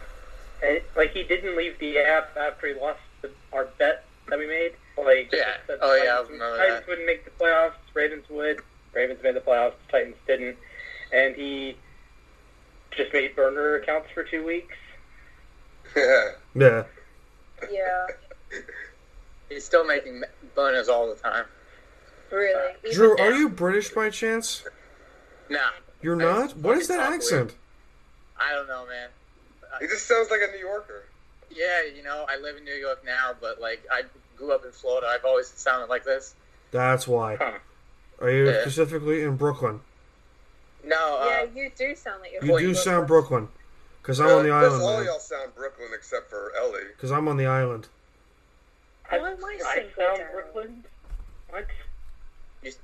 Speaker 5: and, like he didn't leave the app after he lost the, our bet that we made. Like
Speaker 6: Yeah.
Speaker 5: that
Speaker 6: Oh, yeah, I
Speaker 5: Titans-
Speaker 6: remember
Speaker 5: Titans
Speaker 6: that.
Speaker 5: wouldn't make the playoffs. Ravens would. Ravens made the playoffs. Titans didn't, and he just made burner accounts for two weeks.
Speaker 2: Yeah.
Speaker 4: Yeah.
Speaker 3: Yeah,
Speaker 6: He's still making bonus all the time.
Speaker 3: really. Even
Speaker 4: Drew, are
Speaker 3: now.
Speaker 4: you British by chance?
Speaker 6: Nah,
Speaker 4: You're
Speaker 6: I
Speaker 4: not? What is that
Speaker 6: fucking talk
Speaker 4: accent?
Speaker 6: I don't know, man.
Speaker 2: He just sounds like a New Yorker.
Speaker 6: Yeah, you know, I live in New York now, but like I grew up in Florida. I've always sounded like this.
Speaker 4: That's why.
Speaker 5: Huh.
Speaker 4: Are you
Speaker 6: Yeah.
Speaker 4: specifically in Brooklyn?
Speaker 6: No, uh,
Speaker 3: Yeah, you do sound like you're.
Speaker 4: You
Speaker 6: Well,
Speaker 4: do
Speaker 6: you-
Speaker 4: sound Brooklyn. Because I'm on the
Speaker 2: Plus,
Speaker 4: island,
Speaker 2: Uh, all
Speaker 4: man.
Speaker 2: y'all sound Brooklyn except for Ellie.
Speaker 4: Because I'm on the island.
Speaker 3: Why am I
Speaker 5: Oh, I
Speaker 3: single
Speaker 5: sound
Speaker 3: now?
Speaker 5: Brooklyn. What?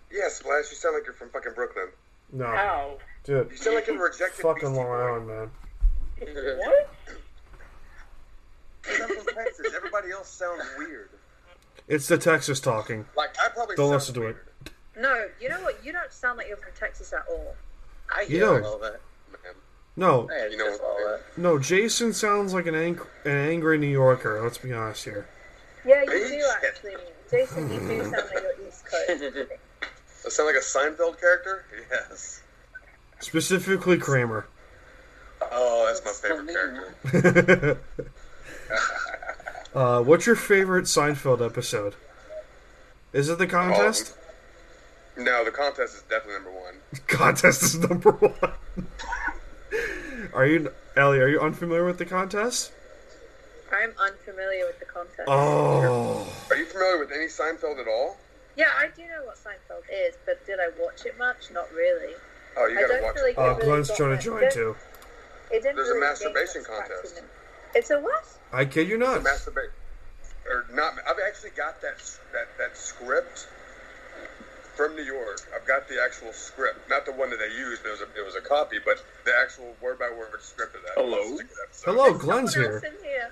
Speaker 2: Yeah, Splash, you sound like you're from fucking Brooklyn.
Speaker 4: No.
Speaker 5: How?
Speaker 4: Dude.
Speaker 2: You sound like a rejected
Speaker 4: Fucking
Speaker 2: Beastie
Speaker 4: Long
Speaker 2: Boy.
Speaker 4: Island, man.
Speaker 5: What?
Speaker 2: I'm from Texas. Everybody else sounds weird.
Speaker 4: It's the Texas talking.
Speaker 2: Like I probably
Speaker 4: Don't
Speaker 2: sound
Speaker 4: listen to it.
Speaker 2: weird.
Speaker 3: No, you know what? You don't sound like you're from Texas at all.
Speaker 6: I
Speaker 4: He
Speaker 6: hear
Speaker 4: knows.
Speaker 6: a little bit.
Speaker 2: man.
Speaker 4: No,
Speaker 6: Yeah,
Speaker 2: You know
Speaker 6: just
Speaker 2: what?
Speaker 6: all that.
Speaker 4: no. Jason sounds like an, ang- an angry New Yorker. Let's be honest here.
Speaker 3: Yeah,
Speaker 2: Are you
Speaker 3: you do
Speaker 2: shit?
Speaker 3: actually. Jason, you do sound like you're East Coast.
Speaker 2: I sound like a Seinfeld character? Yes.
Speaker 4: Specifically Kramer.
Speaker 2: Oh, that's my
Speaker 6: That's
Speaker 2: favorite
Speaker 6: so mean.
Speaker 2: character.
Speaker 4: uh, what's your favorite Seinfeld episode? Is it the contest?
Speaker 2: Oh. No, the contest is definitely number one.
Speaker 4: Contest is number one. are you, Ellie? Are you unfamiliar with the contest?
Speaker 3: I'm unfamiliar with the context.
Speaker 4: Oh,
Speaker 2: Are you familiar with any Seinfeld at all?
Speaker 3: Yeah, I do know what Seinfeld is, but did I watch it much? Not really.
Speaker 2: Oh, you
Speaker 3: I
Speaker 2: gotta
Speaker 3: don't
Speaker 2: watch
Speaker 3: feel like
Speaker 2: it.
Speaker 3: it
Speaker 4: uh,
Speaker 3: really
Speaker 4: Glenn's
Speaker 3: got
Speaker 4: trying
Speaker 3: my-
Speaker 4: to join
Speaker 3: didn't-
Speaker 4: too.
Speaker 3: It didn't
Speaker 2: There's a
Speaker 3: really gain
Speaker 2: masturbation
Speaker 3: much traction
Speaker 2: contest.
Speaker 3: in- It's a what?
Speaker 4: I kid you not.
Speaker 2: Masturbate. Or not. I've actually got that, that, that script from New York. I've got the actual script. Not the one that they used, it was a, it was a copy, but the actual word by word script of that.
Speaker 5: Hello?
Speaker 2: episode.
Speaker 4: Hello,
Speaker 3: There's
Speaker 4: Oh, Glenn's
Speaker 3: someone else
Speaker 4: here.
Speaker 3: in here.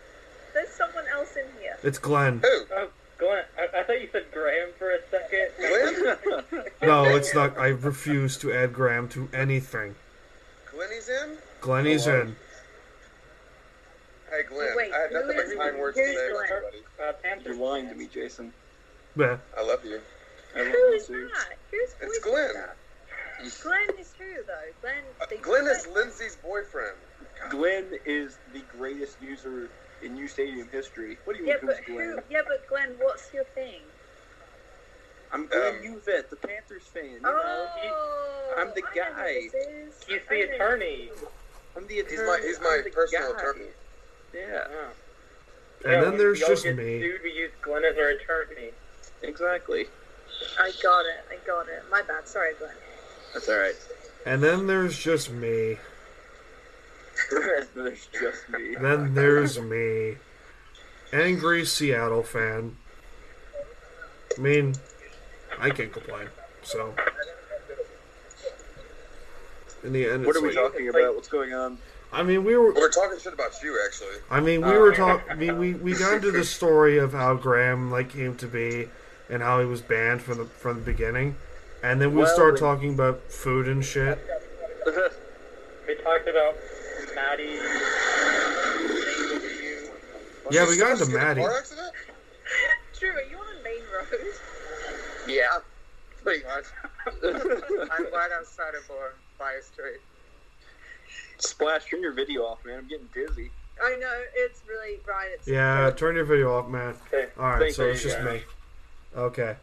Speaker 3: There's someone else in here.
Speaker 4: It's Glenn.
Speaker 2: Who?
Speaker 5: Oh, Glenn, I, I thought you said Graham for a second.
Speaker 2: Glenn?
Speaker 4: No, it's not. I refuse to add Graham to anything.
Speaker 2: Glenny's in?
Speaker 4: Glenny's in.
Speaker 2: Hey, Glenn.
Speaker 3: Wait,
Speaker 2: I had
Speaker 3: who
Speaker 2: nothing
Speaker 3: is-
Speaker 2: but kind words to
Speaker 3: who's
Speaker 2: say about you,
Speaker 3: Glenn?
Speaker 2: buddy.
Speaker 5: Uh, Pam
Speaker 7: You're lying to me, Jason.
Speaker 4: Yeah.
Speaker 2: I love you.
Speaker 7: I love
Speaker 3: Who
Speaker 7: you
Speaker 3: is
Speaker 7: too.
Speaker 3: that? Who's voice is
Speaker 2: Glenn.
Speaker 3: that? Glenn is who though? Glenn.
Speaker 2: Uh,
Speaker 3: they-
Speaker 2: Glenn is Lindsay's boyfriend.
Speaker 7: Glenn is the greatest user in U Stadium history. What do you
Speaker 3: Yeah,
Speaker 7: mean,
Speaker 3: but
Speaker 7: who's Glenn?
Speaker 3: who? Yeah, but Glenn, what's your thing?
Speaker 7: I'm Glenn
Speaker 2: Um,
Speaker 7: Uvet, the Panthers fan. You know?
Speaker 3: Oh,
Speaker 7: I'm the
Speaker 3: I know who
Speaker 7: guy.
Speaker 3: this is.
Speaker 5: He's
Speaker 3: I know
Speaker 5: the
Speaker 3: who
Speaker 5: attorney.
Speaker 7: I'm the attorney.
Speaker 2: He's my he's my
Speaker 7: I'm the
Speaker 2: personal
Speaker 7: guy.
Speaker 2: attorney.
Speaker 7: Yeah,
Speaker 5: Oh.
Speaker 4: And
Speaker 5: Yeah,
Speaker 4: then
Speaker 5: we-
Speaker 4: there's
Speaker 5: we all
Speaker 4: just
Speaker 5: get
Speaker 4: me.
Speaker 5: Sued, we use Glenn as our attorney.
Speaker 7: exactly.
Speaker 3: I got it. I got it. My bad. Sorry, Glenn.
Speaker 7: That's all right.
Speaker 4: And then there's just me.
Speaker 7: There's just me.
Speaker 4: Then there's me. Angry Seattle fan. I mean, I can't complain. So. In the end,
Speaker 7: What
Speaker 4: it's
Speaker 7: are we
Speaker 4: like,
Speaker 7: talking about? What's going on?
Speaker 4: I mean, we were.
Speaker 2: We're talking shit about you, actually.
Speaker 4: I mean, we were talking. I mean, we we got into the story of how Graham like came to be, and how he was banned from the from the beginning, and then we
Speaker 7: Well,
Speaker 4: start
Speaker 7: we-
Speaker 4: talking about food and shit.
Speaker 5: We talked about Maddie.
Speaker 4: Yeah, we got into
Speaker 2: Did you get in a
Speaker 4: Maddie.
Speaker 2: Car accident?
Speaker 3: Drew, are you on a main road?
Speaker 6: Yeah, pretty much. I'm right outside of uh, Fire Street.
Speaker 7: Splash, turn your video off, man. I'm getting dizzy.
Speaker 3: I know it's really right. It's
Speaker 4: Yeah, turn your video off, man.
Speaker 5: Okay.
Speaker 4: All right,
Speaker 7: Thank
Speaker 4: so it's
Speaker 7: you,
Speaker 4: just
Speaker 7: guys.
Speaker 4: me. Okay.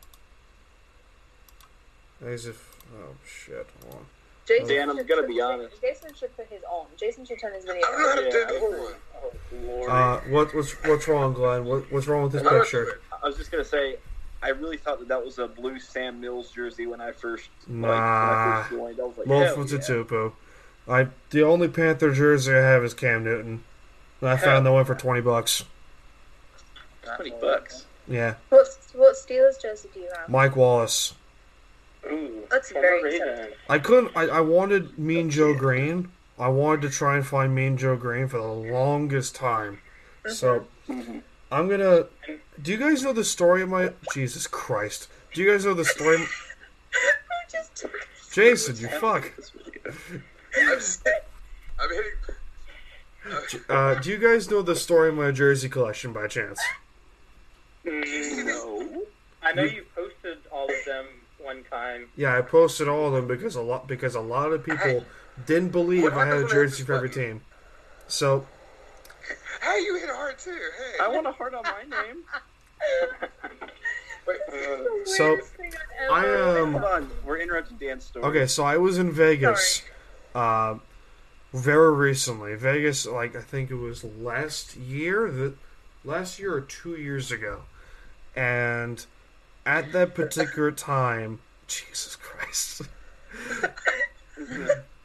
Speaker 4: As if, oh shit, hold on.
Speaker 3: Jason.
Speaker 7: Dan, I'm
Speaker 3: should
Speaker 7: gonna
Speaker 3: put-
Speaker 7: be honest.
Speaker 3: Jason should put his on. Jason should turn his
Speaker 2: I
Speaker 3: video.
Speaker 2: don't know how
Speaker 3: on.
Speaker 2: to do
Speaker 7: Yeah.
Speaker 2: the whole one.
Speaker 7: Oh, Lord.
Speaker 4: Uh, what what's what's wrong, Glenn? What, what's wrong with this
Speaker 2: I don't
Speaker 4: picture?
Speaker 7: I was just gonna say, I really thought that that was a blue Sam Mills jersey when I first like, when
Speaker 4: Nah.
Speaker 7: I first joined. I was like,
Speaker 4: Wolf
Speaker 7: hell
Speaker 4: with
Speaker 7: yeah.
Speaker 4: the tupu. I the only Panther jersey I have is Cam Newton. And I found that one for twenty bucks.
Speaker 7: twenty bucks.
Speaker 4: Yeah,
Speaker 3: What what Steelers jersey do you have?
Speaker 4: Mike Wallace.
Speaker 5: Ooh,
Speaker 3: That's
Speaker 5: for
Speaker 3: very
Speaker 5: what reason?
Speaker 4: I couldn't. I, I wanted Mean Joe Green. I wanted to try and find Mean Joe Green for the longest time. So I'm gonna. Do you guys know the story of my Jesus Christ? Do you guys know the story,
Speaker 3: I just took
Speaker 4: Jason? You fuck.
Speaker 2: I'm, just, I'm hitting.
Speaker 4: Uh, do you guys know the story of my jersey collection by chance?
Speaker 7: No.
Speaker 5: I know you posted all of them one time.
Speaker 4: Yeah, I posted all of them because a lot because a lot of people didn't believe I had a jersey for every team. So
Speaker 2: Hey, you hit hard too. Hey.
Speaker 7: I want a heart on my name.
Speaker 2: Wait,
Speaker 3: the weirdest
Speaker 4: So,
Speaker 3: thing
Speaker 4: I
Speaker 3: I've ever.
Speaker 4: um.
Speaker 7: Hold on, we're interrupting Dan's story.
Speaker 4: Okay, so I was in Vegas uh, very recently. Vegas, like I think it was last year, the last year or two years ago, and at that particular time, Jesus Christ, I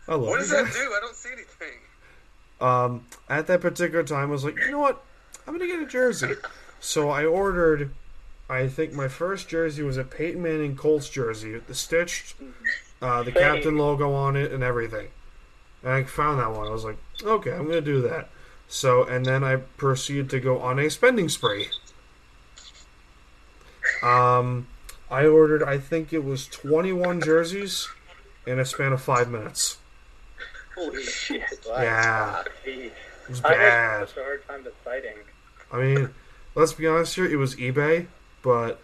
Speaker 4: love
Speaker 2: what does
Speaker 4: you
Speaker 2: that
Speaker 4: guys.
Speaker 2: do? I don't see anything.
Speaker 4: Um, at that particular time, I was like, you know what, I'm gonna get a jersey. So I ordered. I think my first jersey was a Peyton Manning Colts jersey, with the stitched, uh, the captain logo on it, and everything. And I found that one. I was like, okay, I'm gonna do that. So, and then I proceeded to go on a spending spree. Um, I ordered, I think it was 21 jerseys in a span of five minutes.
Speaker 7: Holy shit.
Speaker 4: Yeah,
Speaker 5: Jeez.
Speaker 4: it was
Speaker 5: I had
Speaker 4: bad.
Speaker 5: such a hard time deciding.
Speaker 4: I mean, let's be honest here, it was eBay, but.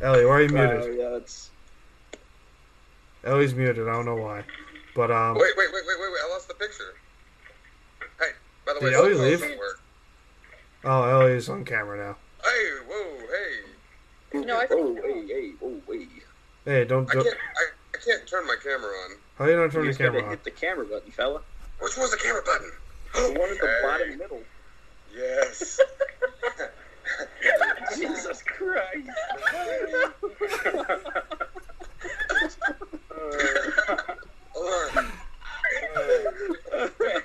Speaker 4: Ellie, why are you
Speaker 7: Wow,
Speaker 4: muted?
Speaker 7: Oh, yeah, that's
Speaker 4: Ellie's muted, I don't know why. But, um.
Speaker 2: Wait, wait, wait, wait, wait, wait! I lost the picture. Hey, by the
Speaker 4: Did
Speaker 2: way,
Speaker 4: Ellie
Speaker 2: cell phones
Speaker 4: leave?
Speaker 2: don't work.
Speaker 4: Oh, Ellie's on camera now.
Speaker 2: Hey, whoa, hey!
Speaker 3: No, I
Speaker 7: oh,
Speaker 3: think-
Speaker 7: hey, hey, oh, hey.
Speaker 4: Hey, don't.
Speaker 2: I
Speaker 4: do
Speaker 2: can't, I, I can't turn my camera on.
Speaker 4: how you not turn
Speaker 7: You
Speaker 4: the
Speaker 7: just gotta
Speaker 4: camera on?
Speaker 7: hit the camera button, fella.
Speaker 2: Which was the camera button?
Speaker 7: The one at the
Speaker 2: Hey,
Speaker 7: bottom middle.
Speaker 2: Yes.
Speaker 7: Jesus Christ.
Speaker 2: Hold on.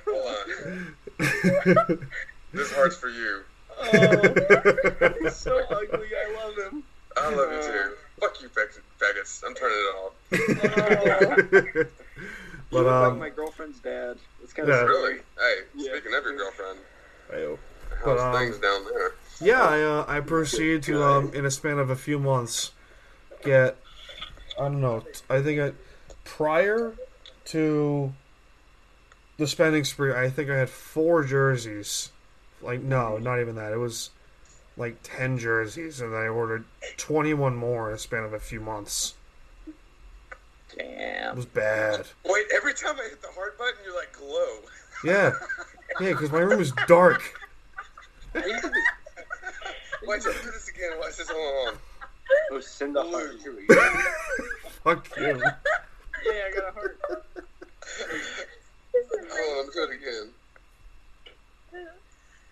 Speaker 2: Hold on. This heart's for you.
Speaker 7: He's so ugly. I love him.
Speaker 2: I love you
Speaker 7: Uh.
Speaker 2: too. Fuck you, fag- faggots. I'm turning it off.
Speaker 7: You
Speaker 4: but,
Speaker 7: look
Speaker 4: um.
Speaker 7: like my girlfriend's dad. It's kind
Speaker 4: yeah.
Speaker 7: of
Speaker 2: Really? Hey,
Speaker 7: Yeah.
Speaker 2: speaking of your girlfriend,
Speaker 4: Ayo.
Speaker 2: how's
Speaker 4: But, um,
Speaker 2: things down there?
Speaker 4: Yeah, I, uh, I proceeded to, um, in a span of a few months, get, I don't know, t- I think I, prior to the spending spree, I think I had four jerseys. Like, no, not even that. It was like 10 jerseys, and I ordered 21 more in a span of a few months. It
Speaker 7: damn.
Speaker 4: was bad.
Speaker 2: Wait, every time I hit the hard button, you're like glow.
Speaker 4: Yeah. Yeah, because my room is dark.
Speaker 2: Watch us do this again. Watch this. Hold on.
Speaker 7: Oh, send a heart. Here we go.
Speaker 4: Fuck you.
Speaker 7: yeah, I got a heart.
Speaker 3: This is
Speaker 2: Hold on. I'm doing it again.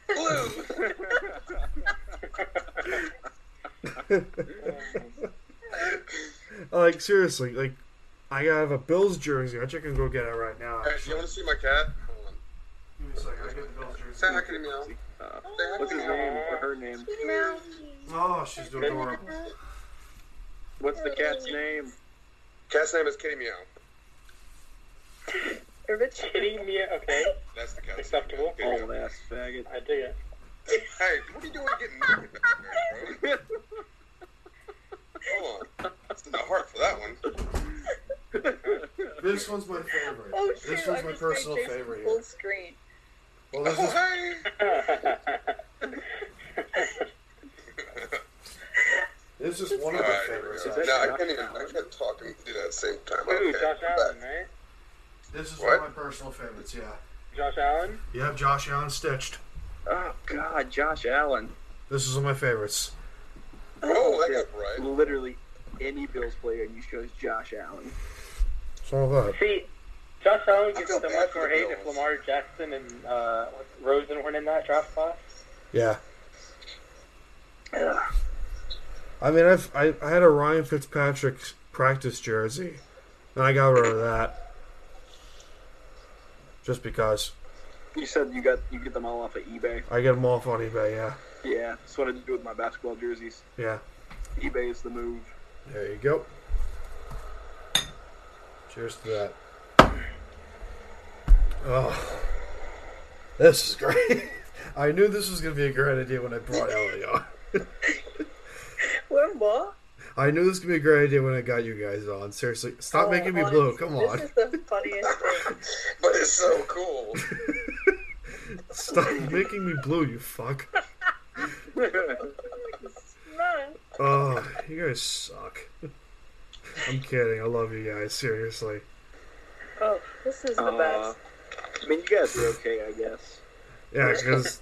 Speaker 2: Blue.
Speaker 4: Like, seriously, like, I gotta have a Bills jersey. I can go get it right now.
Speaker 2: Hey, do you want to see my cat? Hold on.
Speaker 4: Give me a second. I got the Bills jersey.
Speaker 2: Say hi to me now. Say
Speaker 7: Uh,
Speaker 2: hi
Speaker 7: what's
Speaker 2: to
Speaker 7: his
Speaker 2: me
Speaker 7: name
Speaker 2: now.
Speaker 7: or her name?
Speaker 3: Meow.
Speaker 4: Oh, she's doing adorable.
Speaker 7: What's the cat's name?
Speaker 2: Cat's name is Kitty Meow.
Speaker 3: Rich.
Speaker 5: Kitty Mia, okay,
Speaker 2: That's the cat's name.
Speaker 5: acceptable.
Speaker 2: Kitty
Speaker 7: Old
Speaker 2: Meow.
Speaker 7: ass faggot.
Speaker 5: I dig it.
Speaker 2: Hey, what are you doing getting naked back there, bro? Hold on. It's not hard for that one.
Speaker 4: This one's my favorite.
Speaker 3: Oh shoot!
Speaker 4: this
Speaker 3: I
Speaker 4: one's my
Speaker 3: just
Speaker 4: personal
Speaker 3: made Jason
Speaker 4: favorite.
Speaker 3: Full screen.
Speaker 4: Well, this
Speaker 2: Oh,
Speaker 4: is
Speaker 2: hey.
Speaker 4: this is one of
Speaker 2: All
Speaker 4: my
Speaker 2: right, here we
Speaker 4: favorites.
Speaker 2: go.
Speaker 7: that
Speaker 2: No, I
Speaker 7: Josh
Speaker 2: can't even. I
Speaker 7: Allen?
Speaker 2: can't talk and do that at the same time.
Speaker 5: Ooh,
Speaker 2: Okay,
Speaker 5: Josh
Speaker 2: I'm
Speaker 5: Allen,
Speaker 2: back.
Speaker 5: right?
Speaker 4: This is
Speaker 2: What?
Speaker 4: one of my personal favorites. Yeah.
Speaker 5: Josh Allen?
Speaker 4: You have Josh Allen stitched.
Speaker 7: Oh God, Josh Allen.
Speaker 4: This is one of my favorites.
Speaker 2: Oh, that
Speaker 7: Yeah.
Speaker 2: got right.
Speaker 7: Literally any Bills player you show is Josh Allen.
Speaker 4: So that.
Speaker 5: See, Josh Allen
Speaker 2: I
Speaker 5: gets
Speaker 2: feel
Speaker 5: so
Speaker 2: bad
Speaker 5: much
Speaker 2: for
Speaker 5: more
Speaker 2: the
Speaker 5: hate if
Speaker 2: Bills.
Speaker 5: Lamar Jackson and uh, Rosen weren't in that draft class.
Speaker 4: Yeah.
Speaker 7: Ugh.
Speaker 4: I mean, I've I, I had a Ryan Fitzpatrick practice jersey, and I got rid of that just because
Speaker 7: You said you got you get them all off of eBay.
Speaker 4: I get them off on eBay. Yeah.
Speaker 7: Yeah, that's what I do with my basketball jerseys.
Speaker 4: Yeah.
Speaker 7: eBay is the move.
Speaker 4: There you go. Cheers to that. Oh, this is great. I knew this was going to be a great idea when I brought Ellie on.
Speaker 3: One more.
Speaker 4: I knew this was going to be a great idea when I got you guys on. Seriously, stop
Speaker 3: Oh,
Speaker 4: making me
Speaker 3: honest-
Speaker 4: blue. Come on.
Speaker 3: This is the funniest thing.
Speaker 2: But it's so cool.
Speaker 4: Stop making me blue, you fuck.
Speaker 3: No.
Speaker 4: Oh, you guys suck. I'm kidding. I love you guys. Seriously.
Speaker 3: Oh, this is the
Speaker 7: Uh,
Speaker 3: best.
Speaker 7: I mean, you guys are okay, I guess,
Speaker 4: Yeah, because.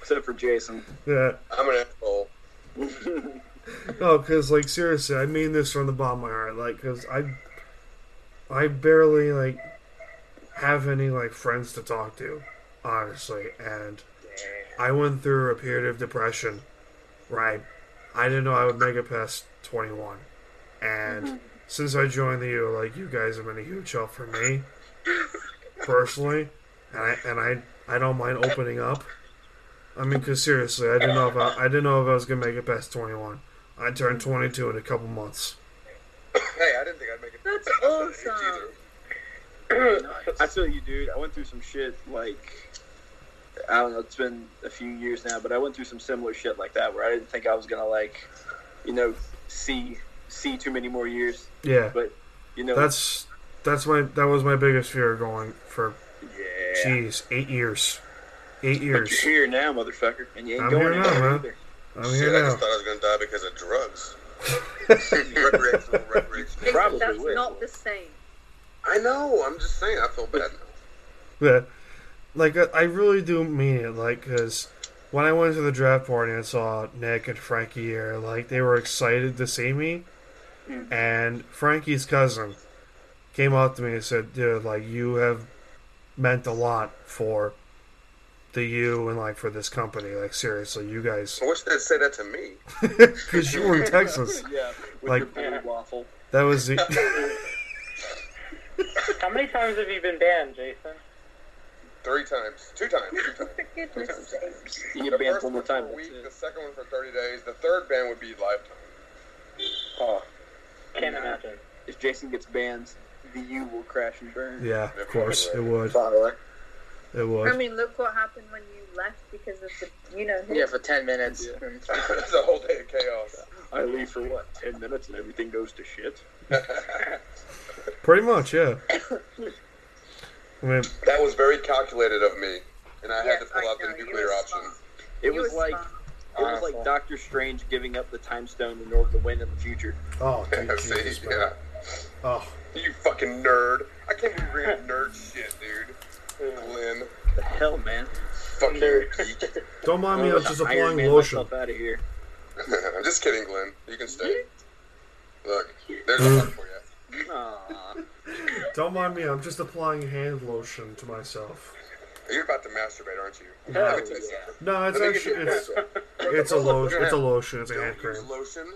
Speaker 7: except for Jason.
Speaker 4: Yeah.
Speaker 2: I'm an asshole.
Speaker 4: No, because like seriously, I mean this from the bottom of my heart. Like, because I, I barely like have any like friends to talk to, honestly. And I went through a period of depression, right? I didn't know I would make it past twenty one, and since I joined the U, like you guys have been a huge help for me personally, and I and I I don't mind opening up. I mean, because seriously, I didn't know if I, I didn't know if I was gonna make it past twenty one. I turned 22 in a couple months.
Speaker 2: Hey, I didn't think I'd make it.
Speaker 3: That's
Speaker 2: I shouldn't hate
Speaker 3: awesome.
Speaker 2: either.
Speaker 7: I feel you, dude. I went through some shit like I don't know. It's been a few years now, but I went through some similar shit like that where I didn't think I was gonna like, you know, see see too many more years.
Speaker 4: Yeah,
Speaker 7: But you know,
Speaker 4: that's that's my that was my biggest fear going for
Speaker 7: yeah.
Speaker 4: jeez eight years, eight
Speaker 7: But
Speaker 4: years.
Speaker 7: you're here now, motherfucker, and you ain't
Speaker 4: I'm
Speaker 7: going
Speaker 4: here now,
Speaker 7: anywhere
Speaker 4: man.
Speaker 7: either.
Speaker 4: I'm
Speaker 2: Shit, I
Speaker 4: Oh, here
Speaker 2: just
Speaker 4: now.
Speaker 2: thought I was gonna die because of drugs. recreational, recreational.
Speaker 7: Probably
Speaker 3: that's
Speaker 7: will.
Speaker 3: not the same.
Speaker 2: I know. I'm just saying. I feel bad now.
Speaker 4: Yeah. Like, I- I really do mean it. Like, because when I went to the draft party and saw Nick and Frankie here, like, they were excited to see me.
Speaker 3: Hmm.
Speaker 4: And Frankie's cousin came up to me and said, dude, like, you have meant a lot for the you and, like, for this company. Like, seriously, you guys.
Speaker 2: I wish they'd say that to me.
Speaker 4: Because you were in Texas.
Speaker 7: Yeah, with
Speaker 4: Like-
Speaker 7: your blue waffle.
Speaker 4: That was the.
Speaker 5: How many times have you been banned, Jason?
Speaker 2: Three times, two times, two times.
Speaker 3: For goodness sake.
Speaker 7: You
Speaker 2: The
Speaker 7: get banned
Speaker 2: first
Speaker 7: one more
Speaker 2: one for
Speaker 7: time.
Speaker 2: a
Speaker 7: that's
Speaker 2: week,
Speaker 7: it.
Speaker 2: the second one for 30 days, the third ban would be lifetime.
Speaker 7: Oh,
Speaker 5: Can't imagine.
Speaker 7: if Jason gets banned, the U will crash and burn.
Speaker 4: Yeah, of course. It would. It
Speaker 3: I
Speaker 4: would.
Speaker 3: mean, look what happened when you left because of the, you know, who.
Speaker 6: Yeah, for ten minutes.
Speaker 2: That's a whole day of chaos.
Speaker 7: I leave for what ten minutes, and everything goes to shit.
Speaker 4: Pretty much, yeah. I mean,
Speaker 2: That was very calculated of me, and I had
Speaker 3: Yes,
Speaker 2: to pull
Speaker 3: I
Speaker 2: out the
Speaker 3: know, you
Speaker 2: nuclear
Speaker 3: were
Speaker 2: option.
Speaker 3: smart.
Speaker 7: It
Speaker 3: You
Speaker 7: was
Speaker 3: were
Speaker 7: like
Speaker 3: smart.
Speaker 7: it was like Doctor Strange giving up the time stone in order to win in the future.
Speaker 4: oh, dude,
Speaker 2: See,
Speaker 4: Jesus, man.
Speaker 2: yeah.
Speaker 4: Oh.
Speaker 2: You fucking nerd. I can't be reading nerd shit, dude. Glenn,
Speaker 7: The hell, man!
Speaker 2: fucking
Speaker 5: Nerd.
Speaker 2: geek.
Speaker 4: Don't mind me,
Speaker 7: I'm
Speaker 4: I was
Speaker 7: gonna
Speaker 4: just
Speaker 7: Iron
Speaker 4: applying
Speaker 7: Man
Speaker 4: lotion.
Speaker 7: myself out of here.
Speaker 2: I'm just kidding, Glenn. You can stay.
Speaker 3: Mm-hmm.
Speaker 2: Look, there's a lot for you.
Speaker 7: Aw.
Speaker 4: Don't mind me, I'm just applying hand lotion to myself.
Speaker 2: You're about to masturbate, aren't you?
Speaker 3: Oh,
Speaker 7: Hell
Speaker 2: Let me tell you something.
Speaker 4: No, it's
Speaker 2: Let me get
Speaker 4: actually
Speaker 2: you a
Speaker 4: it's
Speaker 2: hand soap.
Speaker 4: it's a lotion. It's a lotion. It's a hand
Speaker 2: Don't
Speaker 4: cream.
Speaker 2: use lotion.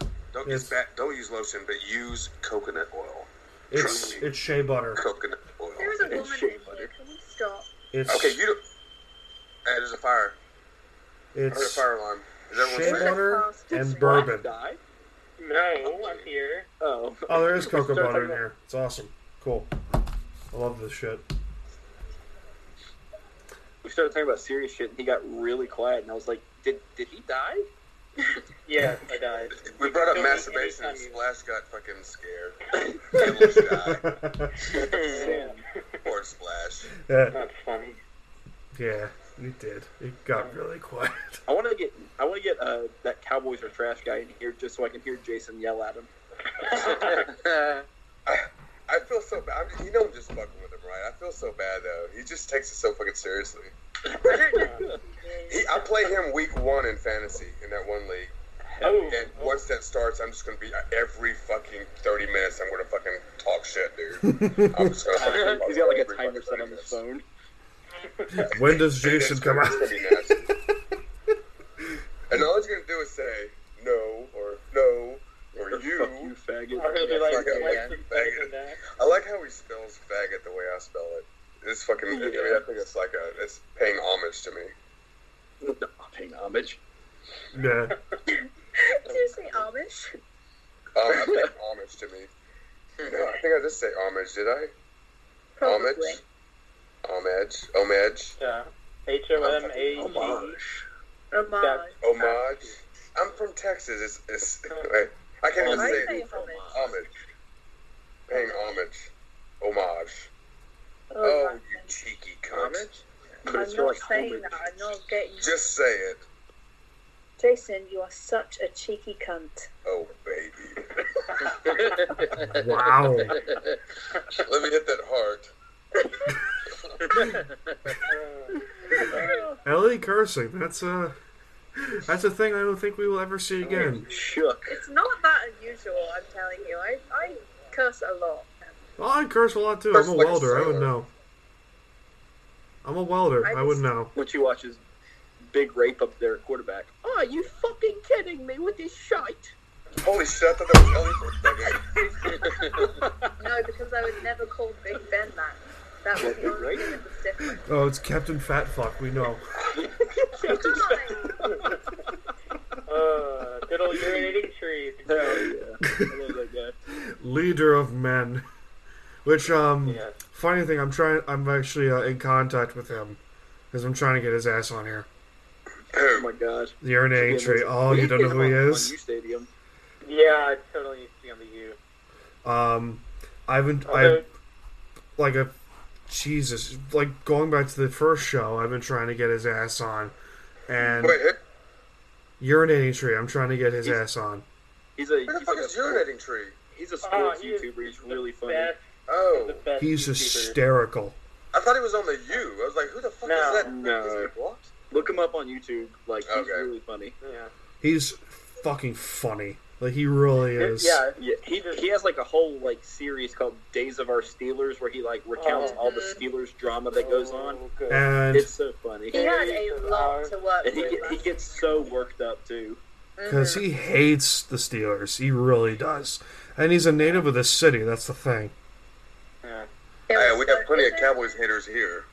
Speaker 4: It's-
Speaker 2: Don't use bat. Don't use lotion, but use coconut oil.
Speaker 4: It's it's shea butter.
Speaker 2: Coconut oil.
Speaker 3: There was a woman in
Speaker 7: shea
Speaker 3: here.
Speaker 7: butter.
Speaker 3: Can we stop?
Speaker 4: It's
Speaker 2: Okay, you don't. Hey, there's a fire. I heard a
Speaker 4: it's
Speaker 2: fire alarm. Is everyone
Speaker 4: shea
Speaker 2: safe?
Speaker 4: butter and bourbon.
Speaker 7: Die?
Speaker 5: No, I'm here.
Speaker 7: Oh,
Speaker 4: Oh, there is cocoa butter in here. It's awesome. Cool. I love this shit.
Speaker 7: we started talking about serious shit, and he got really quiet, and I was like, "Did did he die?"
Speaker 5: Yeah, I died.
Speaker 2: We brought up
Speaker 5: Don't eat
Speaker 2: masturbation and
Speaker 5: anytime
Speaker 2: Splash got fucking scared. Little guy.
Speaker 7: Sam,
Speaker 2: Poor Splash.
Speaker 4: yeah,
Speaker 5: That's funny.
Speaker 4: yeah, it did. It got really quiet.
Speaker 7: I want to get I want to get uh, that Cowboys are trash guy in here just so I can hear Jason yell at him.
Speaker 2: I feel so bad. I mean, you know I'm just fucking with him, right? I feel so bad, though. He just takes it so fucking seriously. He, I play him week one in fantasy in that one league.
Speaker 5: Oh,
Speaker 2: And once that starts, I'm just going to be every fucking 30 minutes, I'm going to fucking talk shit, dude. I'm just going to fucking talk
Speaker 7: He's got like
Speaker 2: shit every
Speaker 7: a
Speaker 2: fucking
Speaker 7: timer set
Speaker 2: 30
Speaker 7: on his
Speaker 2: minutes.
Speaker 7: phone.
Speaker 4: When does
Speaker 2: It's
Speaker 4: Jason come
Speaker 2: gonna-
Speaker 4: out?
Speaker 2: it's gonna be nasty. and all he's going to do is say, no, or no, or
Speaker 7: Fuck you,
Speaker 2: you.
Speaker 5: I heard
Speaker 7: faggot.
Speaker 5: they like,
Speaker 2: fuck
Speaker 5: like
Speaker 2: it,
Speaker 5: this
Speaker 2: man.
Speaker 5: back and that.
Speaker 2: I like how he spells faggot the way I spell it. It's fucking, I mean, I think it's like a, it's paying homage to me.
Speaker 7: No, I'm paying homage.
Speaker 4: Yeah,
Speaker 3: Did you say Amish?
Speaker 2: Um, I think homage to me. No, I think I did say homage, did I?
Speaker 3: Probably.
Speaker 2: Homage? Homage? Homage?
Speaker 5: Yeah. H O M E. A G.
Speaker 3: Homage.
Speaker 2: Homage? I'm from Texas. It's, it's wait, I can't even
Speaker 3: I
Speaker 2: say
Speaker 3: say
Speaker 2: it.
Speaker 3: homage.
Speaker 2: homage. Paying homage. Homage.
Speaker 3: Oh,
Speaker 2: Oh,
Speaker 3: right.
Speaker 2: you cheeky cunt.
Speaker 7: But
Speaker 3: I'm
Speaker 7: it's for,
Speaker 3: not
Speaker 7: like
Speaker 3: saying
Speaker 7: homage.
Speaker 3: that. I'm not getting.
Speaker 2: Just say it.
Speaker 3: Jason, you are such a cheeky cunt.
Speaker 2: Oh, baby.
Speaker 4: wow.
Speaker 2: Let me hit that heart.
Speaker 4: Ellie E cursing. That's a that's a thing I don't think we will ever
Speaker 2: E
Speaker 4: see again.
Speaker 7: Shook.
Speaker 3: It's not that unusual, I'm telling you. I, I curse a lot.
Speaker 4: Well, I curse a lot too.
Speaker 2: Curse
Speaker 4: I'm a
Speaker 2: like a
Speaker 4: welder. I would
Speaker 2: sailor.
Speaker 4: know. I'm a welder.
Speaker 3: I
Speaker 4: I, would
Speaker 3: just-
Speaker 4: know.
Speaker 7: When she watches Big Rape up there at quarterback. Are you fucking kidding me with this shite?
Speaker 2: Holy shit, I thought that was Ellie for a second.
Speaker 3: No, because I would never call Big Ben that. That was not
Speaker 7: Right?
Speaker 3: it was different.
Speaker 4: Oh, it's Captain Fat Fuck. We know.
Speaker 3: Hi.
Speaker 5: Uh, good old urinating tree.
Speaker 7: Hell yeah. I love that guy.
Speaker 4: Leader of men. Which um,
Speaker 5: Yes.
Speaker 4: funny thing, I'm trying. I'm actually uh, in contact with him because I'm trying to get his ass on here.
Speaker 7: Oh my god.
Speaker 4: Oh, The urinating tree. Oh, you don't know who he is?
Speaker 7: Stadium.
Speaker 5: Yeah, it totally needs to be on the U.
Speaker 4: Um, I've been, I
Speaker 5: Although-
Speaker 4: like a Jesus, like going back to the first show, I've been trying to get his ass on, and
Speaker 2: Wait, who,
Speaker 4: urinating tree. I'm trying to get his
Speaker 7: He's-
Speaker 4: ass on.
Speaker 7: He's a
Speaker 2: who the
Speaker 7: he's,
Speaker 2: fuck
Speaker 7: like a
Speaker 2: is
Speaker 7: sport,
Speaker 2: urinating tree?
Speaker 7: he's a
Speaker 5: Oh,
Speaker 7: sports
Speaker 5: he is
Speaker 7: YouTuber. He's really
Speaker 5: the
Speaker 7: funny.
Speaker 5: Best,
Speaker 2: Oh,
Speaker 5: the best
Speaker 4: He's
Speaker 5: YouTuber.
Speaker 4: hysterical.
Speaker 2: I thought he was on the U. I was like, who the fuck
Speaker 5: No,
Speaker 2: is that?
Speaker 7: no.
Speaker 2: He's like, what?
Speaker 7: Look him up on YouTube. Like he's
Speaker 2: Okay.
Speaker 7: really funny.
Speaker 5: Yeah.
Speaker 4: He's fucking funny. Like he really is.
Speaker 5: yeah,
Speaker 7: Yeah, he he has like a whole like series called Days of Our Steelers where he like recounts
Speaker 5: Oh.
Speaker 7: all the Steelers drama that goes on.
Speaker 5: Oh, good.
Speaker 4: And
Speaker 7: It's so funny.
Speaker 3: He had a lot to work
Speaker 7: And he
Speaker 3: with.
Speaker 7: get- he gets so worked up too.
Speaker 4: because he hates the Steelers, he really does. And he's a native of this city. That's the thing.
Speaker 5: Yeah.
Speaker 3: It
Speaker 2: Hey,
Speaker 3: was-
Speaker 2: we have plenty of
Speaker 3: isn't-
Speaker 2: Cowboys haters here.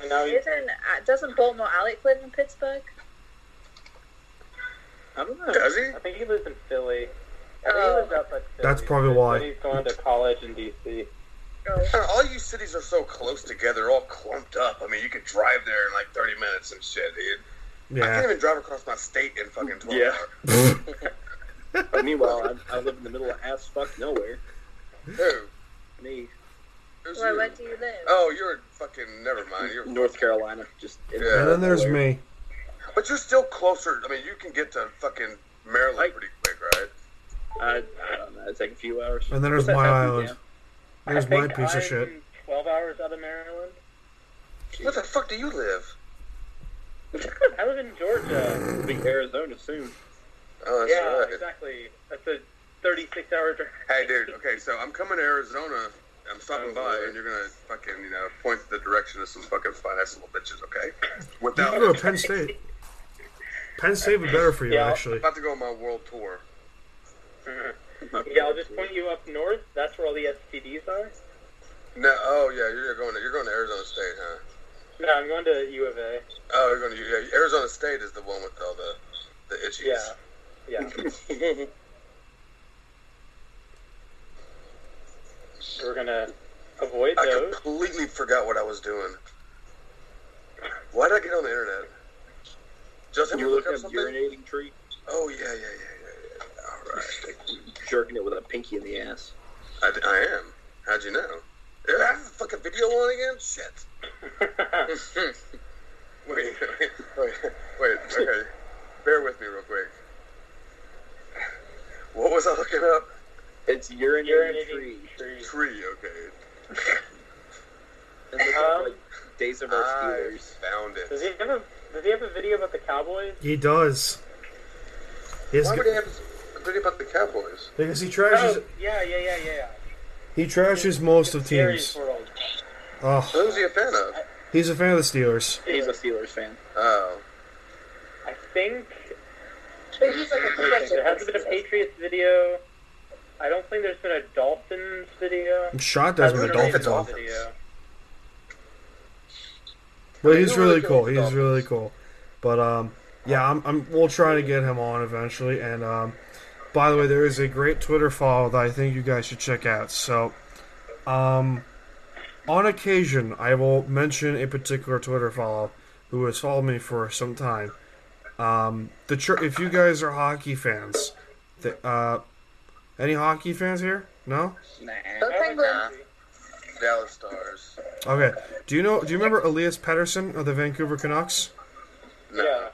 Speaker 5: And now he's,
Speaker 3: Isn't, uh, doesn't Baltimore Alec live in Pittsburgh?
Speaker 5: I don't know.
Speaker 2: Does he?
Speaker 5: I think he lives in Philly. I think he
Speaker 3: Oh.
Speaker 5: lives outside Philly.
Speaker 4: That's probably why.
Speaker 5: But he's going to college in D.C.
Speaker 3: Oh.
Speaker 2: Man, all you cities are so close together, all clumped up. I mean, you could drive there in like 30 minutes and shit, dude. I can't
Speaker 4: Yeah.
Speaker 2: even drive across my state in fucking 12
Speaker 7: Yeah.
Speaker 2: hours.
Speaker 7: But meanwhile, I, I live in the middle of ass fuck nowhere.
Speaker 2: Who?
Speaker 7: Me,
Speaker 2: Who's
Speaker 3: Where,
Speaker 2: you?
Speaker 3: where do you live?
Speaker 2: Oh, you're in fucking. Never mind. You're,
Speaker 7: North Carolina, just in
Speaker 2: Yeah.
Speaker 4: And then there's me.
Speaker 2: but you're still closer. I mean, you can get to fucking Maryland
Speaker 7: Like-
Speaker 2: pretty quick, right?
Speaker 7: I, I don't know. It's like a few hours.
Speaker 4: And then there's
Speaker 7: What's that
Speaker 4: my
Speaker 7: happen?
Speaker 4: island.
Speaker 5: I
Speaker 4: There's my
Speaker 5: think
Speaker 4: piece
Speaker 5: I'm
Speaker 4: of shit.
Speaker 5: Twelve hours out of Maryland.
Speaker 2: Where the fuck do you live?
Speaker 5: I live in Georgia.
Speaker 7: Yeah. It'll be Arizona soon.
Speaker 2: Oh, that's
Speaker 5: yeah,
Speaker 2: right.
Speaker 5: exactly. That's a thirty-six hour drive.
Speaker 2: Hey, dude. Okay, so I'm coming to Arizona. I'm stopping
Speaker 7: Oh,
Speaker 2: by,
Speaker 7: Lord.
Speaker 2: and you're gonna fucking, you know, point the direction of some fucking fine ass little bitches, okay?
Speaker 4: You
Speaker 2: Without
Speaker 4: can go to Penn State. Penn State would be better for you,
Speaker 5: Yeah.
Speaker 4: actually.
Speaker 2: about to go on my world tour.
Speaker 5: Yeah, I'll just point you up north. That's where all the STDs are.
Speaker 2: No, oh yeah, you're going to you're going to Arizona State, huh?
Speaker 5: No, I'm going to U of A.
Speaker 2: Oh, you're going to yeah, Arizona State is the one with all the the itchies.
Speaker 5: Yeah, yeah. We're gonna avoid
Speaker 2: I
Speaker 5: those.
Speaker 2: completely forgot what I was doing. Why did I get on the internet? Justin,
Speaker 7: You're
Speaker 2: you look
Speaker 7: looking
Speaker 2: up
Speaker 7: up
Speaker 2: something?
Speaker 7: urinating tree,
Speaker 2: Oh yeah, yeah, yeah, yeah, yeah. All right,
Speaker 7: jerking it with a pinky in the ass.
Speaker 2: I, I am. How'd you know? Did I have the fucking video on again? Shit. wait, wait, wait, wait. Okay, bear with me real quick. What was I looking up?
Speaker 7: It's urinating tree.
Speaker 5: Urinating trees.
Speaker 2: Tree. Okay,
Speaker 7: And look up,
Speaker 5: Um,
Speaker 7: like, Days of Our
Speaker 5: Ah,
Speaker 2: I
Speaker 7: Steelers.
Speaker 2: found it.
Speaker 5: Does he have a Does he have a video about the Cowboys?
Speaker 4: He does. He has
Speaker 2: Why
Speaker 4: g-
Speaker 2: would he have a video about the Cowboys?
Speaker 4: because he
Speaker 5: Oh,
Speaker 4: trashes
Speaker 5: yeah, yeah, yeah, yeah.
Speaker 4: he trashes most of
Speaker 5: Jerry's
Speaker 4: teams.
Speaker 5: World.
Speaker 4: Oh,
Speaker 2: Who's he a fan of?
Speaker 4: he's a fan of the Steelers.
Speaker 7: He's a Steelers fan.
Speaker 2: Oh.
Speaker 5: I think
Speaker 3: But he's like a
Speaker 5: there
Speaker 3: professional.
Speaker 5: hasn't been a Patriots video. I don't think there's been a Dolphins video.
Speaker 4: I'm shocked that's
Speaker 5: Hasn't
Speaker 4: what the
Speaker 5: been a
Speaker 4: Dolphins are.
Speaker 2: Dolphins.
Speaker 5: video.
Speaker 4: But he's
Speaker 2: Who really
Speaker 4: really cool.
Speaker 2: goes
Speaker 4: He's
Speaker 2: Dolphins?
Speaker 4: really cool. But um, yeah, I'm, I'm we'll try to get him on eventually. And um, by the way, there is a great Twitter follow that I think you guys should check out. So, um, on occasion, I will mention a particular Twitter follow who has followed me for some time. Um, the chur if you guys are hockey fans, the, uh, any hockey fans here? No.
Speaker 3: Go Penguins.
Speaker 2: Dallas Stars.
Speaker 4: Okay. Do you know? Do you remember Elias Pettersson of the Vancouver Canucks?
Speaker 2: No.
Speaker 5: Yeah.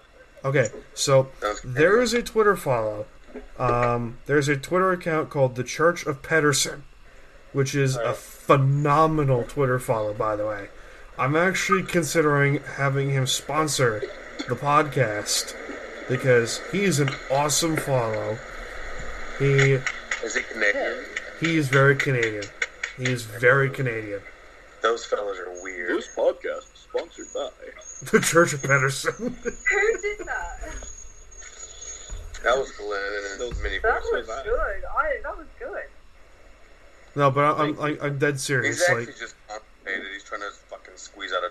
Speaker 4: Okay, so
Speaker 2: Sounds
Speaker 4: there is a Twitter follow. Um, there's a Twitter account called the Church of Pedersen, which is a phenomenal Twitter follow, by the way. I'm actually considering having him sponsor the podcast because he's an awesome follow. He
Speaker 2: Is he Canadian?
Speaker 4: he is very Canadian. He is very Canadian.
Speaker 2: Those fellas are weird.
Speaker 7: This podcast is sponsored by.
Speaker 4: The Church of Pedersen.
Speaker 3: Who did that?
Speaker 2: That was Glenn and his mini
Speaker 3: That was
Speaker 7: survive.
Speaker 3: good. I, that was good.
Speaker 4: no, but I- I'm I'm, I'm dead
Speaker 2: He's
Speaker 4: serious.
Speaker 2: actually
Speaker 4: Like
Speaker 2: just complicated. He's trying to fucking squeeze out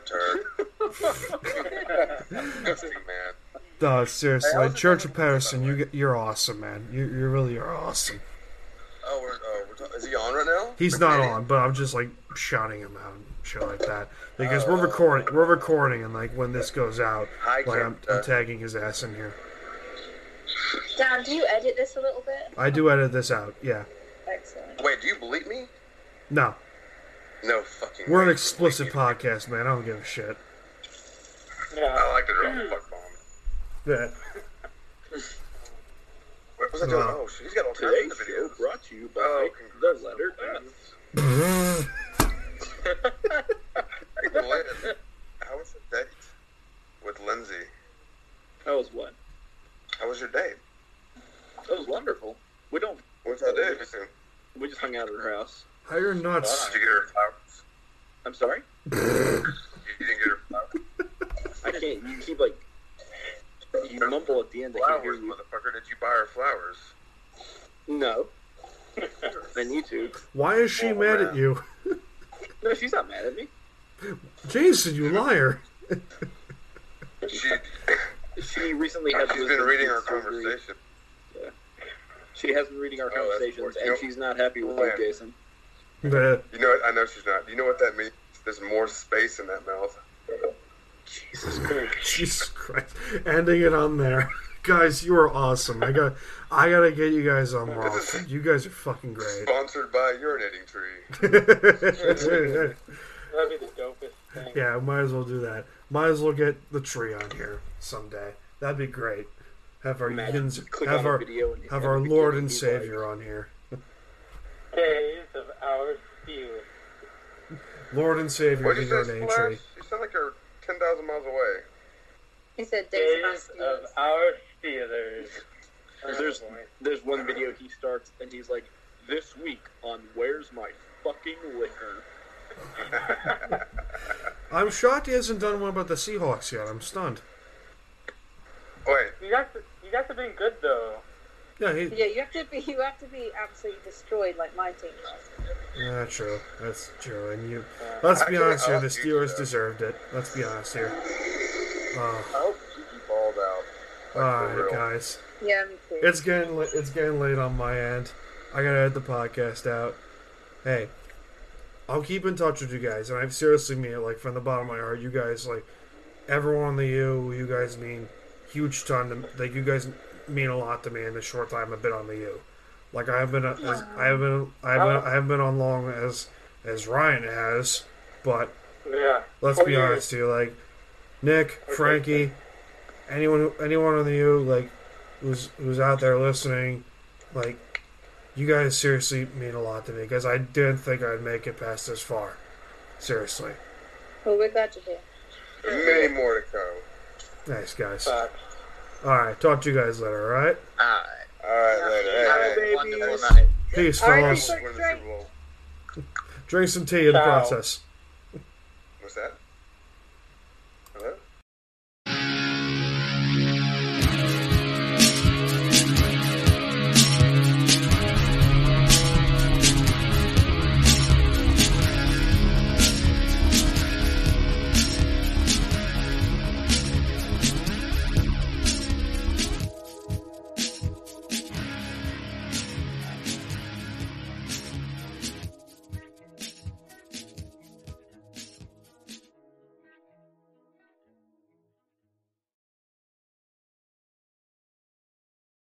Speaker 2: a turd. Disgusting man.
Speaker 4: No, seriously,
Speaker 2: Hey, I
Speaker 4: like
Speaker 2: was
Speaker 4: Church of
Speaker 2: thinking about
Speaker 4: Patterson,
Speaker 2: that
Speaker 4: you get- you're awesome, man. You you really are awesome.
Speaker 2: Oh, we're, oh we're talk- is he on right now?
Speaker 4: He's not on, but I'm just like shouting him out, and shit like that, because we're recording. We're recording, and like when this goes out,
Speaker 2: Uh, Hi, uh,
Speaker 4: like I'm,
Speaker 2: Kenta.
Speaker 4: I'm tagging his ass in here.
Speaker 3: Dan, do you edit this a little bit?
Speaker 4: I do edit this out. Yeah.
Speaker 3: Excellent.
Speaker 2: Wait, do you believe me?
Speaker 4: No,
Speaker 2: No fucking.
Speaker 4: we're an
Speaker 2: way.
Speaker 4: explicit podcast, man. I don't give a shit.
Speaker 2: I
Speaker 5: Yeah.
Speaker 2: like to drop a fuck bomb.
Speaker 4: Yeah.
Speaker 2: What was I doing?
Speaker 4: No.
Speaker 2: Oh, shit, he's got
Speaker 7: Today's
Speaker 2: alternative
Speaker 7: show
Speaker 2: videos.
Speaker 7: brought to you by
Speaker 2: Oh,
Speaker 7: the letter F.
Speaker 2: Hey, Lynn, how was your date with Lindsay?
Speaker 7: That was what?
Speaker 2: How was your date?
Speaker 7: That was wonderful. We don't.
Speaker 2: What's that date? Did
Speaker 7: We just hung out at her house.
Speaker 4: How you're nuts?
Speaker 2: you get her flowers?
Speaker 7: I'm sorry.
Speaker 2: You didn't get her flowers?
Speaker 7: I can't. You keep like. You mumble at the end. I can't hear
Speaker 2: Flowers,
Speaker 7: you.
Speaker 2: motherfucker. Did you buy her flowers?
Speaker 7: No. I need to.
Speaker 4: Why is she mad at you?
Speaker 7: No, she's not mad at me.
Speaker 4: Jason, you liar.
Speaker 2: She,
Speaker 7: She recently had.
Speaker 2: she's been
Speaker 7: wisdom
Speaker 2: reading our
Speaker 7: teeth surgery.
Speaker 2: conversation.
Speaker 7: She has been reading our
Speaker 2: Oh, that's
Speaker 7: conversations,
Speaker 2: fortunate.
Speaker 7: and she's not happy with
Speaker 2: Plan.
Speaker 7: you, Jason.
Speaker 4: Nah.
Speaker 2: You know, what? I know she's not. You know what that means? There's more space in that mouth.
Speaker 4: Jesus Christ. Ending it on there. Guys, you are awesome. I got I gotta get you guys on Raw. You guys are fucking great.
Speaker 2: Sponsored by Urinating Tree.
Speaker 5: That'd be the dopest thing.
Speaker 4: yeah, might as well do that. Might as well get the tree on here someday. That'd be great. Have our
Speaker 7: Imagine,
Speaker 4: yins-
Speaker 7: click
Speaker 4: have
Speaker 7: on a
Speaker 4: our
Speaker 7: video and-
Speaker 4: have
Speaker 7: and
Speaker 4: our
Speaker 7: the
Speaker 4: Lord
Speaker 7: beginning
Speaker 4: and
Speaker 7: he's
Speaker 4: Savior on here.
Speaker 5: Days of our feud.
Speaker 4: Lord and Savior
Speaker 2: What
Speaker 4: of
Speaker 2: did
Speaker 4: the
Speaker 2: you say,
Speaker 4: Urinating
Speaker 2: Splash?
Speaker 4: Tree.
Speaker 2: You sound like you're 10,000 miles away.
Speaker 3: He said days of
Speaker 5: Days
Speaker 3: us
Speaker 5: of our Oh, feelers.
Speaker 7: There's there's one video he starts, and he's like, "This week on Where's My Fucking Liquor."
Speaker 4: I'm shocked he hasn't done one about the Seahawks yet. I'm stunned.
Speaker 2: Oh, Wait,
Speaker 5: You guys, you guys have been good though.
Speaker 4: Yeah, he,
Speaker 3: Yeah, you have to be. You have to be absolutely destroyed like my team was.
Speaker 4: Yeah, true. That's true. And you, let's be
Speaker 2: I-
Speaker 4: honest here.
Speaker 2: Uh, I'll
Speaker 4: The
Speaker 2: do
Speaker 4: Steelers
Speaker 2: so.
Speaker 4: deserved it. Let's be honest here. Uh,
Speaker 2: I hope Gigi balled out.
Speaker 4: all
Speaker 2: Like, for
Speaker 4: right,
Speaker 2: real.
Speaker 4: guys.
Speaker 3: Yeah, me too.
Speaker 4: It's getting la- it's getting late on my end. I gotta head the podcast out. Hey, I'll keep in touch with you guys, and I seriously mean it. Like from the bottom of my heart, you guys, like everyone that you, you guys mean huge ton. To, like you guys mean a lot to me in the short time I've been on the U. Like I've been, as, I have been, I've been, I have been on long as as Ryan has, but
Speaker 5: Yeah.
Speaker 4: let's
Speaker 5: Four
Speaker 4: be
Speaker 5: years.
Speaker 4: honest here. Like Nick, Frankie, anyone, who- anyone on the U, like who's who's out there listening, like you guys seriously mean a lot to me because I didn't think I'd make it past this far. Seriously,
Speaker 3: Well, we're glad you're here.
Speaker 2: There's many more to come.
Speaker 4: nice guys. All
Speaker 5: Fuck.
Speaker 4: right, talk to you guys later. All right,
Speaker 6: Ah,
Speaker 2: Alright, later. Hey,
Speaker 6: have
Speaker 2: hey,
Speaker 6: a
Speaker 2: hey.
Speaker 6: wonderful night.
Speaker 4: peace,
Speaker 3: All right,
Speaker 4: fellas.
Speaker 3: people.
Speaker 2: Win the Super Bowl.
Speaker 4: Drink some tea in the
Speaker 5: Ciao.
Speaker 4: process.
Speaker 2: What's that? Hello?